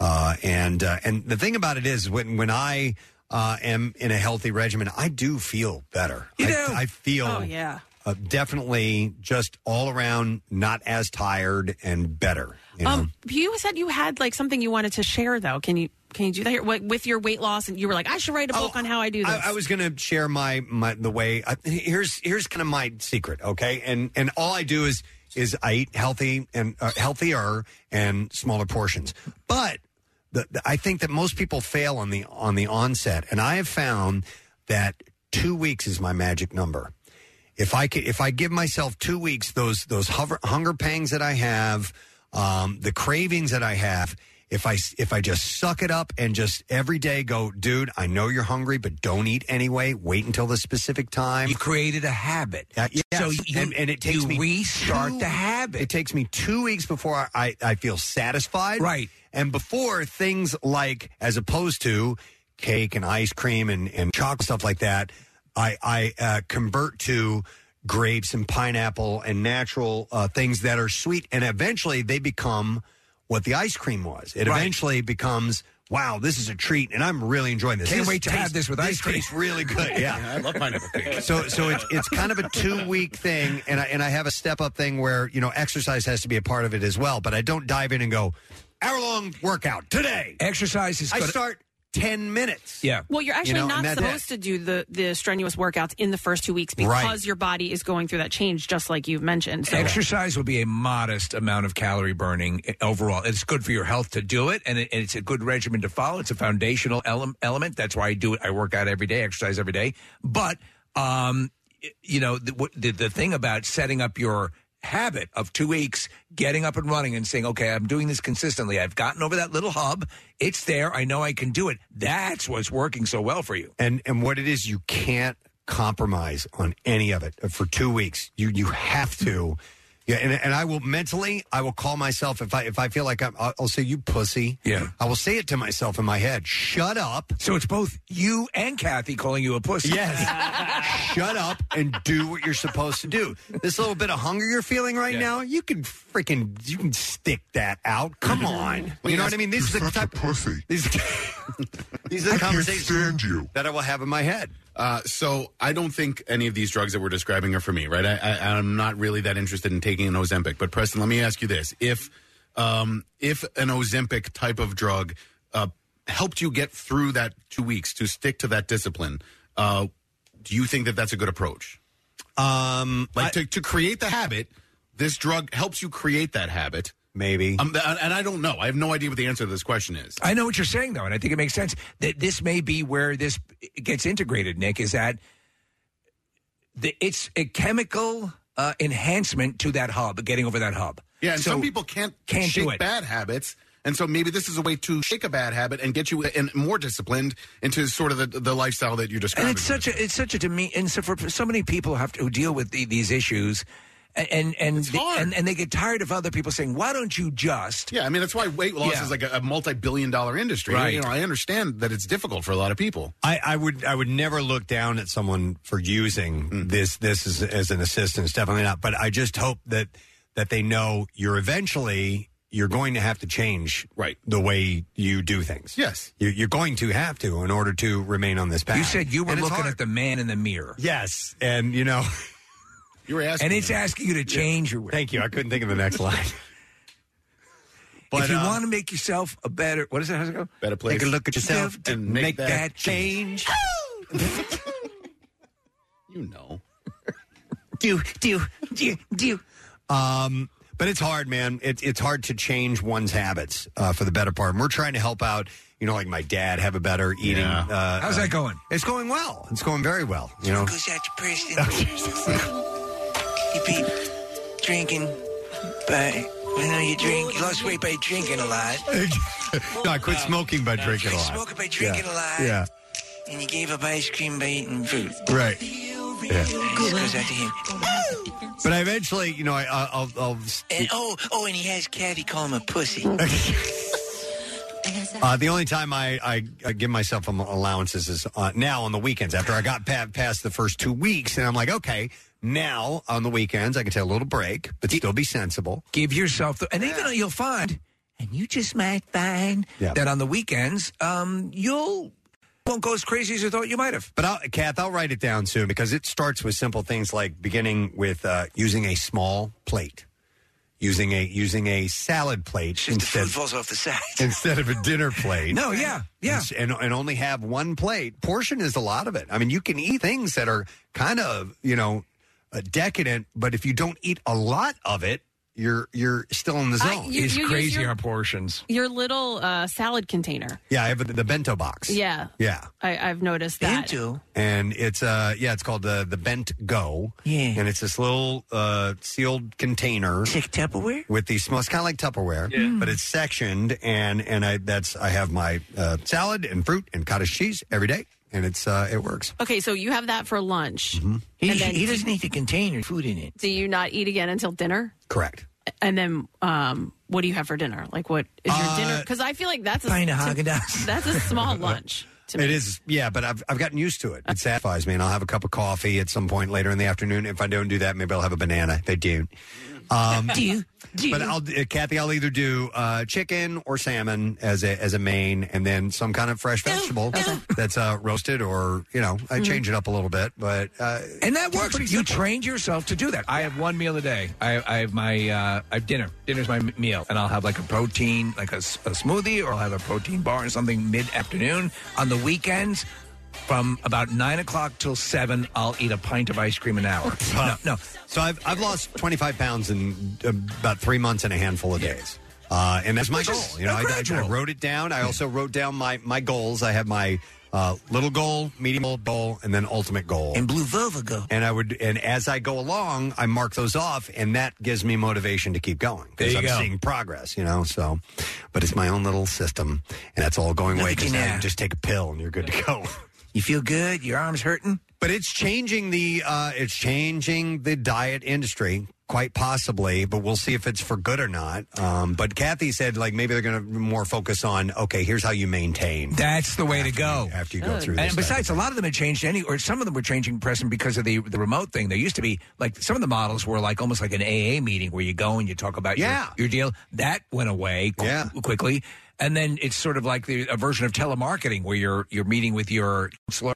Uh, and uh, and the thing about it is when when I uh, am in a healthy regimen, I do feel better. I, I feel
Oh yeah.
uh, definitely just all around not as tired and better. You know?
Um, you said you had like something you wanted to share though. Can you can you do that here? What, with your weight loss? And you were like, I should write a book on how I do this.
Oh, I, I was going to share my my the way. I, here's here's kind of my secret, okay? And and all I do is is I eat healthy and uh, healthier and smaller portions. But the, the- I think that most people fail on the on the onset, and I have found that two weeks is my magic number. If I could, if I give myself two weeks, those those hover, hunger pangs that I have, um, the cravings that I have, if I if I just suck it up and just every day go, dude, I know you're hungry, but don't eat anyway. Wait until the specific time. You
created a habit,
so
So you-
and, and it takes
you
me
restart the habit.
It takes me two weeks before I I feel satisfied,
Right.
And before things like, as opposed to cake and ice cream and and chocolate stuff like that, I I uh, convert to grapes and pineapple and natural uh, things that are sweet, and eventually they become what the ice cream was. It eventually becomes. Wow, this is a treat, and I'm really enjoying this.
Can't
This
wait to have
tastes-
this with ice cream."
tastes really good. Yeah,
I love pineapple cake.
So, so it's it's kind of a two week thing, and I and I have a step up thing where you know exercise has to be a part of it as well. But I don't dive in and go hour long workout today.
Exercise is
I
gonna-
start ten minutes.
Yeah.
Well, you're actually
You know, and
not
that's
supposed to do the, the strenuous workouts in the first two weeks because
Right.
your body is going through that change, just like you've mentioned. So,
Exercise will be a modest amount of calorie burning i- overall. It's good for your health to do it, and, it, and it's a good regimen to follow. It's a foundational ele- element. That's why I do it. I work out every day, exercise every day. But um, y- you know, the, what- the, the thing about setting up your habit of two weeks, getting up and running, and saying, "Okay, I'm doing this consistently. I've gotten over that little hub. It's there. I know I can do it." That's what's working so well for you.
And and what it is, you can't compromise on any of it for two weeks. You you have to. Yeah, and, and I will mentally, I will call myself if I if I feel like I'm, I'll, I'll say you pussy.
Yeah.
I will say it to myself in my head. Shut up.
So it's both you and Kathy calling you a pussy.
Yes. Shut up and do what you're supposed to do. This little bit of hunger you're feeling right now, you can freaking you can stick that out. Come on. You know what I mean? This is the type of pussy. These These are the conversations that I will have in my head.
Uh, so I don't think any of these drugs that we're describing are for me, right? I, I, I'm not really that interested in taking an Ozempic. But Preston, let me ask you this: if um, if an Ozempic type of drug uh, helped you get through that two weeks to stick to that discipline, uh, do you think that that's a good approach?
Um,
like to, to create the habit, this drug helps you create that habit.
Maybe.
Um, th- and I don't know. I have no idea what the answer to this question is.
I know what you're saying though, and I think it makes sense that this may be where this gets integrated. Nick is that the, it's a chemical uh, enhancement to that hub, getting over that hub.
Yeah, and
So-
some people can't,
can't
shake
do it.
bad habits. And so maybe this is a way to shake a bad habit and get you in, more disciplined into sort of the, the lifestyle that you described.
And it's such a it's such a deme- and so for for so many people have to who deal with the, these issues, a- and and, the- and and they get tired of other people saying, "Why don't you just?"
Yeah, I mean that's why weight loss
Yeah.
is like a, a multi-billion dollar industry.
Right.
You know, I understand that it's difficult for a lot of people.
I, I would I would never look down at someone for using this this as, as an assistance. Definitely not. But I just hope that that they know you're eventually you're going to have to change
right
the way you do things.
Yes,
you're, you're going to have to in order to remain on this path.
You said you were
And it's
looking
hard.
at the man in the mirror.
Yes, and you know,
you were
asking, and it's asking you to change your way.
Thank you. I couldn't think of the next line. But,
if you
uh,
want to make yourself a better, what is it? How's it go?
Better place.
Take a look at yourself and make, that,
change.
you know.
do do do do. Um, but it's hard, man. It, it's hard to change one's habits uh, for the better part. And we're trying to help out. You know, like my dad, have a better eating.
Yeah.
Uh,
How's that going?
It's going well. It's going very well. You know,
goes out to Preston. you be drinking, but I know you drink. You lost weight by drinking a lot.
no, I quit smoking by drinking a lot.
Smoking by drinking
Yeah.
a lot.
Yeah,
And you gave up ice cream by eating food.
right. Yeah.
This goes out to him.
But I eventually, you know, I, I- I'll, I'll.
And oh, oh, and he has Kathy call him a pussy.
Uh, the only time I, I, I give myself um, allowances is uh, now on the weekends. After I got pa- past the first two weeks, and I'm like, okay, now on the weekends I can take a little break, but still be sensible.
Give yourself, the, and even though you'll find, and you just might find
Yeah.
that on the weekends, um, you'll won't go as crazy as you thought you might have.
But I'll, Kath, I'll write it down soon because it starts with simple things like beginning with uh, using a small plate, using a using a salad plate instead
falls off the side.
instead of a dinner plate.
No, yeah, yeah.
And, and only have one plate. Portion is a lot of it. I mean, you can eat things that are kind of you know uh, decadent, but if you don't eat a lot of it, you're you're still in the
I-
zone.
you- It's you use crazy your-
our portions.
Your little uh, salad container.
Yeah, I have the bento box.
Yeah,
Yeah.
I, I've noticed that.
and it's uh yeah it's called the the bent go
Yeah.
and it's this little uh sealed container
like tupperware
with these small it's kind of like tupperware
Yeah. Mm.
but it's sectioned and and i that's i have my uh salad and fruit and cottage cheese every day and it's uh it works
Okay, so you have that for lunch.
Mm-hmm.
He,
And then-
he doesn't need to contain your food in it.
Do you not eat again until dinner?
Correct.
And then, um, what do you have for dinner? Like, what is
Uh,
your dinner? Because I feel like that's a
pint of
to-
Häagen-Dazs.
That's a small lunch. To me.
It is, yeah, but I've, I've gotten used to it. It satisfies me, and I'll have a cup of coffee at some point later in the afternoon. If I don't do that, maybe I'll have a banana. They do. Um,
do,
But I'll, uh, Kathy, I'll either do uh, chicken or salmon as a as a main, and then some kind of fresh vegetable that's uh, roasted, or you know, I change it up a little bit. But uh,
And that works. You trained yourself to do that. I have one meal a day. I, I have my uh, I have dinner. Dinner's my m- meal, and I'll have like a protein, like a, s- a smoothie, or I'll have a protein bar and something mid afternoon. On the weekends, from about nine o'clock till seven, I'll eat a pint of ice cream an hour. no, no.
So I've I've lost twenty five pounds in uh, about three months and a handful of days. Uh, and that's my
Which
goal.
is
You know, I, I- I,
gradual.
wrote it down. I also wrote down my, my goals. I have my uh, little goal, medium goal, goal, and then ultimate goal. And
blue velvet goal.
And I would, and as I go along, I mark those off, and that gives me motivation to keep going
There
because
you
I'm
go.
seeing progress. You know, so, but it's my own little system, and that's all going
Look
away.
at you
Because now
now.
you just take a pill and you're good to go.
You feel good. Your arms hurting.
But it's changing the uh, it's changing the diet industry quite possibly, but we'll see if it's for good or not. Um, but Kathy said, like, maybe they're going to more focus on, okay, here's how you maintain.
That's the way to go.
after you go Good. through this
And
type of
besides, a lot of them had changed any, or some of them were changing present because of the the remote thing. There used to be like some of the models were like almost like an AA meeting where you go and you talk about
Yeah.
your, your deal. That went away qu- quickly, and then it's sort of like the, a version of telemarketing where you're you're meeting with your counselor.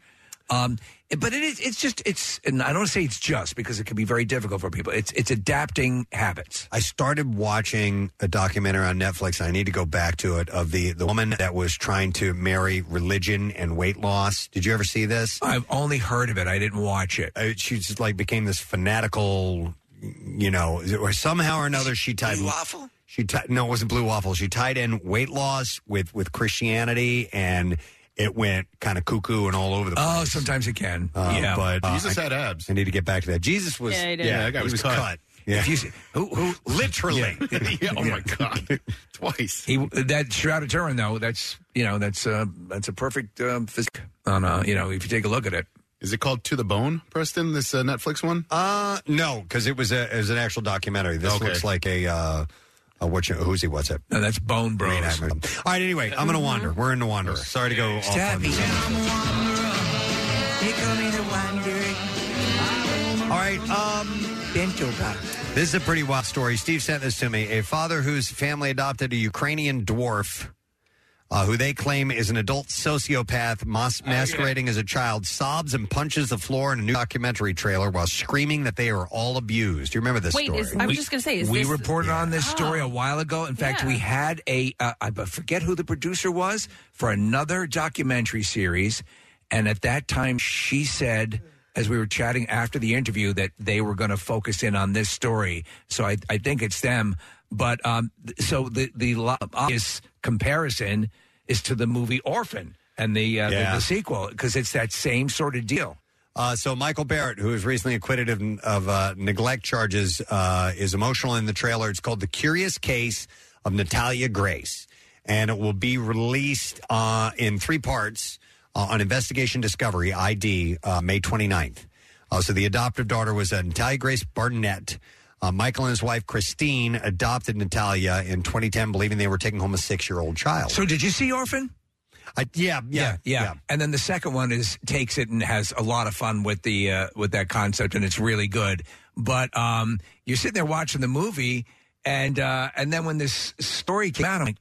Um, but it is it's just it's and I don't want to say it's just because it can be very difficult for people. It's it's adapting habits.
I started watching a documentary on Netflix. And I need to go back to it of the the woman that was trying to marry religion and weight loss. Did you ever see this?
I've only heard of it. I didn't watch it.
Uh, she just like became this fanatical, you know, or somehow or another she tied blue waffle. She ti- no, it wasn't blue waffle. She tied in weight loss with with Christianity and. It went kind of cuckoo and all over the place.
Oh, sometimes it can.
Uh,
yeah,
but uh, I-
had abs.
I need to get back to that. Jesus was
Yeah,
yeah,
he did.
Yeah, that guy
he
was
was
cut.
cut. Yeah.
If you see, who, who
literally,
yeah, oh my god, twice.
He that Shroud of Turin though. That's you know that's uh, that's a perfect um, physique on uh, you know if you take a look at it.
Is it called To the Bone, Preston? This uh, Netflix one?
Uh no, because it was a it was an actual documentary. This
Okay.
looks like a uh, a what you, who's he? What's it?
No, that's Bone Bros.
All right, anyway, I'm gonna wander. We're into wanderer. Sorry to go. Off on this.
They call me the wandering.
All right, um,
bento box.
This is a pretty wild story. Steve sent this to me. A father whose family adopted a Ukrainian dwarf, uh, who they claim is an adult sociopath
Oh,
mas- masquerading as a child, sobs and punches the floor in a new documentary trailer while screaming that they are all abused. Do you remember this
Wait,
story?
is- I was just gonna say, is
we
this-
reported on this story a while ago. In fact, we had a uh, I b- forget who the producer was for another documentary series, and at that time she said. As we were chatting after the interview, that they were going to focus in on this story, so I, I think it's them. But um, th- so the the lo- obvious comparison is to the movie Orphan and the uh, the-
Yeah.
the sequel because it's that same sort of deal.
Uh, so Michael Barrett, who was recently acquitted of, of uh, neglect charges, uh, is emotional in the trailer. It's called "The Curious Case of Natalia Grace," and it will be released uh, in three parts uh, on Investigation Discovery ID uh, May 29th. Uh, so the adoptive daughter was uh, Natalia Grace Barnett. Uh, Michael and his wife Christine adopted Natalia in 2010, believing they were taking home a six-year-old child.
So did you see Orphan?
I, yeah, yeah,
yeah, And then the second one is takes it and has a lot of fun with the uh, with that concept, and it's really good. But um, you're sitting there watching the movie, and uh, and then when this story came out, I'm like,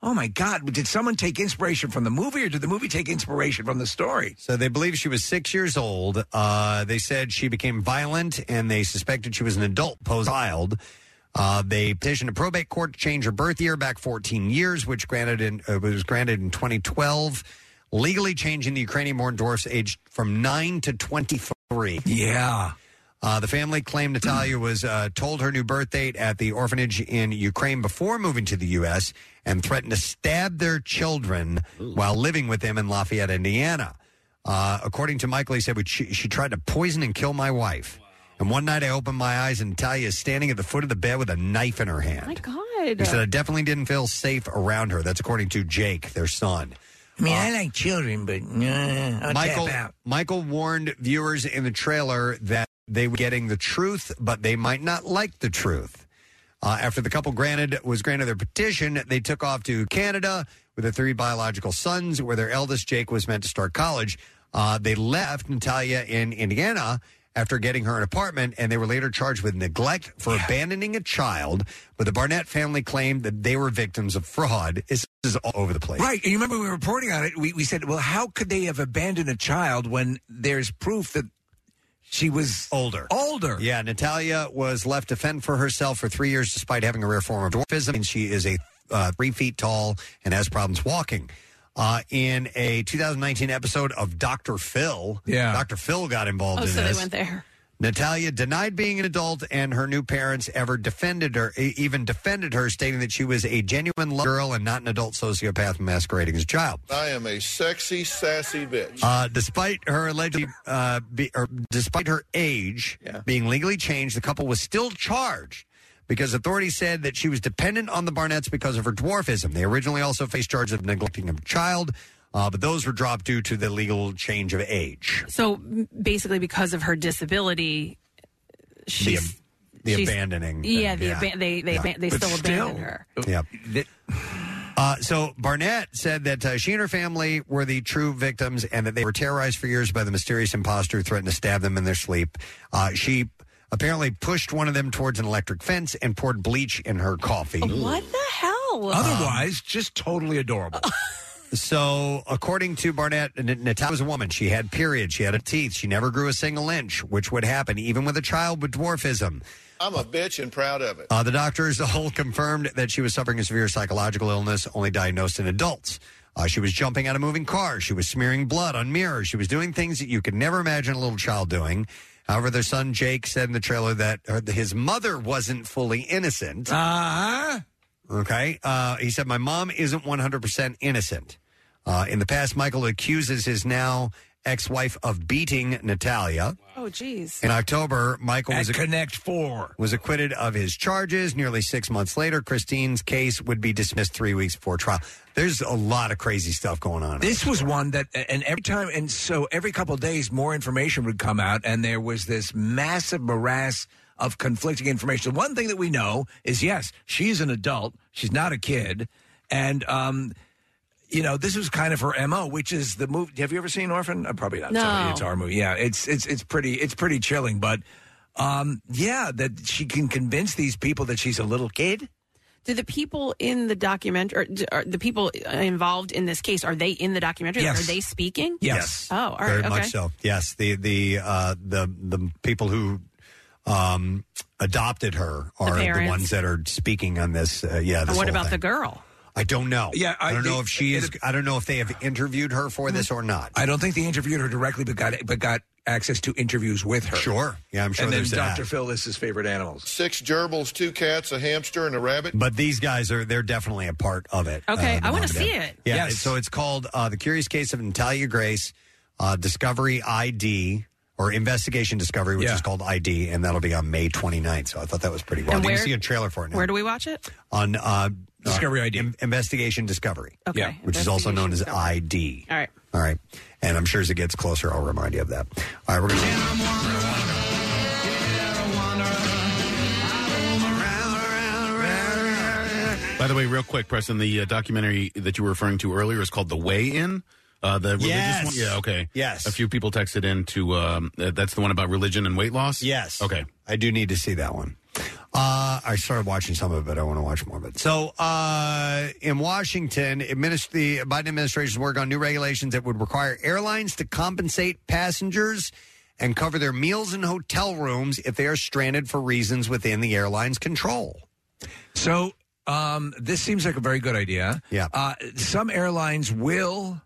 oh my god, did someone take inspiration from the movie, or did the movie take inspiration from the story?
So they believe she was six years old. Uh, they said she became violent, and they suspected she was an adult posed child. Uh, they petitioned a probate court to change her birth year back 14 years, which granted in, uh, was granted in 2012, legally changing the Ukrainian-born dwarf's age from nine to 23.
Yeah.
Uh, the family claimed Natalia was uh, told her new birth date at the orphanage in Ukraine before moving to the U.S. and threatened to stab their children while living with them in Lafayette, Indiana. Uh, according to Michael, he said "We- she, she tried to poison and kill my wife. And one night I opened my eyes and Natalia is standing at the foot of the bed with a knife in her hand.
My God.
He said, I definitely didn't feel safe around her. That's according to Jake, their son. Uh,
I mean, I like children, but I'll
Michael,
tap out.
Michael warned viewers in the trailer that they were getting the truth, but they might not like the truth. Uh, after the couple granted was granted their petition, they took off to Canada with their three biological sons, where their eldest Jake was meant to start college. Uh, they left Natalia in Indiana after getting her an apartment, and they were later charged with neglect for abandoning a child. But the Barnett family claimed that they were victims of fraud. This is all over the place.
Right. And you remember we were reporting on it. We, we said, well, how could they have abandoned a child when there's proof that she was
older?
Older.
Yeah, Natalia was left to fend for herself for three years despite having a rare form of dwarfism, and she is a uh, three feet tall and has problems walking. Uh, in a 2019 episode of Dr. Phil,
Yeah.
Dr. Phil got involved
Oh,
in
so they
this.
went there.
Natalia denied being an adult, and her new parents ever defended her, e- even defended her, stating that she was a genuine love girl and not an adult sociopath masquerading as a child.
I am a sexy, sassy bitch.
Uh, despite her allegedly, uh, be, or despite her age being legally changed, the couple was still charged because authorities said that she was dependent on the Barnetts because of her dwarfism. They originally also faced charges of neglecting a child, uh, but those were dropped due to the legal change of age.
So m- basically, because of her disability, she's
The
she's-
abandoning thing,
Yeah, the
yeah.
Aban- they they
Yeah.
aban- they
But
still
still-
abandon her.
Yeah. Uh, so Barnett said that uh, she and her family were the true victims, and that they were terrorized for years by the mysterious imposter who threatened to stab them in their sleep. Uh, she apparently pushed one of them towards an electric fence and poured bleach in her coffee.
What the hell?
Otherwise, just totally adorable. so, according to Barnett, N- Natasha was a woman. She had periods. She had a teeth. She never grew a single inch, which would happen even with a child with dwarfism.
I'm a bitch and proud of it.
Uh, the doctors all confirmed that she was suffering a severe psychological illness, only diagnosed in adults. Uh, she was jumping out of moving cars. She was smearing blood on mirrors. She was doing things that you could never imagine a little child doing. However, their son Jake said in the trailer that her, his mother wasn't fully innocent.
Ah.
Uh-huh. Okay. Uh, he said, My mom isn't 100% innocent. Uh, in the past, Michael accuses his now ex wife of beating Natalia.
Oh, geez.
In October, Michael
At
was
Connect Four
was acquitted of his charges. Nearly six months later, Christine's case would be dismissed three weeks before trial. There's a lot of crazy stuff going on.
This was one that, and every time, and so every couple of days, more information would come out, and there was this massive morass of conflicting information. One thing that we know is yes, she's an adult, she's not a kid, and, um, you know, this was kind of her mo, which is the movie. Have you ever seen Orphan? Uh, probably not.
No.
Sorry, it's our movie. Yeah, it's it's it's pretty it's pretty chilling, but um, yeah, that she can convince these people that she's a little kid.
Do the people in the document or, d- are the people involved in this case are they in the documentary?
Yes.
Are they speaking?
Yes.
Oh, all right.
Very
okay.
much so. Yes. The the uh, the the people who um, adopted her are the,
parents.
ones that are speaking on this. Uh, yeah.
And
This
what
whole
about
thing.
the girl?
I don't know.
Yeah,
I,
I
don't know
think
if she is. I don't know if they have interviewed her for this or not.
I don't think they interviewed her directly, but got but got access to interviews with her.
Sure, yeah, I'm sure
And then
there's that.
Dr. Phil is his favorite animals.
Six gerbils, two cats, a hamster, and a rabbit.
But these guys are they're definitely a part of it. uh,
Okay,
the
I wanna
mom and
see
dad.
it.
Yeah,
Yes.
and so it's called uh, The Curious Case of Natalia Grace, uh, Discovery ID or Investigation Discovery, which is called ID, and that'll be on May 29th. So I thought that was pretty wild.
And
you
where-
can see a trailer for it now.
Where do we watch it?
on uh,
Discovery
ID. Investigation Discovery.
Okay, Yeah.
Which is also known as ID.
All right.
All right. And I'm sure as it gets closer, I'll remind you of that. All right, we're going to.
By the way, real quick, Preston, the uh, documentary that you were referring to earlier is called The Way In. Uh, the religious
Yes.
one? Yeah, okay.
Yes.
A few people texted in to, um, uh, that's the one about religion and weight loss?
Yes.
Okay.
I do need to see that one. Uh, I started watching some of it. but I want to watch more of it. So, uh, in Washington, adminis- the Biden administration's work on new regulations that would require airlines to compensate passengers and cover their meals and hotel rooms if they are stranded for reasons within the airline's control.
So um, this seems like a very good idea.
Yeah.
Uh, some airlines will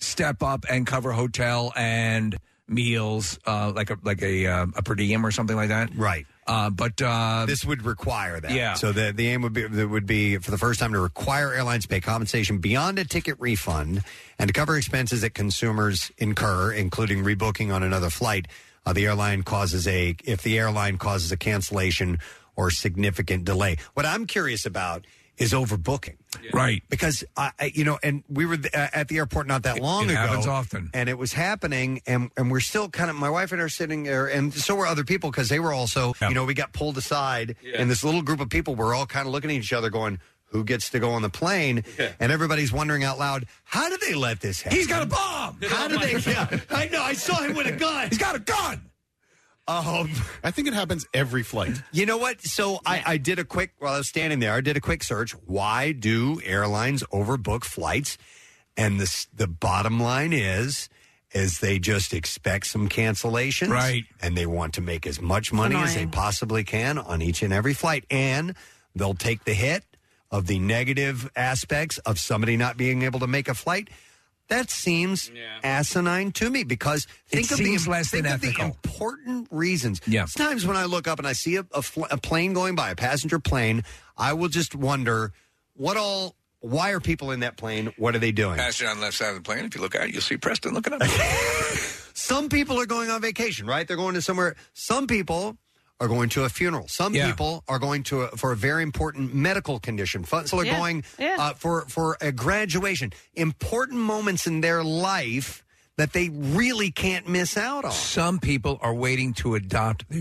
step up and cover hotel and meals, uh, like a like a uh, a per diem or something like that.
Right.
Uh, but uh,
this would require that.
Yeah.
So the the aim would be that would be for the first time to require airlines to pay compensation beyond a ticket refund and to cover expenses that consumers incur, including rebooking on another flight. Uh, the airline causes a if the airline causes a cancellation or significant delay. What I'm curious about is overbooking.
Right.
Because I, I you know, and we were th- uh, at the airport not that long
it
ago.
happens often.
And it was happening, and, and we're still kind of, my wife and I are sitting there, and so were other people because they were also, you know, we got pulled aside, and this little group of people were all kind of looking at each other going, who gets to go on the plane? And everybody's wondering out loud, how do they let this happen?
He's got a
bomb.
How do they? Yeah, I know. I saw him with a gun. He's
got a gun.
Um,
I think it happens every flight.
You know what? So I, I did a quick while I was standing there. I did a quick search. Why do airlines overbook flights? And the s- the bottom line is is they just expect some cancellations, right? And they want to make as much money as they
Annoying.
possibly can on each and every flight, and they'll take the hit of the negative aspects of somebody not being able to make a flight. That seems asinine to me because think of
seems
the
less than
think of the
ethical.
important reasons.
Yeah.
Sometimes when I look up and I see a, a, fl- a plane going by, a passenger plane, I will just wonder what all. Why are people in that plane? What are they doing?
Passenger on the left side of the plane. If you look out, you'll see Preston looking up.
Some people are going on vacation, right? They're going to somewhere. Some people are going to a funeral. Some people are going to a, for a very important medical condition. Fun- Some are
Yeah,
going
yeah.
Uh, for for a graduation. Important moments in their life that they really can't miss out on.
Some people are waiting to adopt their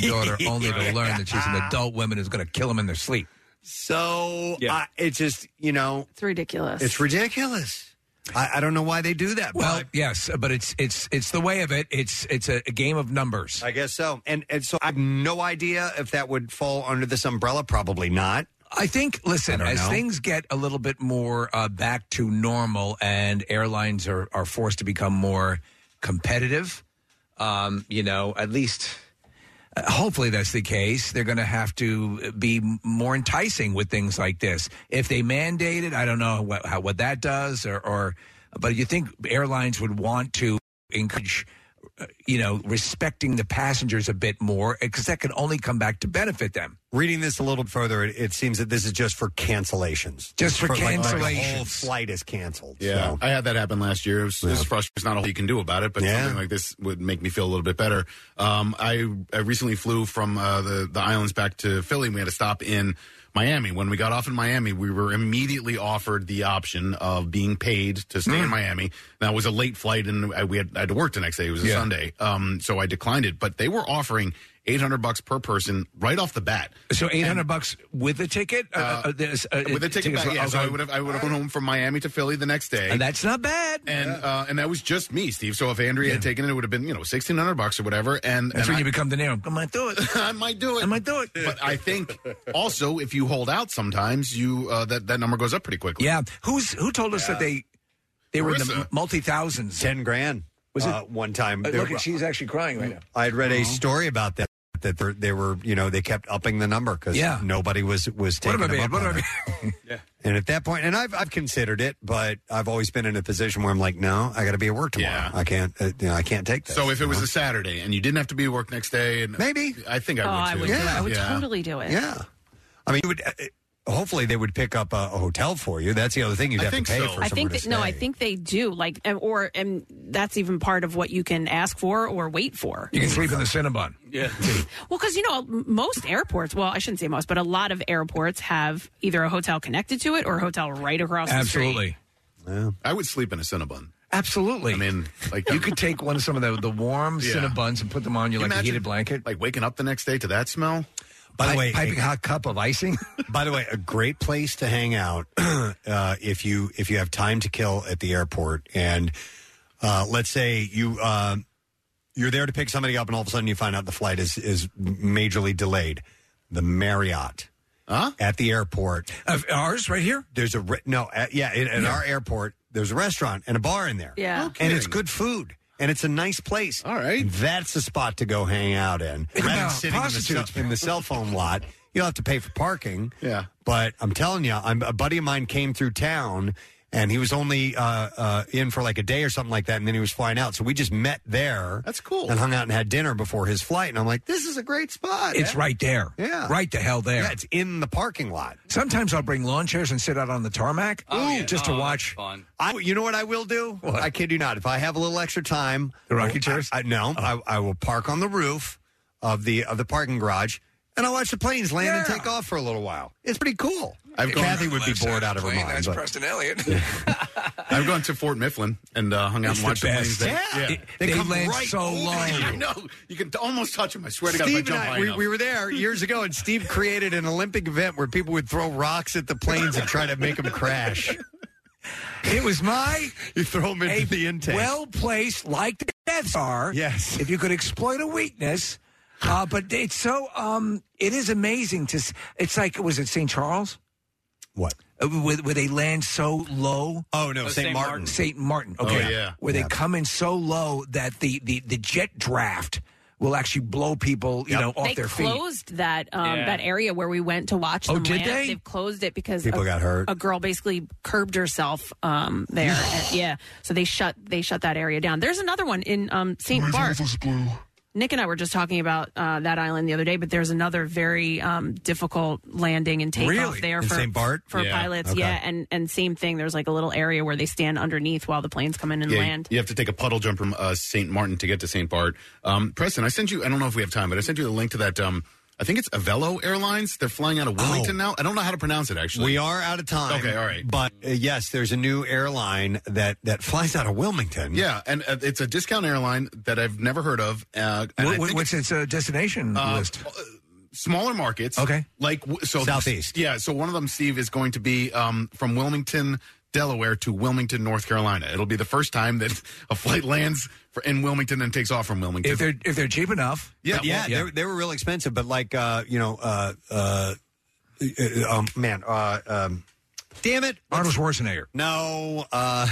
daughter only to learn that she's an adult woman who's going to kill them in their sleep.
So I, it's just you know
it's ridiculous.
It's ridiculous. I, I don't know why they do that.
Well,
but
yes, but it's it's it's the way of it. It's it's a, a game of numbers.
I guess so. And and so I have no idea if that would fall under this umbrella. Probably not.
I think. Listen,
I don't
as
know.
things get a little bit more uh, back to normal, and airlines are are forced to become more competitive, um, you know, at least. uh, Hopefully that's the case. They're going to have to be m- more enticing with things like this. If they mandate it, I don't know what, how, what that does, or, or but you think airlines would want to encourage uh, you know, respecting the passengers a bit more because that can only come back to benefit them.
Reading this a little further, it, it seems that this is just for cancellations.
Just for
like- like the whole
cancellations.
flight is canceled.
Yeah,
So.
I had that happen last year. It was, it was
Yeah.
frustrating. It's not all you can do about it, but
Yeah.
something like this would make me feel a little bit better. Um, I, I recently flew from uh, the the islands back to Philly. We had a stop in Miami. When we got off in Miami, we were immediately offered the option of being paid to stay in
Mm.
Miami. That was a late flight, and I, we had, I had to work the next day. It was a
Yeah.
Sunday, um, so I declined it. But they were offering. 800 bucks per person right off the bat.
So
And-
800 bucks with the ticket? Uh, uh, this, uh,
with the ticket
tickets
back,
were-
yeah. So I
okay.
would have I would have gone home from Miami to Philly the next day,
And that's not bad.
And uh, and that was just me, Steve. So if Andrea had taken it, it would have been you know sixteen hundred bucks or whatever. And and
That's when
I-
you become the
Uh,
name. I might do it.
I might do it. I
might do it.
But I think also if you hold out, sometimes you uh, that that number goes up pretty quickly.
Yeah. Who's who told us that they they were in the multi thousands?
Ten grand
Was it
uh, one time?
Uh,
There-
look, at- Uh-huh. she's actually crying right now.
I had read
Aw.
a story about that that they're- they were you know they kept upping the number because
Yeah.
nobody was was
What
taking
am I
them
being?
up
What
on
am I
it. And at that point, and I've I've considered it, but I've always been in a position where I'm like, no, I got to be at work tomorrow. I can't, uh, you know, I can't take this.
So if it
you
was
know?
a Saturday and you didn't have to be at work next day, and
maybe
I think I
oh,
would.
I
too.
would. do it. I would totally do it.
Yeah. I mean, you would. uh, uh, Hopefully, they would pick up a, a hotel for you. That's the other thing you'd
I
have to
think
pay
so.
for.
I
somewhere
I think
to
that no,
stay.
I think they do. Like, and- or and that's even part of what you can ask for or wait for.
You can sleep in the Cinnabon.
Yeah.
Well, because you know, m- most airports, well, I shouldn't say most, but a lot of airports have either a hotel connected to it or a hotel right across
Absolutely.
I would sleep in a Cinnabon.
Absolutely. I
mean, like
you could take one of some of the the warm
Yeah.
Cinnabuns and put them on you
Can you
like a
imagine,
heated blanket.
Like waking up the next day to that smell.
By the way,
piping
a-
hot cup of icing.
By the way, a great place to hang out uh, if you if you have time to kill at the airport, and uh, let's say you uh, you're there to pick somebody up, and all of a sudden you find out the flight is is majorly delayed. The Marriott at the airport,
of ours right here.
There's a re- no, uh, yeah, at, at
Yeah.
our airport. There's a restaurant and a bar in there.
Yeah. No
and it's
kidding.
good food. And it's a nice place. All
right,
that's the spot to go hang out in.
Yeah,
Rather than sitting in the, cell,
prostitutes.
in the cell phone lot, you'll have to pay for parking.
Yeah.
But I'm telling you, I'm, a buddy of mine came through town and he was only uh, uh, in for like a day or something like that. And then he was flying out. So we just met there. That's cool. And hung out and had dinner before his flight. And I'm like, this is a great spot.
It's right there.
Yeah.
Right the hell there.
Yeah, it's in the parking lot.
Sometimes I'll bring lawn chairs and sit out on the tarmac
Oh, yeah. Oh,
just to
that's
watch.
Fun.
I, you know what I will do? I kid you not. If I have a little extra time,
The rocking
I-
chairs?
I, no, I, I will park on the roof of the of the parking garage, and I'll watch the planes land and take off for a little while. It's pretty cool.
I've gone-
Kathy would be bored out of her mind. but-
Elliott.
I've gone to Fort Mifflin and uh, hung out
It's
and watched
the
the, planes.
best.
that-
Yeah. It- they land so
over you.
low.
I know. You can almost touch them. I swear to God, if I
Steve and
jump high
I, we,
enough.
we were there years ago, and Steve created an Olympic event where people would throw rocks at the planes and try to make them crash.
It was my
you throw them into the intake.
well placed like the deaths are. Yes, if you could exploit a weakness, uh, but it's so um, it is amazing to. s- It's like was it St. Charles?
What?
Uh, Where, where they land so low?
Oh no, Oh, St. St. Martin. Martin.
St. Martin.
Oh,
Okay,
yeah.
Where they come in so low that the the, the jet draft will actually blow people, you know, off
they
their feet.
closed that um,
Yeah.
that area where we went to watch.
Oh,
them
did
land.
they?
They've closed it because
People
a,
got hurt.
A girl basically curbed herself um, there. And- yeah, so they shut they shut that area down. There's another one in um, Saint Bart. Nick and I were just talking about uh, that island the other day, but there's another very um, difficult landing and takeoff
Really?
there
In
for
Saint Bart?
for
Yeah.
pilots.
Okay.
Yeah, and and same thing. There's like a little area where they stand underneath while the planes come in and
Yeah,
land.
You have to take a puddle jump from uh, St. Martin to get to St. Bart. Um, Preston, I sent you, I don't know if we have time, but I sent you the link to that. Um, I think it's Avello Airlines. They're flying out of Wilmington
Oh.
now. I don't know how to pronounce it actually.
We are out of time.
Okay, all right.
But uh, yes, there's a new airline that that flies out of Wilmington.
Yeah, and uh, it's a discount airline that I've never heard of. Uh, and I
What,
think
what's its uh, destination
Uh,
list?
smaller markets. Okay, like w- so
Southeast.
Yeah, so one of them, Steve, is going to be um, from Wilmington, Delaware, to Wilmington, North Carolina. It'll be the first time that a flight lands for, in Wilmington and takes off from Wilmington.
If they're if they're cheap enough,
Yeah,
But yeah,
well, yeah.
They, they were real expensive, but like uh, you know, uh, uh, uh, um, man, uh, um, damn it,
Arnold Schwarzenegger.
No, uh,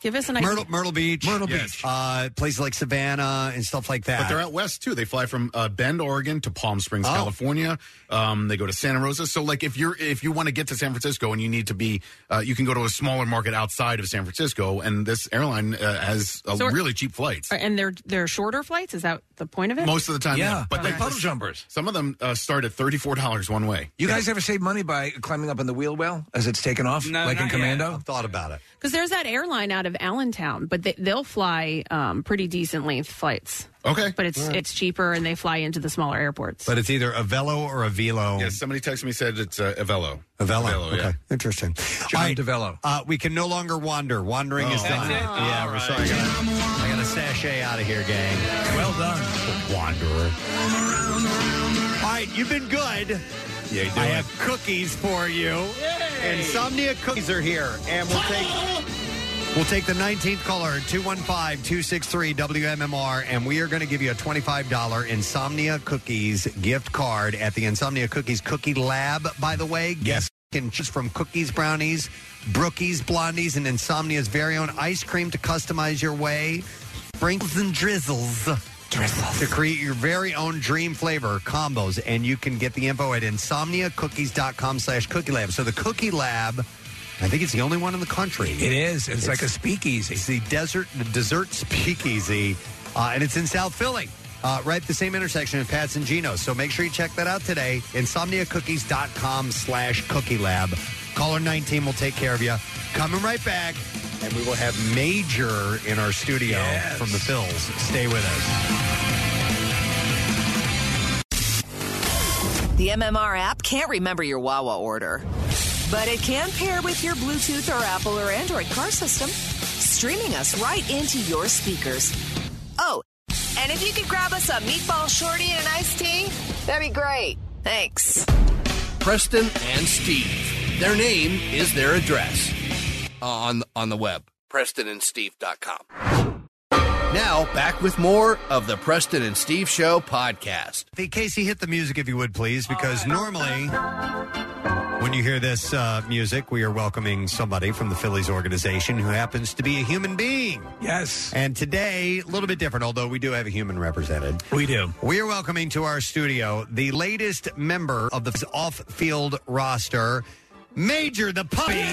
Give us an idea.
Myrtle, Myrtle Beach, Myrtle
Yes. Beach.
uh, places like Savannah and stuff like that.
But they're out west too. They fly from uh, Bend, Oregon, to Palm
Oh.
Springs, California. Um, they go to Santa Rosa. So, like, if you're if you want to get to San Francisco and you need to be, uh, you can go to a smaller market outside of San Francisco. And this airline uh, has a
So-
really cheap flights.
And they're they're shorter flights. Is that the point of it?
Most of the time, yeah. But
like puddle jumpers.
Some of them uh, start at thirty four dollars one way.
You guys ever save money by climbing up on the wheel well as it's taken off,
No,
like in
not
Commando?
yet. I've
thought about it.
Because there's that airline out of Allentown, but they, they'll fly um, pretty decent length flights.
Okay,
but it's
All right.
it's cheaper, and they fly into the smaller airports.
But it's either Avello or Avilo.
Yes, somebody texted me said it's uh, Avello.
Avello.
Oh,
okay.
yeah.
Interesting. John
Devello.
Uh, we can no longer wander. Wandering is
Oh.
done.
That's it?
Yeah,
All
we're sorry. I gotta, I gotta sashay out of here, gang.
Well done.
Wanderer. All right, you've been good.
Yeah, you do
I
it.
have cookies for you. Insomnia cookies are here, and we'll take we'll take the 19th caller 215-263 WMMR, and we are going to give you a $25 Insomnia Cookies gift card at the Insomnia Cookies Cookie Lab. By the way, guests can choose from cookies, brownies, brookies, blondies, and Insomnia's very own ice cream to customize your way. Sprinkles and drizzles to create your very own dream flavor combos and you can get the info at insomniacookies.com slash cookie lab so the cookie lab i think it's the only one in the country
It is. It's like a speakeasy
it's the desert the dessert speakeasy uh, and it's in south philly uh, right at the same intersection of pat's and gino's so make sure you check that out today insomniacookies.com slash cookie lab caller 19 will take care of you coming right back and we will have major in our studio from the phils stay with us
The MMR app can't remember your Wawa order, but it can pair with your Bluetooth or Apple or Android car system, streaming us right into your speakers. Oh, and if you could grab us a meatball shorty and an iced tea, that'd be great. Thanks.
Preston and Steve. Their name is their address on on the web. PrestonandSteve.com. Now back with more of the Preston and Steve Show podcast.
Hey, Casey, hit the music if you would, please, because normally when you hear this uh, music, we are welcoming somebody from the Phillies organization who happens to be a human being.
Yes.
And today, a little bit different, although we do have a human represented.
We do.
We are welcoming to our studio the latest member of the off field roster, Major the Puppy.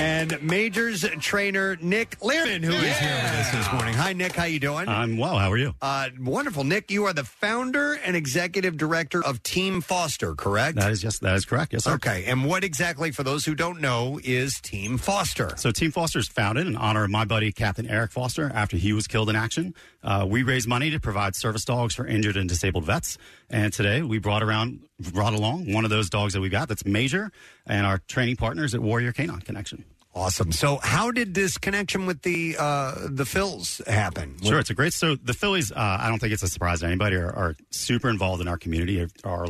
And Major's trainer Nick Learman, who is here with us this morning. Hi, Nick. How you doing?
I'm well. How are you?
Uh, wonderful, Nick. You are the founder and executive director of Team Foster, correct? That
is yes, that is correct. Yes, sir.
Okay. And what exactly, for those who don't know, is Team Foster?
So Team Foster is founded in honor of my buddy Captain Eric Foster after he was killed in action. Uh, we raise money to provide service dogs for injured and disabled vets. And today we brought around, brought along one of those dogs that we got. That's Major, and our training partners at Warrior Canine Connection.
Awesome. So, how did this connection with the uh, the Phils happen?
Sure, it's a great. So the Phillies, uh, I don't think it's a surprise to anybody, are, are super involved in our community, are, are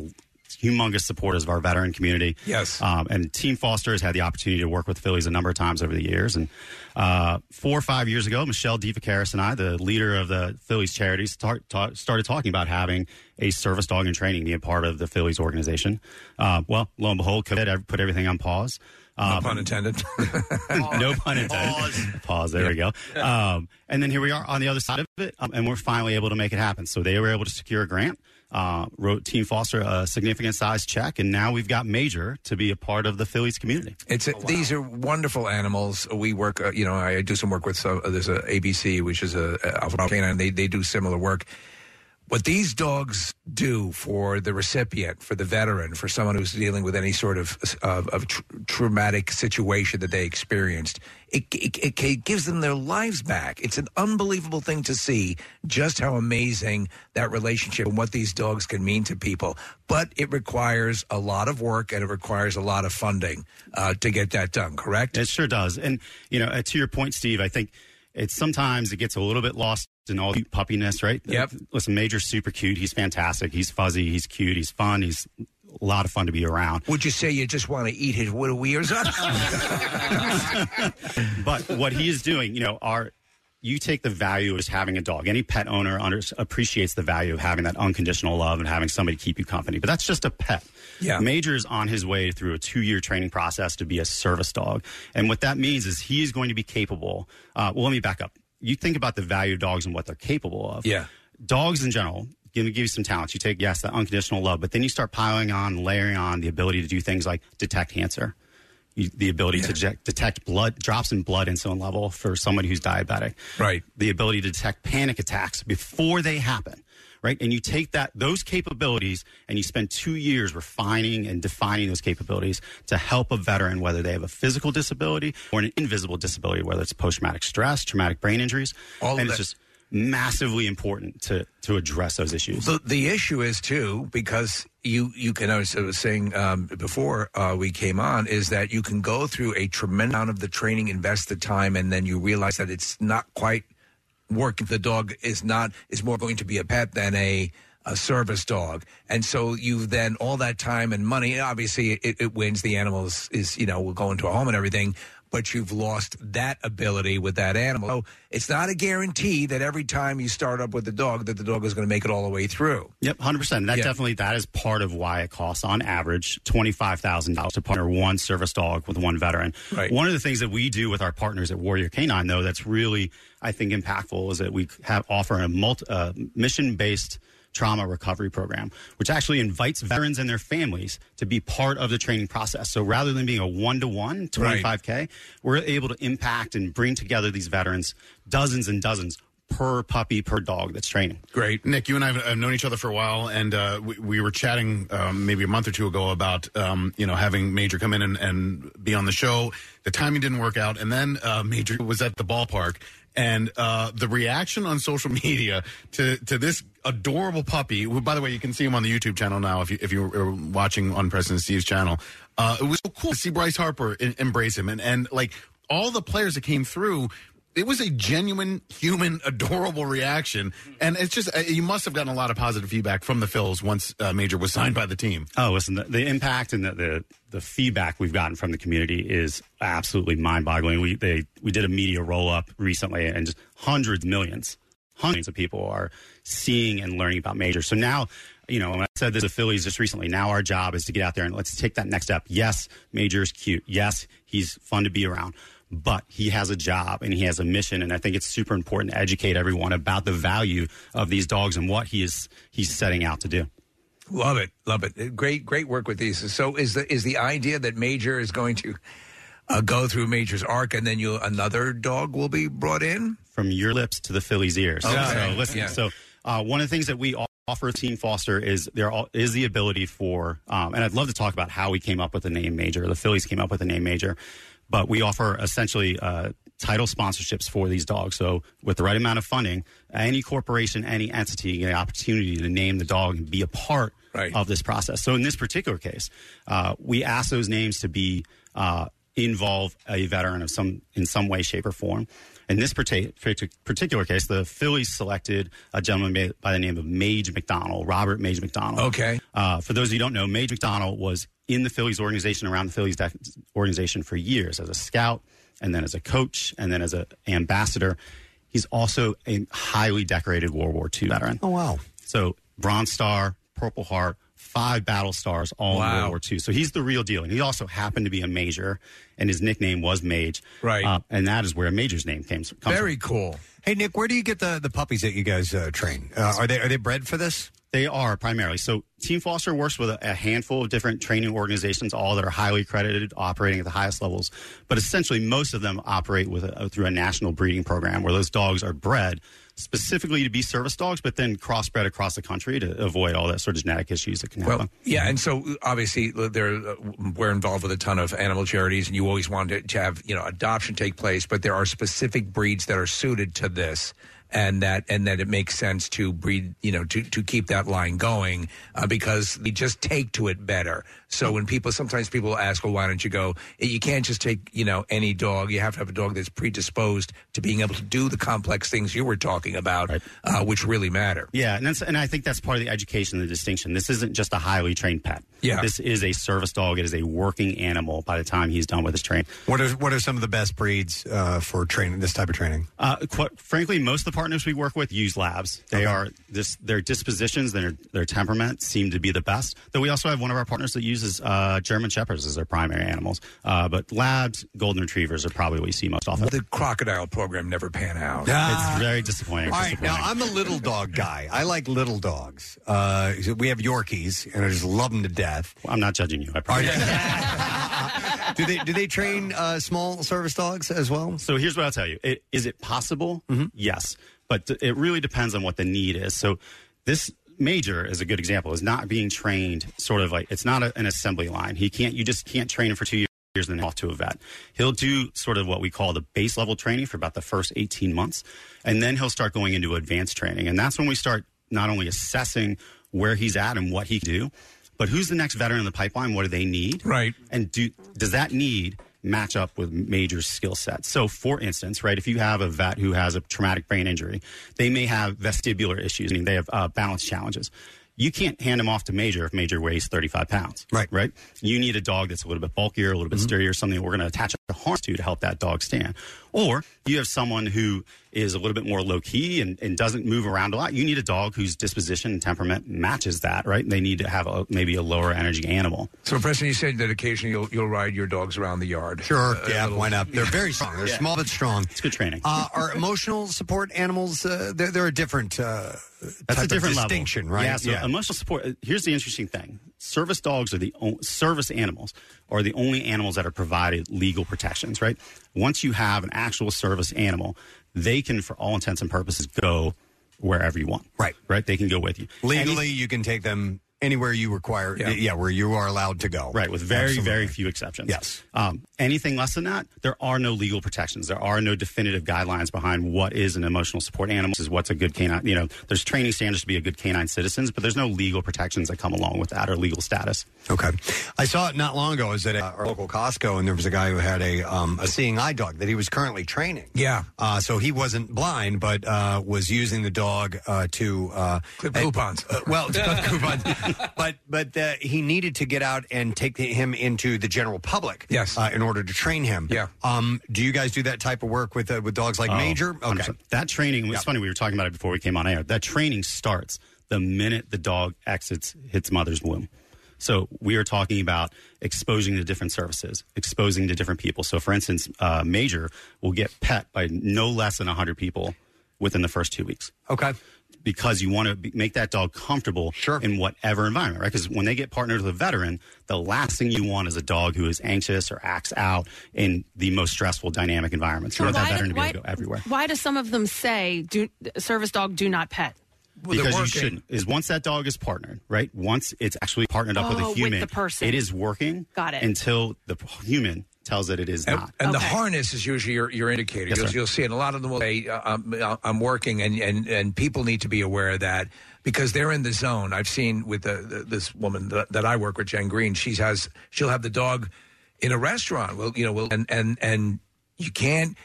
humongous supporters of our veteran community.
Yes.
Um, and Team Foster has had the opportunity to work with the Phillies a number of times over the years. And uh, four or five years ago, Michelle DeVacaris and I, the leader of the Phillies charities, tar- ta- started talking about having a service dog in training be a part of the Phillies organization. Uh, well, lo and behold, COVID ev- put everything on pause. Um,
pun intended.
no pun intended. Pause. There we go. Um, and then here we are on the other side of it, um, and we're finally able to make it happen. So they were able to secure a grant, uh, wrote Team Foster a significant size check, and now we've got Major to be a part of the Phillies community.
It's a, these are wonderful animals. We work, uh, you know, I do some work with some. Uh, there's a ABC, which is a, a alpha canine. They they do similar work. what these dogs do for the recipient, for the veteran, for someone who's dealing with any sort of of, of tr- traumatic situation that they experienced, it, it, it, it gives them their lives back. It's an unbelievable thing to see just how amazing that relationship and what these dogs can mean to people. But it requires a lot of work and it requires a lot of funding uh, to get that done. Correct?
It sure does. And you know, uh, to your point, Steve, I think it's sometimes it gets a little bit lost in all the puppiness, right? Yep. Listen, Major's super cute. He's fantastic. He's fuzzy. He's cute. He's fun. He's a lot of fun to be around.
Would you say you just want to eat his little ears up?
but what he is doing, you know, our you take the value of just having a dog. Any pet owner under, appreciates the value of having that unconditional love and having somebody keep you company. But that's just a pet.
Yeah.
Major is on his way through a two-year training process to be a service dog, and what that means is he is going to be capable. Uh, well, let me back up. You think about the value of dogs and what they're capable of.
Yeah.
Dogs in general, give me give you some talents. You take yes, that unconditional love, but then you start piling on, layering on the ability to do things like detect cancer, you, the ability to detect, detect blood drops in blood insulin level for somebody who's diabetic,
right?
The ability to detect panic attacks before they happen, right? And you take that those capabilities and you spend two years refining and defining those capabilities to help a veteran, whether they have a physical disability or an invisible disability, whether it's post traumatic stress, traumatic brain injuries,
All of
and it's
that-
just massively important to to address those issues.
The, the issue is too because you you can as I was saying um, before uh, we came on is that you can go through a tremendous amount of the training, invest the time, and then you realize that it's not quite working. The dog is not is more going to be a pet than a a service dog, and so you then all that time and money. And obviously, it, it wins. The animal is, is you know will go into a home and everything. But you've lost that ability with that animal. So it's not a guarantee that every time you start up with the dog that the dog is going to make it all the way through.
Yep, hundred percent. That
Yeah.
definitely that is part of why it costs, on average, twenty five thousand dollars to partner one service dog with one veteran.
Right.
One of the things that we do with our partners at Warrior Canine, though, that's really I think impactful is that we have offer a multi, uh, mission based trauma recovery program, which actually invites veterans and their families to be part of the training process. So rather than being a one to one
Right.
twenty five k, we're able to impact and bring together these veterans, dozens and dozens per puppy per dog that's training.
Great.
Nick, you and I have, have known each other for a while, and uh, we, we were chatting um, maybe a month or two ago about um, you know having Major come in and, and be on the show. The timing didn't work out, and then uh, Major was at the ballpark, and uh, the reaction on social media to to this adorable puppy. who, by the way, you can see him on the YouTube channel now if you if you're watching on President Steve's channel. Uh, it was so cool to see Bryce Harper in, embrace him, and and like all the players that came through it was a genuine human adorable reaction and it's just uh, you must have gotten a lot of positive feedback from the phils once uh, major was signed by the team
Oh, listen, the, the impact and the, the the feedback we've gotten from the community is absolutely mind-boggling. We they we did a media roll-up recently, and just hundreds, millions, hundreds of people are seeing and learning about Major. So now, you know, and I said this to Phillies just recently. Now our job is to get out there and let's take that next step. Yes, Major is cute. Yes, he's fun to be around. But he has a job and he has a mission, and I think it's super important to educate everyone about the value of these dogs and what he is he's setting out to do.
Love it, love it. Great, great work with these. So is the is the idea that Major is going to uh, go through Major's arc, and then you another dog will be brought in?
from your lips to the Phillies' ears.
Okay.
So listen.
Yeah.
So uh, one of the things that we offer Team Foster is there all, is the ability for, um, and I'd love to talk about how we came up with the name Major. The Phillies came up with the name Major, but we offer essentially uh, title sponsorships for these dogs. So with the right amount of funding, any corporation, any entity, you get an opportunity to name the dog and be a part of this process. So in this particular case, uh, we ask those names to be. Uh, involve a veteran of some in some way, shape, or form. In this parta- partic- particular case, the Phillies selected a gentleman ma- by the name of Mage McDonald, Robert Mage McDonald.
Okay.
Uh, for those of you who don't know, Mage McDonald was in the Phillies organization, around the Phillies def- organization for years as a scout, and then as a coach, and then as an ambassador. He's also a highly decorated World War II veteran.
Oh, wow.
So Bronze Star, Purple Heart, five battle stars all in
Wow.
World War II. So he's the real deal. And he also happened to be a major, and his nickname was Mage.
Right.
Uh, and that is where Major's name came, comes from.
Very cool.
Hey Nick, where do you get the, the puppies that you guys uh, train? Uh, are they are they bred for this?
They are primarily. So Team Foster works with a, a handful of different training organizations, all that are highly accredited, operating at the highest levels. But essentially, most of them operate with a, through a national breeding program where those dogs are bred specifically to be service dogs, but then crossbred across the country to avoid all that sort of genetic issues that can happen.
Well, yeah, and so obviously there uh, we're involved with a ton of animal charities, and you always want to, to have you know adoption take place, but there are specific breeds that are suited to this. And that, and that it makes sense to breed, you know, to, to keep that line going uh, because they just take to it better. So when people, sometimes people ask, well, why don't you go? You can't just take, you know, any dog. You have to have a dog that's predisposed to being able to do the complex things you were talking about, uh, which really matter.
Yeah, and that's, and I think that's part of the education, the distinction. This isn't just a highly trained pet.
Yeah.
this is a service dog. It is a working animal by the time he's done with his training.
What are what are some of the best breeds uh, for training this type of training?
Uh, qu- frankly, most of the partners we work with use labs. They are this their dispositions, their their temperament seem to be the best. Though we also have one of our partners that uses uh, German shepherds as their primary animals. Uh, but labs, golden retrievers are probably what you see most often.
The crocodile program never pan out.
Ah.
It's very disappointing.
All right, now I'm a little dog guy. I like little dogs. Uh, we have Yorkies, and I just love them to death.
I'm not judging you. I
do they do they train uh, small service dogs as well?
So here's what I'll tell you: it, is it possible? Yes, but th- it really depends on what the need is. So this major is a good example. Is not being trained sort of like it's not a, an assembly line. He can't. You just can't train him for two years. And then off to a vet. He'll do sort of what we call the base level training for about the first 18 months. And then he'll start going into advanced training. And that's when we start not only assessing where he's at and what he can do, but who's the next veteran in the pipeline? What do they need?
Right.
And do does that need match up with major skill sets? So, for instance, right, if you have a vet who has a traumatic brain injury, they may have vestibular issues. I mean, they have uh, balance challenges. You can't hand them off to major if major weighs 35 pounds. Right. Right. You need a dog that's a little bit bulkier, a little bit sturdier, something we're going to attach a harness to to help that dog stand. Or you have someone who is a little bit more low key and, and doesn't move around a lot. You need a dog whose disposition and temperament matches that, right? They need to have a, maybe a lower energy animal.
So, Preston, you said that occasionally you'll, you'll ride your dogs around the yard. Uh,
Sure, yeah, why not? They're very strong. They're small but strong.
It's good training.
Uh, are emotional support animals? Uh, they're, they're a different. Uh,
That's
type
a
of
different level.
distinction, right?
Yeah. So emotional support. uh, Here's the interesting thing: service dogs are the on, service animals are the only animals that are provided legal protections. Right. Once you have an actual service animal, they can, for all intents and purposes, go wherever you want. Right. Right. They can go with you
Legally, you can take them anywhere you require. Yeah, where you are allowed to go.
Right, with very, very few exceptions. Yes. Um, anything less than that, there are no legal protections. There are no definitive guidelines behind what is an emotional support animal, is what's a good canine. You know, there's training standards to be a good canine citizens, but there's no legal protections that come along with that or legal status.
Okay. I saw it not long ago. I was at uh, our local Costco, and there was a guy who had a um, a seeing eye dog that he was currently training.
Yeah.
Uh, so he wasn't blind, but uh, was using the dog uh, to uh,
clip coupons.
well, to clip coupons, but but uh, he needed to get out and take the, him into the general public. Yes. Uh, in order to train him. Yeah. Um, do you guys do that type of work with uh, with dogs like
Oh,
Major?
100%. That training, it's funny, we were talking about it before we came on air. That training starts the minute the dog exits its mother's womb. So we are talking about exposing to different services, exposing to different people. So, for instance, uh, Major will get pet by no less than 100 people within the first two weeks.
Okay.
Because you want to be, make that dog comfortable in whatever environment, right? Because when they get partnered with a veteran, the last thing you want is a dog who is anxious or acts out in the most stressful dynamic environments.
So
you want that
why-
veteran to be
why-
able to go everywhere.
Why do some of them say do service dog do not pet?
because you shouldn't is once that dog is partnered, right? Once it's actually partnered up with
Oh,
a
with
human,
the person.
it is working.
Got it.
Until the p- human tells it it is not.
And the harness is usually your, your indicator.
Yes,
you'll,
sir.
you'll see, and a lot of them will say, uh, I'm, I'm working, and, and, and people need to be aware of that because they're in the zone. I've seen with the, the, this woman that, that I work with, Jen Green, she has, she'll have the dog in a restaurant. Well, you know, well, and, and, and you can't,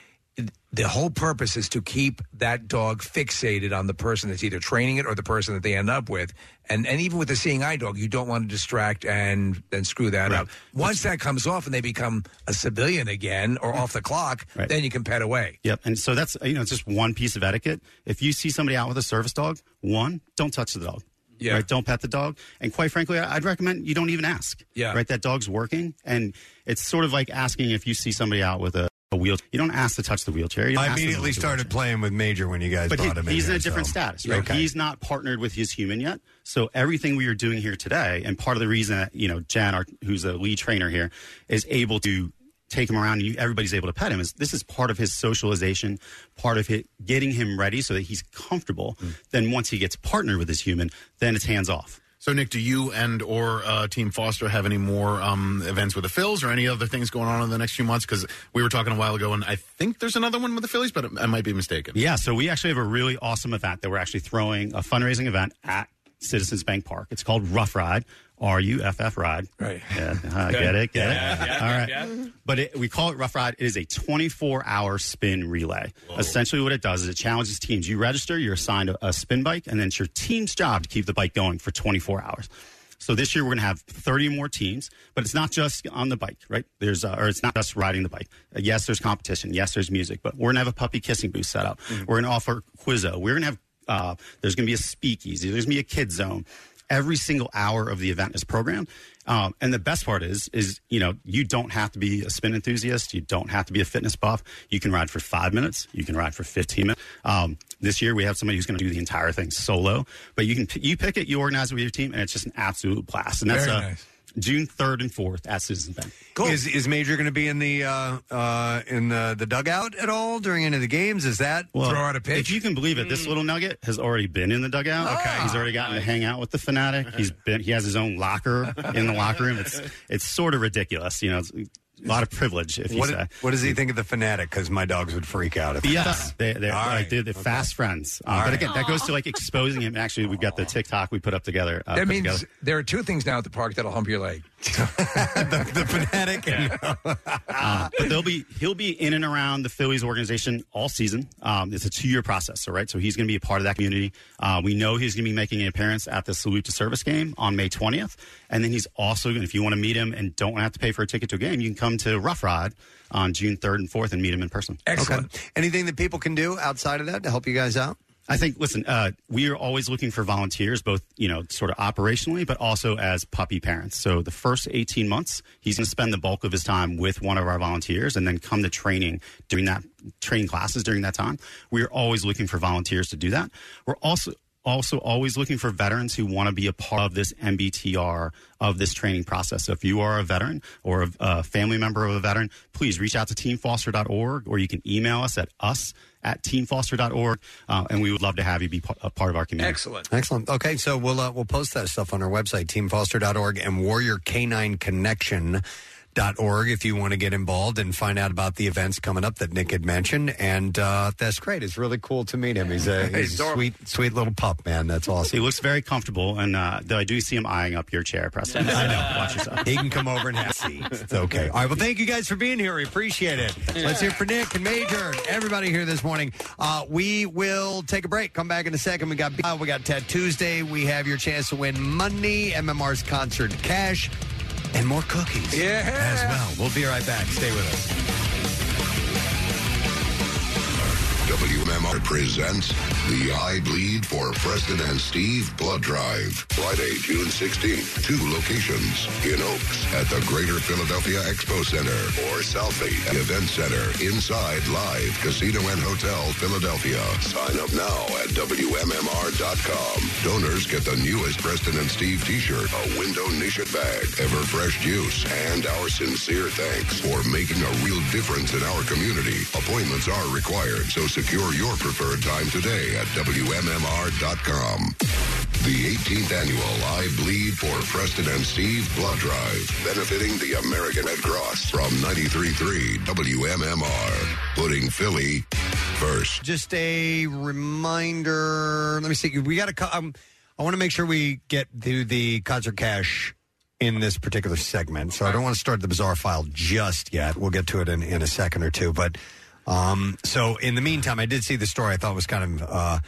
the whole purpose is to keep that dog fixated on the person that's either training it or the person that they end up with. And and even with the seeing eye dog, you don't want to distract and then screw that up. Once that comes off and they become a civilian again or off the clock, then you can pet away.
Yep. And so that's you know it's just one piece of etiquette. If you see somebody out with a service dog, one, don't touch the dog.
Yeah.
Right? Don't pet the dog. And quite frankly, I- I'd recommend you don't even ask.
Yeah.
Right. That dog's working, and it's sort of like asking if you see somebody out with a, a wheelchair. You don't ask to touch the wheelchair. You don't
I
ask them to
immediately
look at the
started playing with Major when you guys
but he-
brought him in.
he's in,
here,
a different
so-
status, right?
Okay.
He's not partnered with his human yet. So everything we are doing here today, and part of the reason that you know Jan, our, who's a lead trainer here, is able to take him around and you, everybody's able to pet him. Is this is part of his socialization, part of it getting him ready so that he's comfortable.
Mm.
Then once he gets partnered with his human, then it's hands off.
So Nick, do you and or uh, Team Foster have any more um, events with the Phils or any other things going on in the next few months? Because we were talking a while ago, and I think there's another one with the Phillies, but I might be mistaken.
Yeah, so we actually have a really awesome event that we're actually throwing a fundraising event at Citizens Bank Park. It's called Rough Ride, R U F F Ride. Right. Yeah, uh, get it, get
Yeah,
it.
yeah,
All right.
yeah.
But it, we call it Rough Ride. It is a 24 hour spin relay. Essentially, what it does is it challenges teams. You register, you're assigned a, a spin bike, and then it's your team's job to keep the bike going for 24 hours. So this year we're going to have 30 more teams, but it's not just on the bike, right? There's uh, or it's not just riding the bike. Uh, yes, there's competition. Yes, there's music, but we're going to have a puppy kissing booth set up. We're going to offer Quizzo. We're going to have uh, there's going to be a speakeasy. There's going to be a kid zone every single hour of the event is programmed. Um, and the best part is, is you know, you don't have to be a spin enthusiast. You don't have to be a fitness buff. You can ride for five minutes. You can ride for fifteen minutes. Um, this year we have somebody who's going to do the entire thing solo. But you can p- you pick it, you organize it with your team, and it's just an absolute blast. And that's
Very
uh,
nice.
June third and fourth at Citizen Bank.
Is is Major going to be in the uh, uh, in the, the dugout at all during any of the games? Is that
If you can believe it, this little nugget has already been in the dugout. Okay, he's already gotten to hang out with the fanatic. He's been he has his own locker in the locker room. It's it's sort of ridiculous, you know. It's a lot of privilege, if you
what,
say.
what does he think of the fanatic? Because my dogs would freak out. If
Yes, they, they're
All
like
right.
they're, they're fast friends. Uh,
All
but
right.
again, that goes to like exposing him. Actually, we've got the TikTok we put up together. Uh,
that
put
means
together.
there are two things now at the park that'll hump your leg.
Uh, but they'll be he'll be in and around the Phillies organization all season. Um, it's a two year process, all right. So he's going to be a part of that community. Uh, we know he's going to be making an appearance at the Salute to Service game on May twentieth, and then he's also going. to If you want to meet him and don't have to pay for a ticket to a game, you can come to Rough Rod on June third and fourth and meet him in person.
Excellent. Anything that people can do outside of that to help you guys out?
I think. Listen, uh, we are always looking for volunteers, both you know, sort of operationally, but also as puppy parents. So the first eighteen months, he's going to spend the bulk of his time with one of our volunteers, and then come to training during that training classes during that time. We are always looking for volunteers to do that. We're also also always looking for veterans who want to be a part of this MBTR of this training process. So if you are a veteran or a, a family member of a veteran, please reach out to teamfoster.org or you can email us at us at teamfoster.org. Uh, and we would love to have you be pa- a part of our community.
Excellent.
Excellent. Okay, so we'll uh, we'll post that stuff on our website, teamfoster.org and warriorcanineconnection.org if you want to get involved and find out about the events coming up that Nick had mentioned. And uh, that's great. It's really cool to meet him. He's a,
He's
he's a
adorable.
sweet, sweet little pup, man. That's awesome.
He looks very comfortable, and uh, though I do see him eyeing up your chair, Preston. I know. Watch yourself.
He can come over and have a seat. It's okay. All right, well, thank you guys for being here. We appreciate it. Let's hear for Nick and Major and everybody here this morning. Uh, we will take a break. Come back in a second. We got uh, we got Ted Tuesday. We have your chance to win money, MMR's concert cash, and more cookies. Yeah, as well. We'll be right back. Stay with us.
WMMR presents the I Bleed for Preston and Steve Blood Drive. Friday, June 16th. Two locations in Oaks at the Greater Philadelphia Expo Center or Southgate Event Center inside Live Casino and Hotel Philadelphia. Sign up now at WMMR.com. Donors get the newest Preston and Steve t-shirt, a window nation bag, ever fresh juice, and our sincere thanks for making a real difference in our community. Appointments are required, so secure your preferred time today at WMMR.com. The 18th annual I Bleed for Preston and Steve Blood Drive, benefiting the American Red Cross from 93.3 WMMR, putting Philly first.
Just a reminder. Let me see. We got to. Um, I want to make sure we get to the concert cash in this particular segment. So I don't want to start the bizarre file just yet. We'll get to it in, in a second or two. But um, so in the meantime, I did see the story. I thought was kind of uh,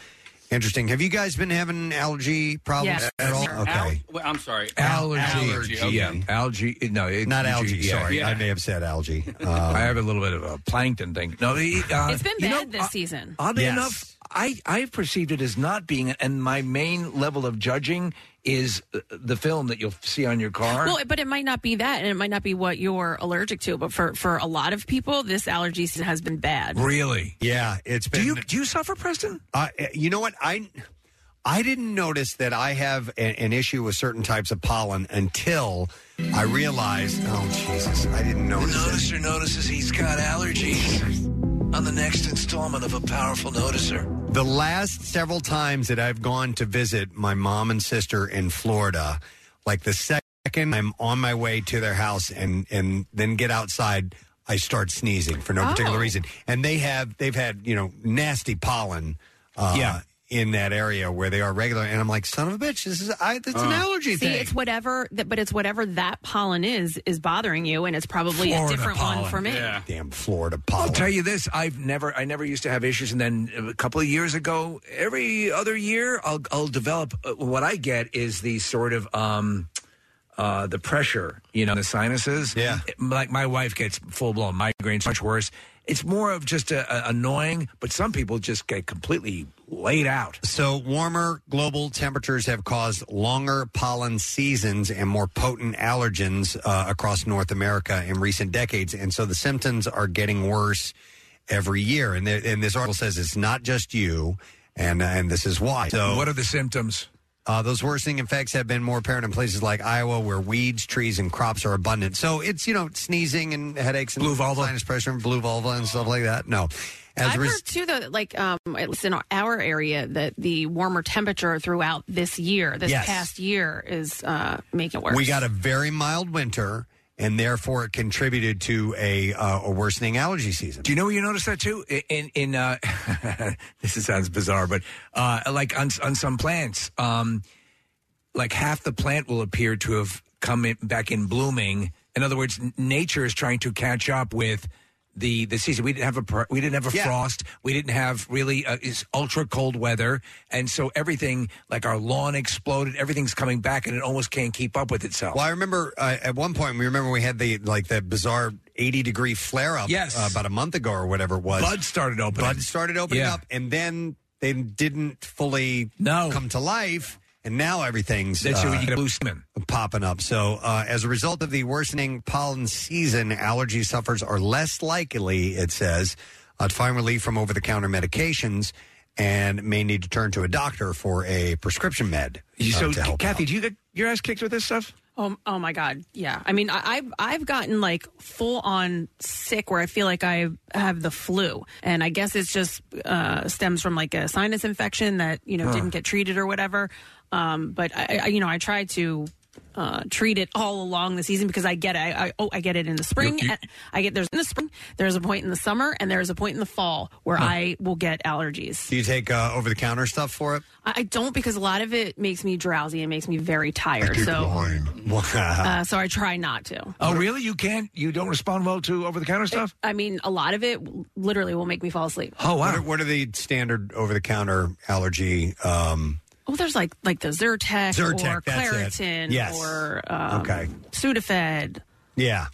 interesting. Have you guys been having allergy problems
Yes.
at all? Okay.
Al- I'm sorry.
Allergy.
okay.
Yeah. Algae. No, it,
Not algae.
yeah,
Sorry,
yeah.
I may have said algae. Um,
I have a little bit of a plankton thing. No, the, uh,
it's been
you
bad
know,
this season.
Oddly enough, I I perceived it as not being, and my main level of judging is uh, the film that you'll see on your car.
Well, but it might not be that, and it might not be what you're allergic to. But for for a lot of people, this allergy season has been bad.
really?
Yeah, it's been.
Do you do you suffer, Preston?
Uh, you know what I I didn't notice that I have a- an issue with certain types of pollen until I realized, oh, Jesus, I didn't notice.
Noticer notices he's got allergies. On the next installment of a powerful noticer.
The last several times that I've gone to visit my mom and sister in Florida, like the second I'm on my way to their house and and then get outside, I start sneezing for no particular
Oh.
reason. And they have they've had you know nasty pollen, uh,
Yeah.
in that area where they are regular. And I'm like, son of a bitch, this is I, it's
Uh.
Uh-huh.
an allergy
See,
thing.
it's whatever, that, but it's whatever that pollen is is bothering you, and it's probably a different one for me.
Damn Florida pollen.
I'll tell you this: I've never, I never used to have issues, and then a couple of years ago, every other year, I'll, I'll develop. uh, What I get is the sort of um, uh, the pressure, you know, in the sinuses. Yeah, like my wife gets full blown migraines, much worse. It's more of just a, a annoying, but some people just get completely laid out.
So, warmer global temperatures have caused longer pollen seasons and more potent allergens uh, across North America in recent decades. And so the symptoms are getting worse every year. And, there, and this article says it's not just you, and, uh, and this is why. So,
what are the symptoms?
Uh, those worsening effects have been more apparent in places like Iowa, where weeds, trees, and crops are abundant. So it's you know sneezing and headaches and blue vulva. sinus pressure and blue vulva and stuff like that. No, as
I've
a res-
heard too, though, that like um, at least in our area, that the warmer temperature throughout this year, this
Yes.
past year, is uh, making it worse.
We got a very mild winter, and therefore it contributed to a, uh, a worsening allergy season.
Do you know where you notice that too? I- In in uh, this is- sounds bizarre, but uh, like on on some plants, um, like half the plant will appear to have come in, back in blooming. In other words, n- nature is trying to catch up with the the season. We didn't have a pr- we didn't have a frost. We didn't have really uh, is ultra cold weather, and so everything like our lawn exploded. Everything's coming back, and it almost can't keep up with itself.
Well, I remember uh, at one point we remember we had the like that bizarre eighty degree flare up.
Yes.
uh, about a month ago or whatever it was.
Bud started opening.
Bud started opening
Yeah.
up, and then they didn't fully
no.
come to life. And now everything's
That's
uh,
when you get a blue skin.
popping up. So, uh, as a result of the worsening pollen season, allergy sufferers are less likely, it says, uh, to find relief from over the counter medications and may need to turn to a doctor for a prescription med.
You-
uh,
so,
to help
Kathy, do you get your ass kicked with this stuff?
Oh, oh my God. Yeah. I mean, I, I've, I've gotten like full on sick where I feel like I have the flu. And I guess it's just uh, stems from like a sinus infection that, you know,
Huh.
didn't get treated or whatever. Um, but I, I, you know, I try to. Uh, treat it all along the season because I get it. I, I oh I get it in the spring.
You- you-
and I get there's in the spring. There's a point in the summer and there's a point in the fall where I will get allergies.
Do you take uh, over the counter stuff for it?
I, I don't because a lot of it makes me drowsy and makes me very tired. So uh, so I try not to.
Oh, really? You can't? You don't respond well to over the counter stuff?
I mean, a lot of it w- literally will make me fall asleep.
Oh,
What are, what are the standard over the counter allergy? Um,
Oh, there's like like the Zyrtec,
Zyrtec,
or
that's it.
Claritin
Yes.
or um,
Okay.
Sudafed.
yeah.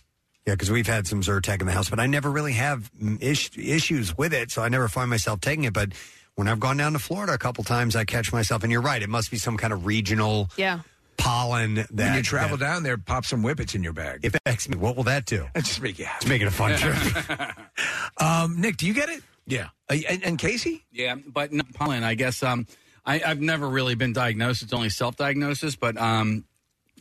Yeah, because we've had some Zyrtec in the house, but I never really have mm, ish- issues with it, so I never find myself taking it. But when I've gone down to Florida a couple times, I catch myself, and you're right, it must be some kind of regional
Yeah.
pollen that
when you travel
that
down there, pop some whippets in your bag.
affects me. What will that do?
That's just make you happy.
It's making a fun trip.
um, Nick, do you get it?
Yeah.
Uh, and, and Casey?
Yeah, but not pollen. I guess um, I, I've never really been diagnosed. It's only self-diagnosis, but um,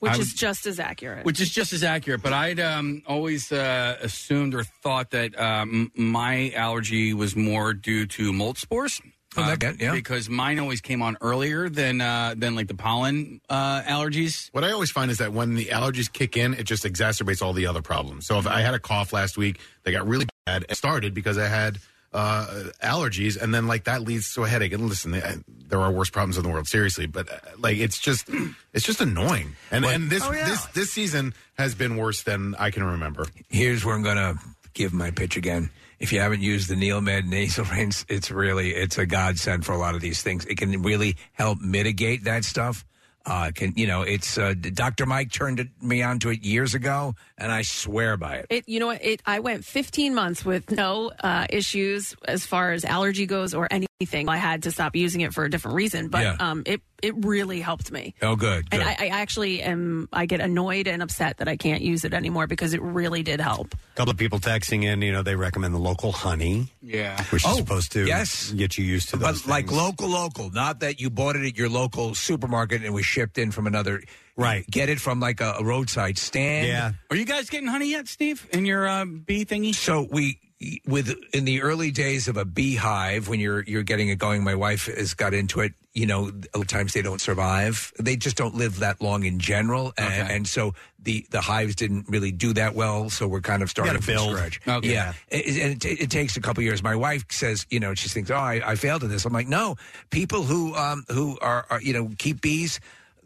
which
I
is
was-
just as accurate.
which is just as accurate. But I'd um, always uh, assumed or thought that um, my allergy was more due to mold spores.
Oh, that
Uh,
good, yeah.
Because mine always came on earlier than uh, than like the pollen uh, allergies.
What I always find is that when the allergies kick in, it just exacerbates all the other problems. So if I had a cough last week, they got really bad. It started because I had uh, allergies, and then like that leads to a headache. And listen, I, there are worse problems in the world, seriously. But uh, like, it's just, it's just annoying. And
But-
and this
Oh, yeah.
this this season has been worse than I can remember.
Here's where I'm going to give my pitch again. If you haven't used the Neomed nasal rinse, it's really it's a godsend for a lot of these things. It can really help mitigate that stuff. Uh, it can you know? It's uh, Dr. Mike turned it- me on to it years ago, and I swear by it.
It, you know what? It, I went 15 months with no uh, issues as far as allergy goes or any anything. I had to stop using it for a different reason, but
Yeah.
um, it it really helped me.
Oh, good.
And I, I actually am. I get annoyed and upset that I can't use it anymore because it really did help.
couple of people texting in, you know, they recommend the local honey,
Yeah.
which is supposed to
Oh, yes.
get you used to
But
those.
like local, local, not that you bought it at your local supermarket and it was shipped in from another. Right. Get it from like a, a roadside stand.
Yeah. Are you guys getting honey yet, Steve? In your uh, bee thingy?
So we with in the early days of a beehive when you're you're getting it going my wife has got into it you know a lot of times they don't survive they just don't live that long in general and, and so the the hives didn't really do that well so we're kind of starting
gotta
from
build.
scratch
Okay.
yeah it, it- and it, ta- it takes a couple years my wife says you know she thinks oh I, I failed at this i'm like no people who um who are, are you know keep bees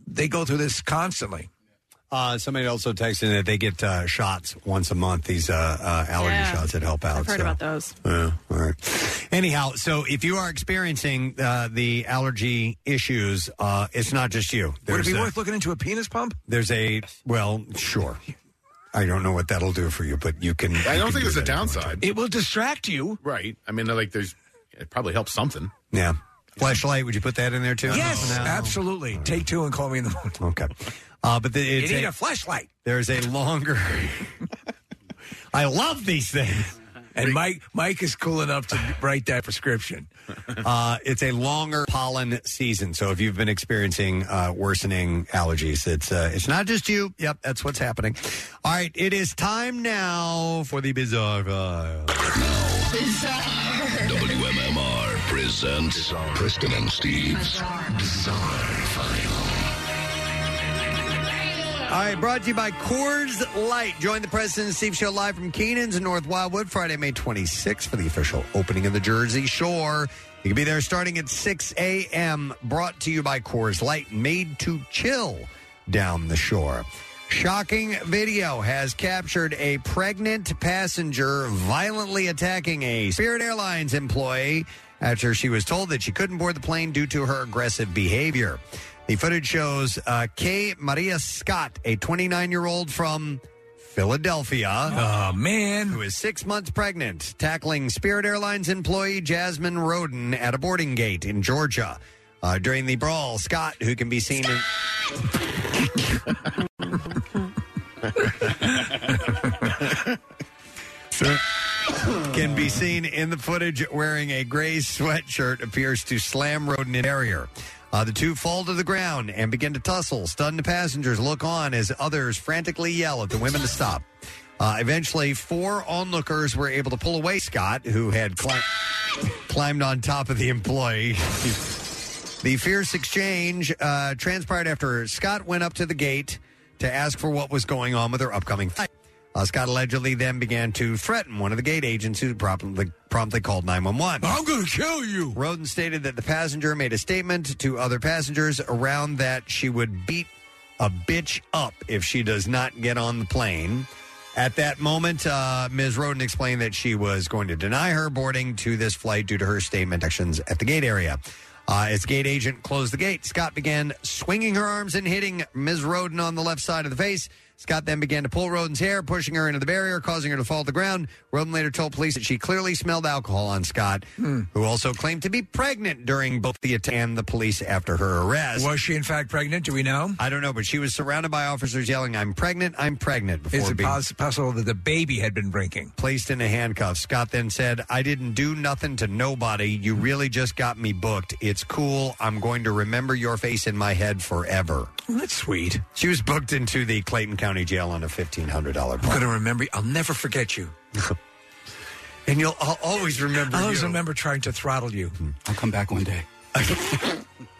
they go through this constantly
Uh, somebody also texted in that they get uh, shots once a month, these uh, uh, allergy
Yeah.
shots that help out.
I've heard
so.
about those.
Yeah, all right. Anyhow, so if you are experiencing uh, the allergy issues, uh, it's not just you.
would it
There's
be
a-
worth looking into a penis pump
There's a well, sure. I don't know what that'll do for you, but you
I
can. you
don't
can
think
do
there's a
that if you want to.
downside.
It will distract you.
Right. I mean, like, there's, it probably helps something.
Yeah. Flashlight, would you put that in there too?
yes
No.
absolutely take two and call me in the morning
Okay. Uh, but the,
you
it's
need
a-
a flashlight
there's a longer. I love these things.
And Mike Mike is cool enough to write that prescription.
Uh, it's a longer pollen season, so if you've been experiencing uh, worsening allergies, it's uh, it's not just you. Yep, that's what's happening. All right, it is time now for the bizarre. File.
WMMR presents Preston and Steve's Bizarre File.
All right, brought to you by Coors Light. Join the President and Steve Show live from Keenan's in North Wildwood Friday, May 26th for the official opening of the Jersey Shore. You can be there starting at 6 a.m. Brought to you by Coors Light, made to chill down the shore. Shocking video has captured a pregnant passenger violently attacking a Spirit Airlines employee after she was told that she couldn't board the plane due to her aggressive behavior. The footage shows uh, Kay Maria Scott, a 29 year old from Philadelphia.
Oh, man.
Who is six months pregnant, tackling Spirit Airlines employee Jasmine Roden at a boarding gate in Georgia. Uh, during the brawl, Scott, who can be seen in. can be seen in the footage wearing a gray sweatshirt, appears to slam Roden in barrier. Uh, the two fall to the ground and begin to tussle. Stunned passengers look on as others frantically yell at the women to stop. Uh, eventually, four onlookers were able to pull away Scott, who had cli- climbed on top of the employee. The fierce exchange uh, transpired after Scott went up to the gate to ask for what was going on with her upcoming fight. Uh, Scott allegedly then began to threaten one of the gate agents who promptly, promptly called 911.
I'm going to kill you.
Roden stated that the passenger made a statement to other passengers around that she would beat a bitch up if she does not get on the plane. At that moment, uh, Ms. Roden explained that she was going to deny her boarding to this flight due to her statement actions at the gate area. Uh, as gate agent closed the gate, Scott began swinging her arms and hitting Ms. Roden on the left side of the face. Scott then began to pull Roden's hair, pushing her into the barrier, causing her to fall to the ground. Roden later told police that she clearly smelled alcohol on Scott, who also claimed to be pregnant during both the attack and the police after her arrest.
Was she in fact pregnant? Do we know?
I don't know, but she was surrounded by officers yelling, "I'm pregnant! I'm pregnant!" Before
Is it
being
pos- possible that the baby had been drinking?
placed into handcuffs. Scott then said, I didn't do nothing to nobody. You really just got me booked. It's cool. I'm going to remember your face in my head forever.
that's sweet.
She was booked into the Clayton County Jail on a $1,500
I'm
bond.
going to remember. I'll never forget you.
and you'll I'll always remember. Hmm.
I'll always remember trying to throttle you.
I'll come back one day.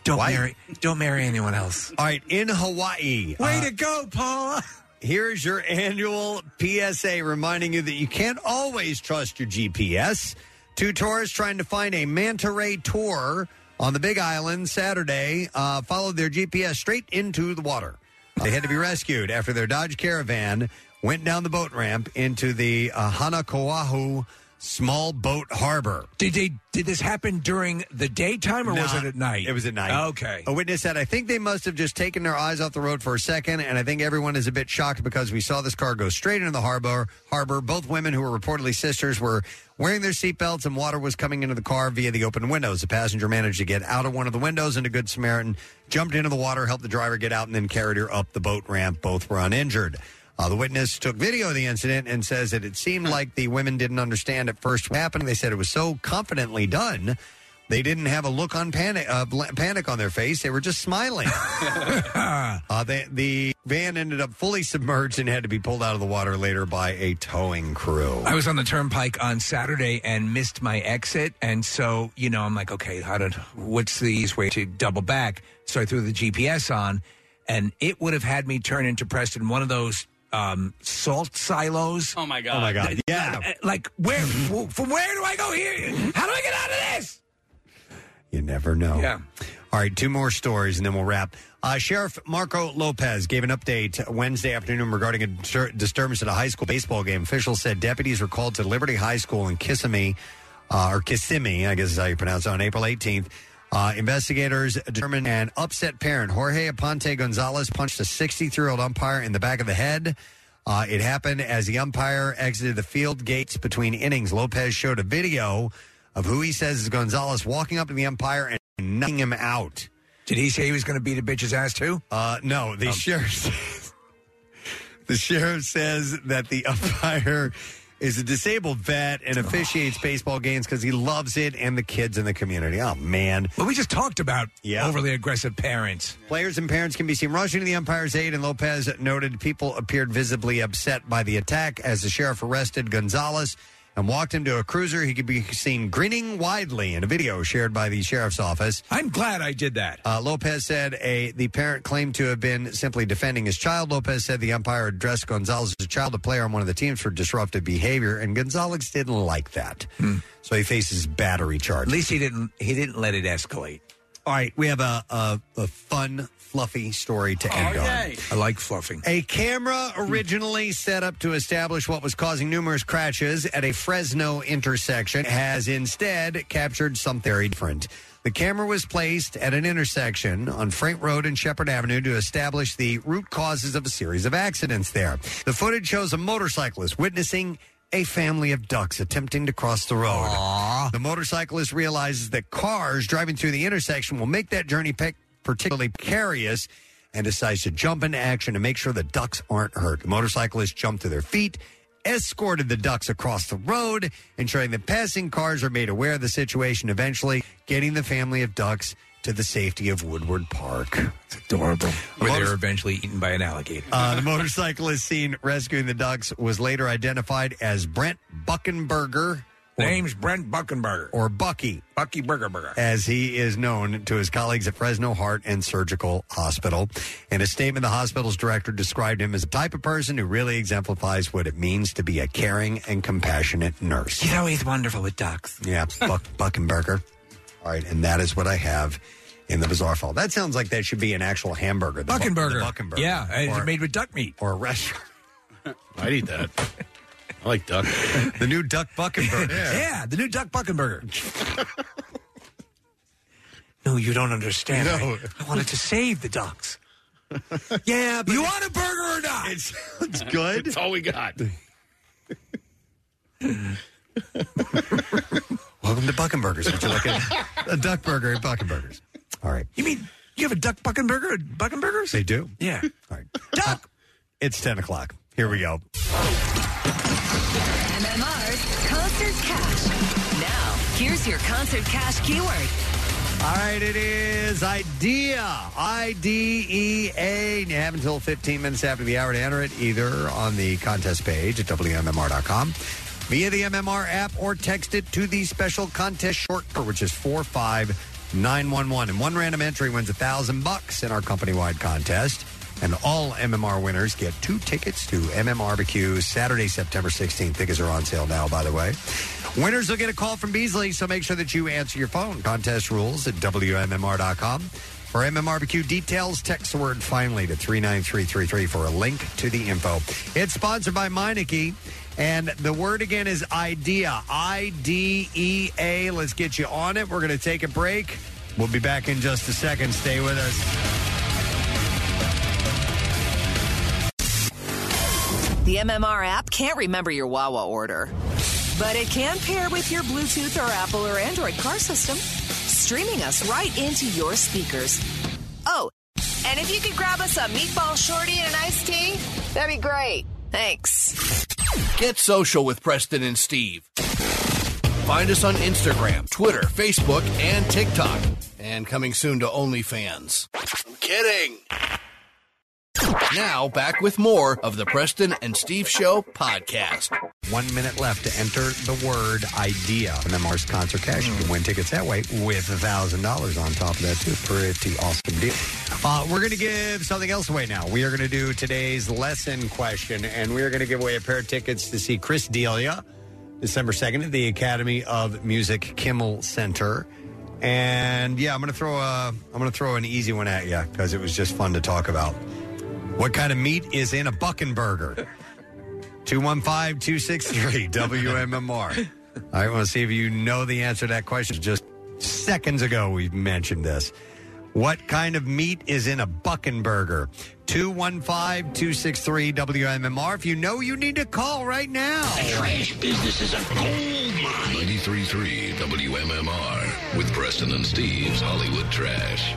don't marry. Don't marry anyone else.
All right, in Hawaii. uh,
Way to go, Paula.
Here's your annual PSA reminding you that you can't always trust your GPS. Two tourists trying to find a manta ray tour on the Big Island Saturday uh, followed their GPS straight into the water. They had to be rescued after their Dodge Caravan went down the boat ramp into the uh, Hanakoahu Small Boat Harbor.
Did they? Did this happen during the daytime or was
Nah,
it at night?
It was at night.
Okay.
A witness said, I think they must have just taken their eyes off the road for a second, and I think everyone is a bit shocked because we saw this car go straight into the harbor. Harbor. Both women, who were reportedly sisters, were wearing their seatbelts, and water was coming into the car via the open windows. The passenger managed to get out of one of the windows, and a good Samaritan jumped into the water, helped the driver get out, and then carried her up the boat ramp. Both were uninjured. Uh, the witness took video of the incident and says that it seemed like the women didn't understand at first what happened. They said it was so confidently done they didn't have a look on panic uh, bl- panic on their face. They were just smiling. uh, they, the van ended up fully submerged and had to be pulled out of the water later by a towing crew.
I was on the turnpike on Saturday and missed my exit, and so you know I'm like, okay, how did? What's the easiest way to double back? So I threw the GPS on, and it would have had me turn into Preston one of those um, salt silos. Uh,
Oh my god! Oh my
god! Yeah.
Like where? From where do I go here? How do I get out of this?
You never know. Yeah. All right, two more stories and then we'll wrap. Uh, Sheriff Marco Lopez gave an update Wednesday afternoon regarding a distur- disturbance at a high school baseball game. Officials said deputies were called to Liberty High School in Kissimmee, uh, or Kissimmee, I guess is how you pronounce it, on April 18th. Uh, investigators determined an upset parent, Jorge Aponte Gonzalez, punched a 63 year old umpire in the back of the head. Uh, it happened as the umpire exited the field gates between innings. Lopez showed a video of who he says is Gonzalez walking up to the umpire and knocking him out.
Did he say he was going to beat a bitch's ass too? Oh.
Uh, no, the sheriff. says- the sheriff says that the umpire is a disabled vet and officiates baseball games because he loves it and the kids in the community. Oh man!
Well, we just talked about
yeah.
overly aggressive parents.
Players and parents can be seen rushing to the umpire's aid, and Lopez noted people appeared visibly upset by the attack as the sheriff arrested Gonzalez and walked him to a cruiser. He could be seen grinning widely in a video shared by the sheriff's office.
I'm glad I did that.
Uh, Lopez said a the parent claimed to have been simply defending his child. Lopez said the umpire addressed Gonzalez as a child, a player on one of the teams for disruptive behavior, and Gonzalez didn't like that. So he faces battery charges.
At least he didn't. He didn't let it escalate.
All right, we have a a, a fun, fluffy story to end on.
I like fluffing.
A camera originally set up to establish what was causing numerous crashes at a Fresno intersection has instead captured something very different. The camera was placed at an intersection on Frank Road and Shepherd Avenue to establish the root causes of a series of accidents there. The footage shows a motorcyclist witnessing a family of ducks attempting to cross the road. The motorcyclist realizes that cars driving through the intersection will make that journey pic- particularly precarious and decides to jump into action to make sure the ducks aren't hurt. The motorcyclists jump to their feet, escorted the ducks across the road, ensuring that passing cars are made aware of the situation, eventually getting the family of ducks to the safety of Woodward Park. It's
adorable. Where they were eventually eaten by an alligator.
Uh, the motorcyclist seen rescuing the ducks was later identified as Brent Buckenberger.
Name's Brent Buckenberger.
Or Bucky.
Bucky Burger Burger.
As he is known to his colleagues at Fresno Heart and Surgical Hospital. In a statement, the hospital's director described him as the type of person who really exemplifies what it means to be a caring and compassionate nurse.
You know he's wonderful with ducks.
Yeah, Buck, Buckenberger. All right, and that is what I have in the bizarre file. That sounds like that should be an actual hamburger. the Bu- the
Buckenberger.
Buckenberger.
Yeah, it's
Or-
made with duck meat.
Or a restaurant.
I'd eat that. I like duck.
the new duck Buckenberger.
yeah. the new duck Buckenberger. no, you don't understand.
No.
I, I wanted to save the ducks.
yeah,
but you want a burger or not? It
sounds good.
That's all we got.
Welcome to Buckenbergers. Would you like a, a duck burger at Buckenbergers? All right.
You mean you have a duck Buckenberger at Buckenbergers?
They do.
Yeah.
All right. Duck. It's 10 o'clock. Here we go.
MMR's Concert Cash. Now, here's your Concert Cash keyword.
All right, it is IDEA. I D E A. And you have until 15 minutes after the hour to enter it, either on the contest page at WMMR.com, via the MMR app, or text it to the special contest short code, which is 45911. And one random entry wins a thousand bucks in our company wide contest. And all MMR winners get two tickets to MMRBQ Saturday, September 16th. Tickets are on sale now, by the way. Winners will get a call from Beasley, so make sure that you answer your phone. Contest rules at WMMR.com. For MMRBQ details, text the word finally to 39333 for a link to the info. It's sponsored by Meineke. And the word again is IDEA. I D E A. Let's get you on it. We're going to take a break. We'll be back in just a second. Stay with us.
The MMR app can't remember your Wawa order, but it can pair with your Bluetooth or Apple or Android car system, streaming us right into your speakers. Oh, and if you could grab us a meatball shorty and an iced tea, that'd be great. Thanks.
Get social with Preston and Steve. Find us on Instagram, Twitter, Facebook, and TikTok. And coming soon to OnlyFans. I'm kidding. Now, back with more of the Preston and Steve Show podcast.
One minute left to enter the word idea. MMR's concert cash. You can win tickets that way with $1,000 on top of that, too. Pretty awesome deal. Uh, we're going to give something else away now. We are going to do today's lesson question, and we are going to give away a pair of tickets to see Chris Delia December 2nd at the Academy of Music Kimmel Center. And yeah, I'm going to throw a I'm going to throw an easy one at you because it was just fun to talk about. What kind of meat is in a Buckenburger? burger? 215 263 WMMR. I want to see if you know the answer to that question. Just seconds ago, we mentioned this. What kind of meat is in a Buckenburger? 215 263 WMMR. If you know, you need to call right now.
Business is a gold mine. 93.3 WMMR with Preston and Steve's Hollywood Trash.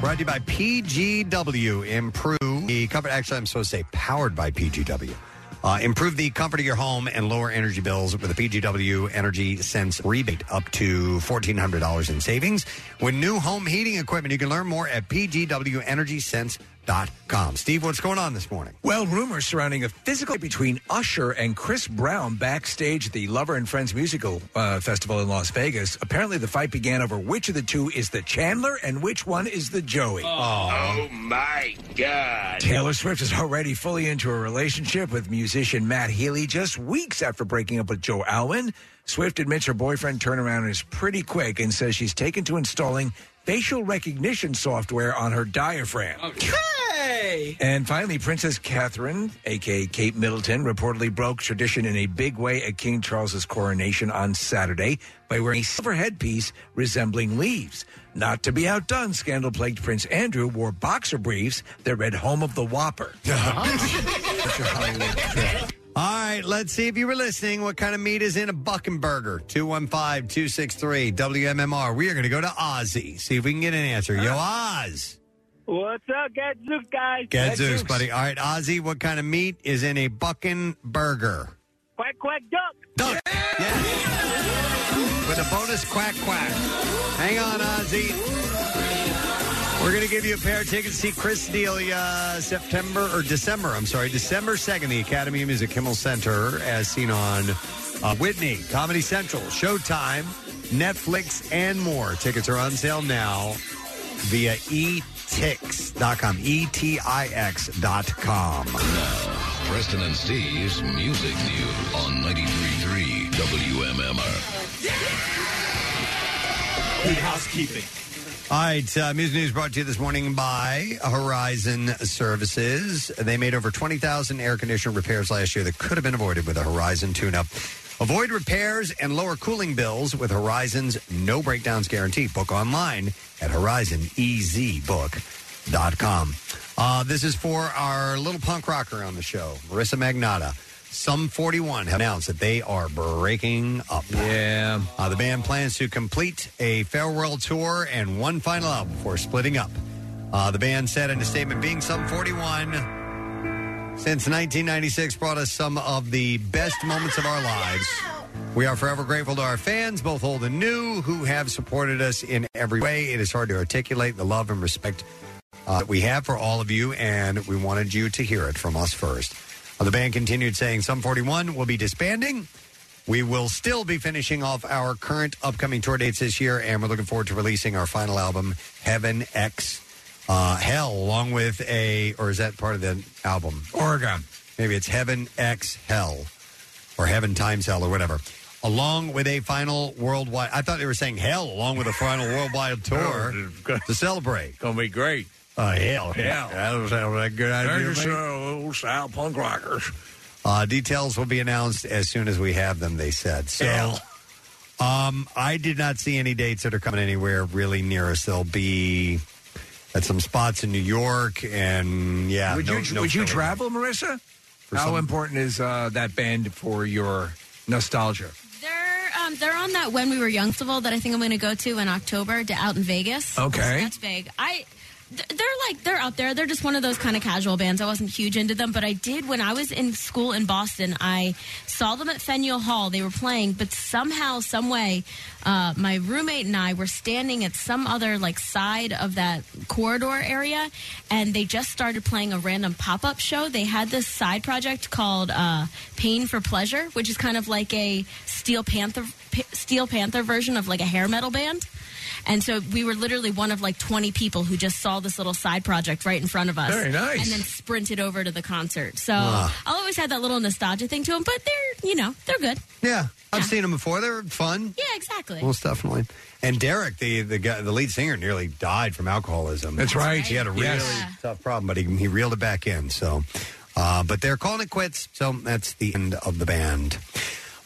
Brought to you by PGW. Improve the comfort. Actually, I'm supposed to say powered by PGW. Uh, improve the comfort of your home and lower energy bills with a PGW Energy Sense rebate up to $1,400 in savings. With new home heating equipment, you can learn more at pgwenergysense.com. Steve, what's going on this morning?
Well, rumors surrounding a physical between Usher and Chris Brown backstage at the Lover and Friends musical uh, festival in Las Vegas. Apparently, the fight began over which of the two is the Chandler and which one is the Joey.
Oh my God.
Taylor Swift is already fully into a relationship with musician Matt Healy just weeks after breaking up with Joe Alwyn. Swift admits her boyfriend turnaround is pretty quick and says she's taken to installing facial recognition software on her diaphragm.
Hey.
And finally, Princess Catherine, aka Kate Middleton, reportedly broke tradition in a big way at King Charles's coronation on Saturday by wearing a silver headpiece resembling leaves. Not to be outdone, scandal plagued Prince Andrew wore boxer briefs that read Home of the Whopper.
All right, let's see if you were listening. What kind of meat is in a Buckenburger? 215 263 WMMR. We are going to go to Ozzy. See if we can get an answer. Yo, Oz.
What's up, Gadzooks, guys?
Gadzooks, buddy.
Uh,
All right, Ozzy, what kind of meat is in a Buckenburger?
Quack, quack, duck.
Duck. With a bonus quack, quack. Hang on, Ozzy. We're going to give you a pair of tickets to see Chris Delia September or December, I'm sorry, December 2nd, the Academy of Music Kimmel Center, as seen on uh, Whitney, Comedy Central, Showtime, Netflix, and more. Tickets are on sale now via e etix.com, E-T-I-X.com.
Preston and Steve's Music News on 93.3 WMMR.
Good housekeeping.
All right, uh, Music News brought to you this morning by Horizon Services. They made over 20,000 air conditioner repairs last year that could have been avoided with a Horizon tune up. Avoid repairs and lower cooling bills with Horizon's no breakdowns guarantee. Book online at E horizonezbook.com. Uh, this is for our little punk rocker on the show, Marissa Magnata. Some 41 have announced that they are breaking up. Yeah. Uh, the band plans to complete a farewell tour and one final album before splitting up. Uh, the band said in a statement, being some 41. Since 1996 brought us some of the best moments of our lives. We are forever grateful to our fans, both old and new, who have supported us in every way. It is hard to articulate the love and respect uh, that we have for all of you, and we wanted you to hear it from us first. Uh, the band continued saying, Some 41 will be disbanding. We will still be finishing off our current upcoming tour dates this year, and we're looking forward to releasing our final album, Heaven X uh, Hell, along with a, or is that part of the album? Oregon. Maybe it's Heaven X Hell, or Heaven Times Hell, or whatever. Along with a final worldwide, I thought they were saying Hell, along with a final worldwide tour to celebrate.
Gonna be great.
Uh, hell,
Hell.
That was, that was a good idea.
They're just
mate.
uh, old style punk rockers.
Uh, details will be announced as soon as we have them, they said. So um, I did not see any dates that are coming anywhere really near us. They'll be at some spots in New York, and yeah.
would
no-
you
no
would you
Philly.
travel, Marissa?
For
How
some-
important is uh, that band for your nostalgia?
They're um, they're on that when we were young festival that I think I'm going to go to in October to out in Vegas. So
Okay.
that's big. I th- they're like they're out there. They're just one of those kind of casual bands. I wasn't huge into them, but I did when I was in school in Boston. I saw them at Faneuil Hall. They were playing, but somehow, some way, uh, my roommate and I were standing at some other like side of that corridor area, and they just started playing a random pop up show. They had this side project called uh, Pain for Pleasure, which is kind of like a Steel Panther P- Steel Panther version of like a hair metal band. And so we were literally one of like 20 people who just saw this little side project right in front of us.
Very nice.
And then sprinted over to the concert. So
Wow.
I always had that little nostalgia thing to them, but they're, you know, they're good.
Yeah, I've seen them before. They're fun.
Yeah, exactly.
Most definitely. And Derek, the the guy, the lead singer, nearly died from alcoholism.
That's right.
He had a really
Yes.
tough problem, but he, he reeled it back in. So, uh, but they're calling it quits. So that's the end of the band.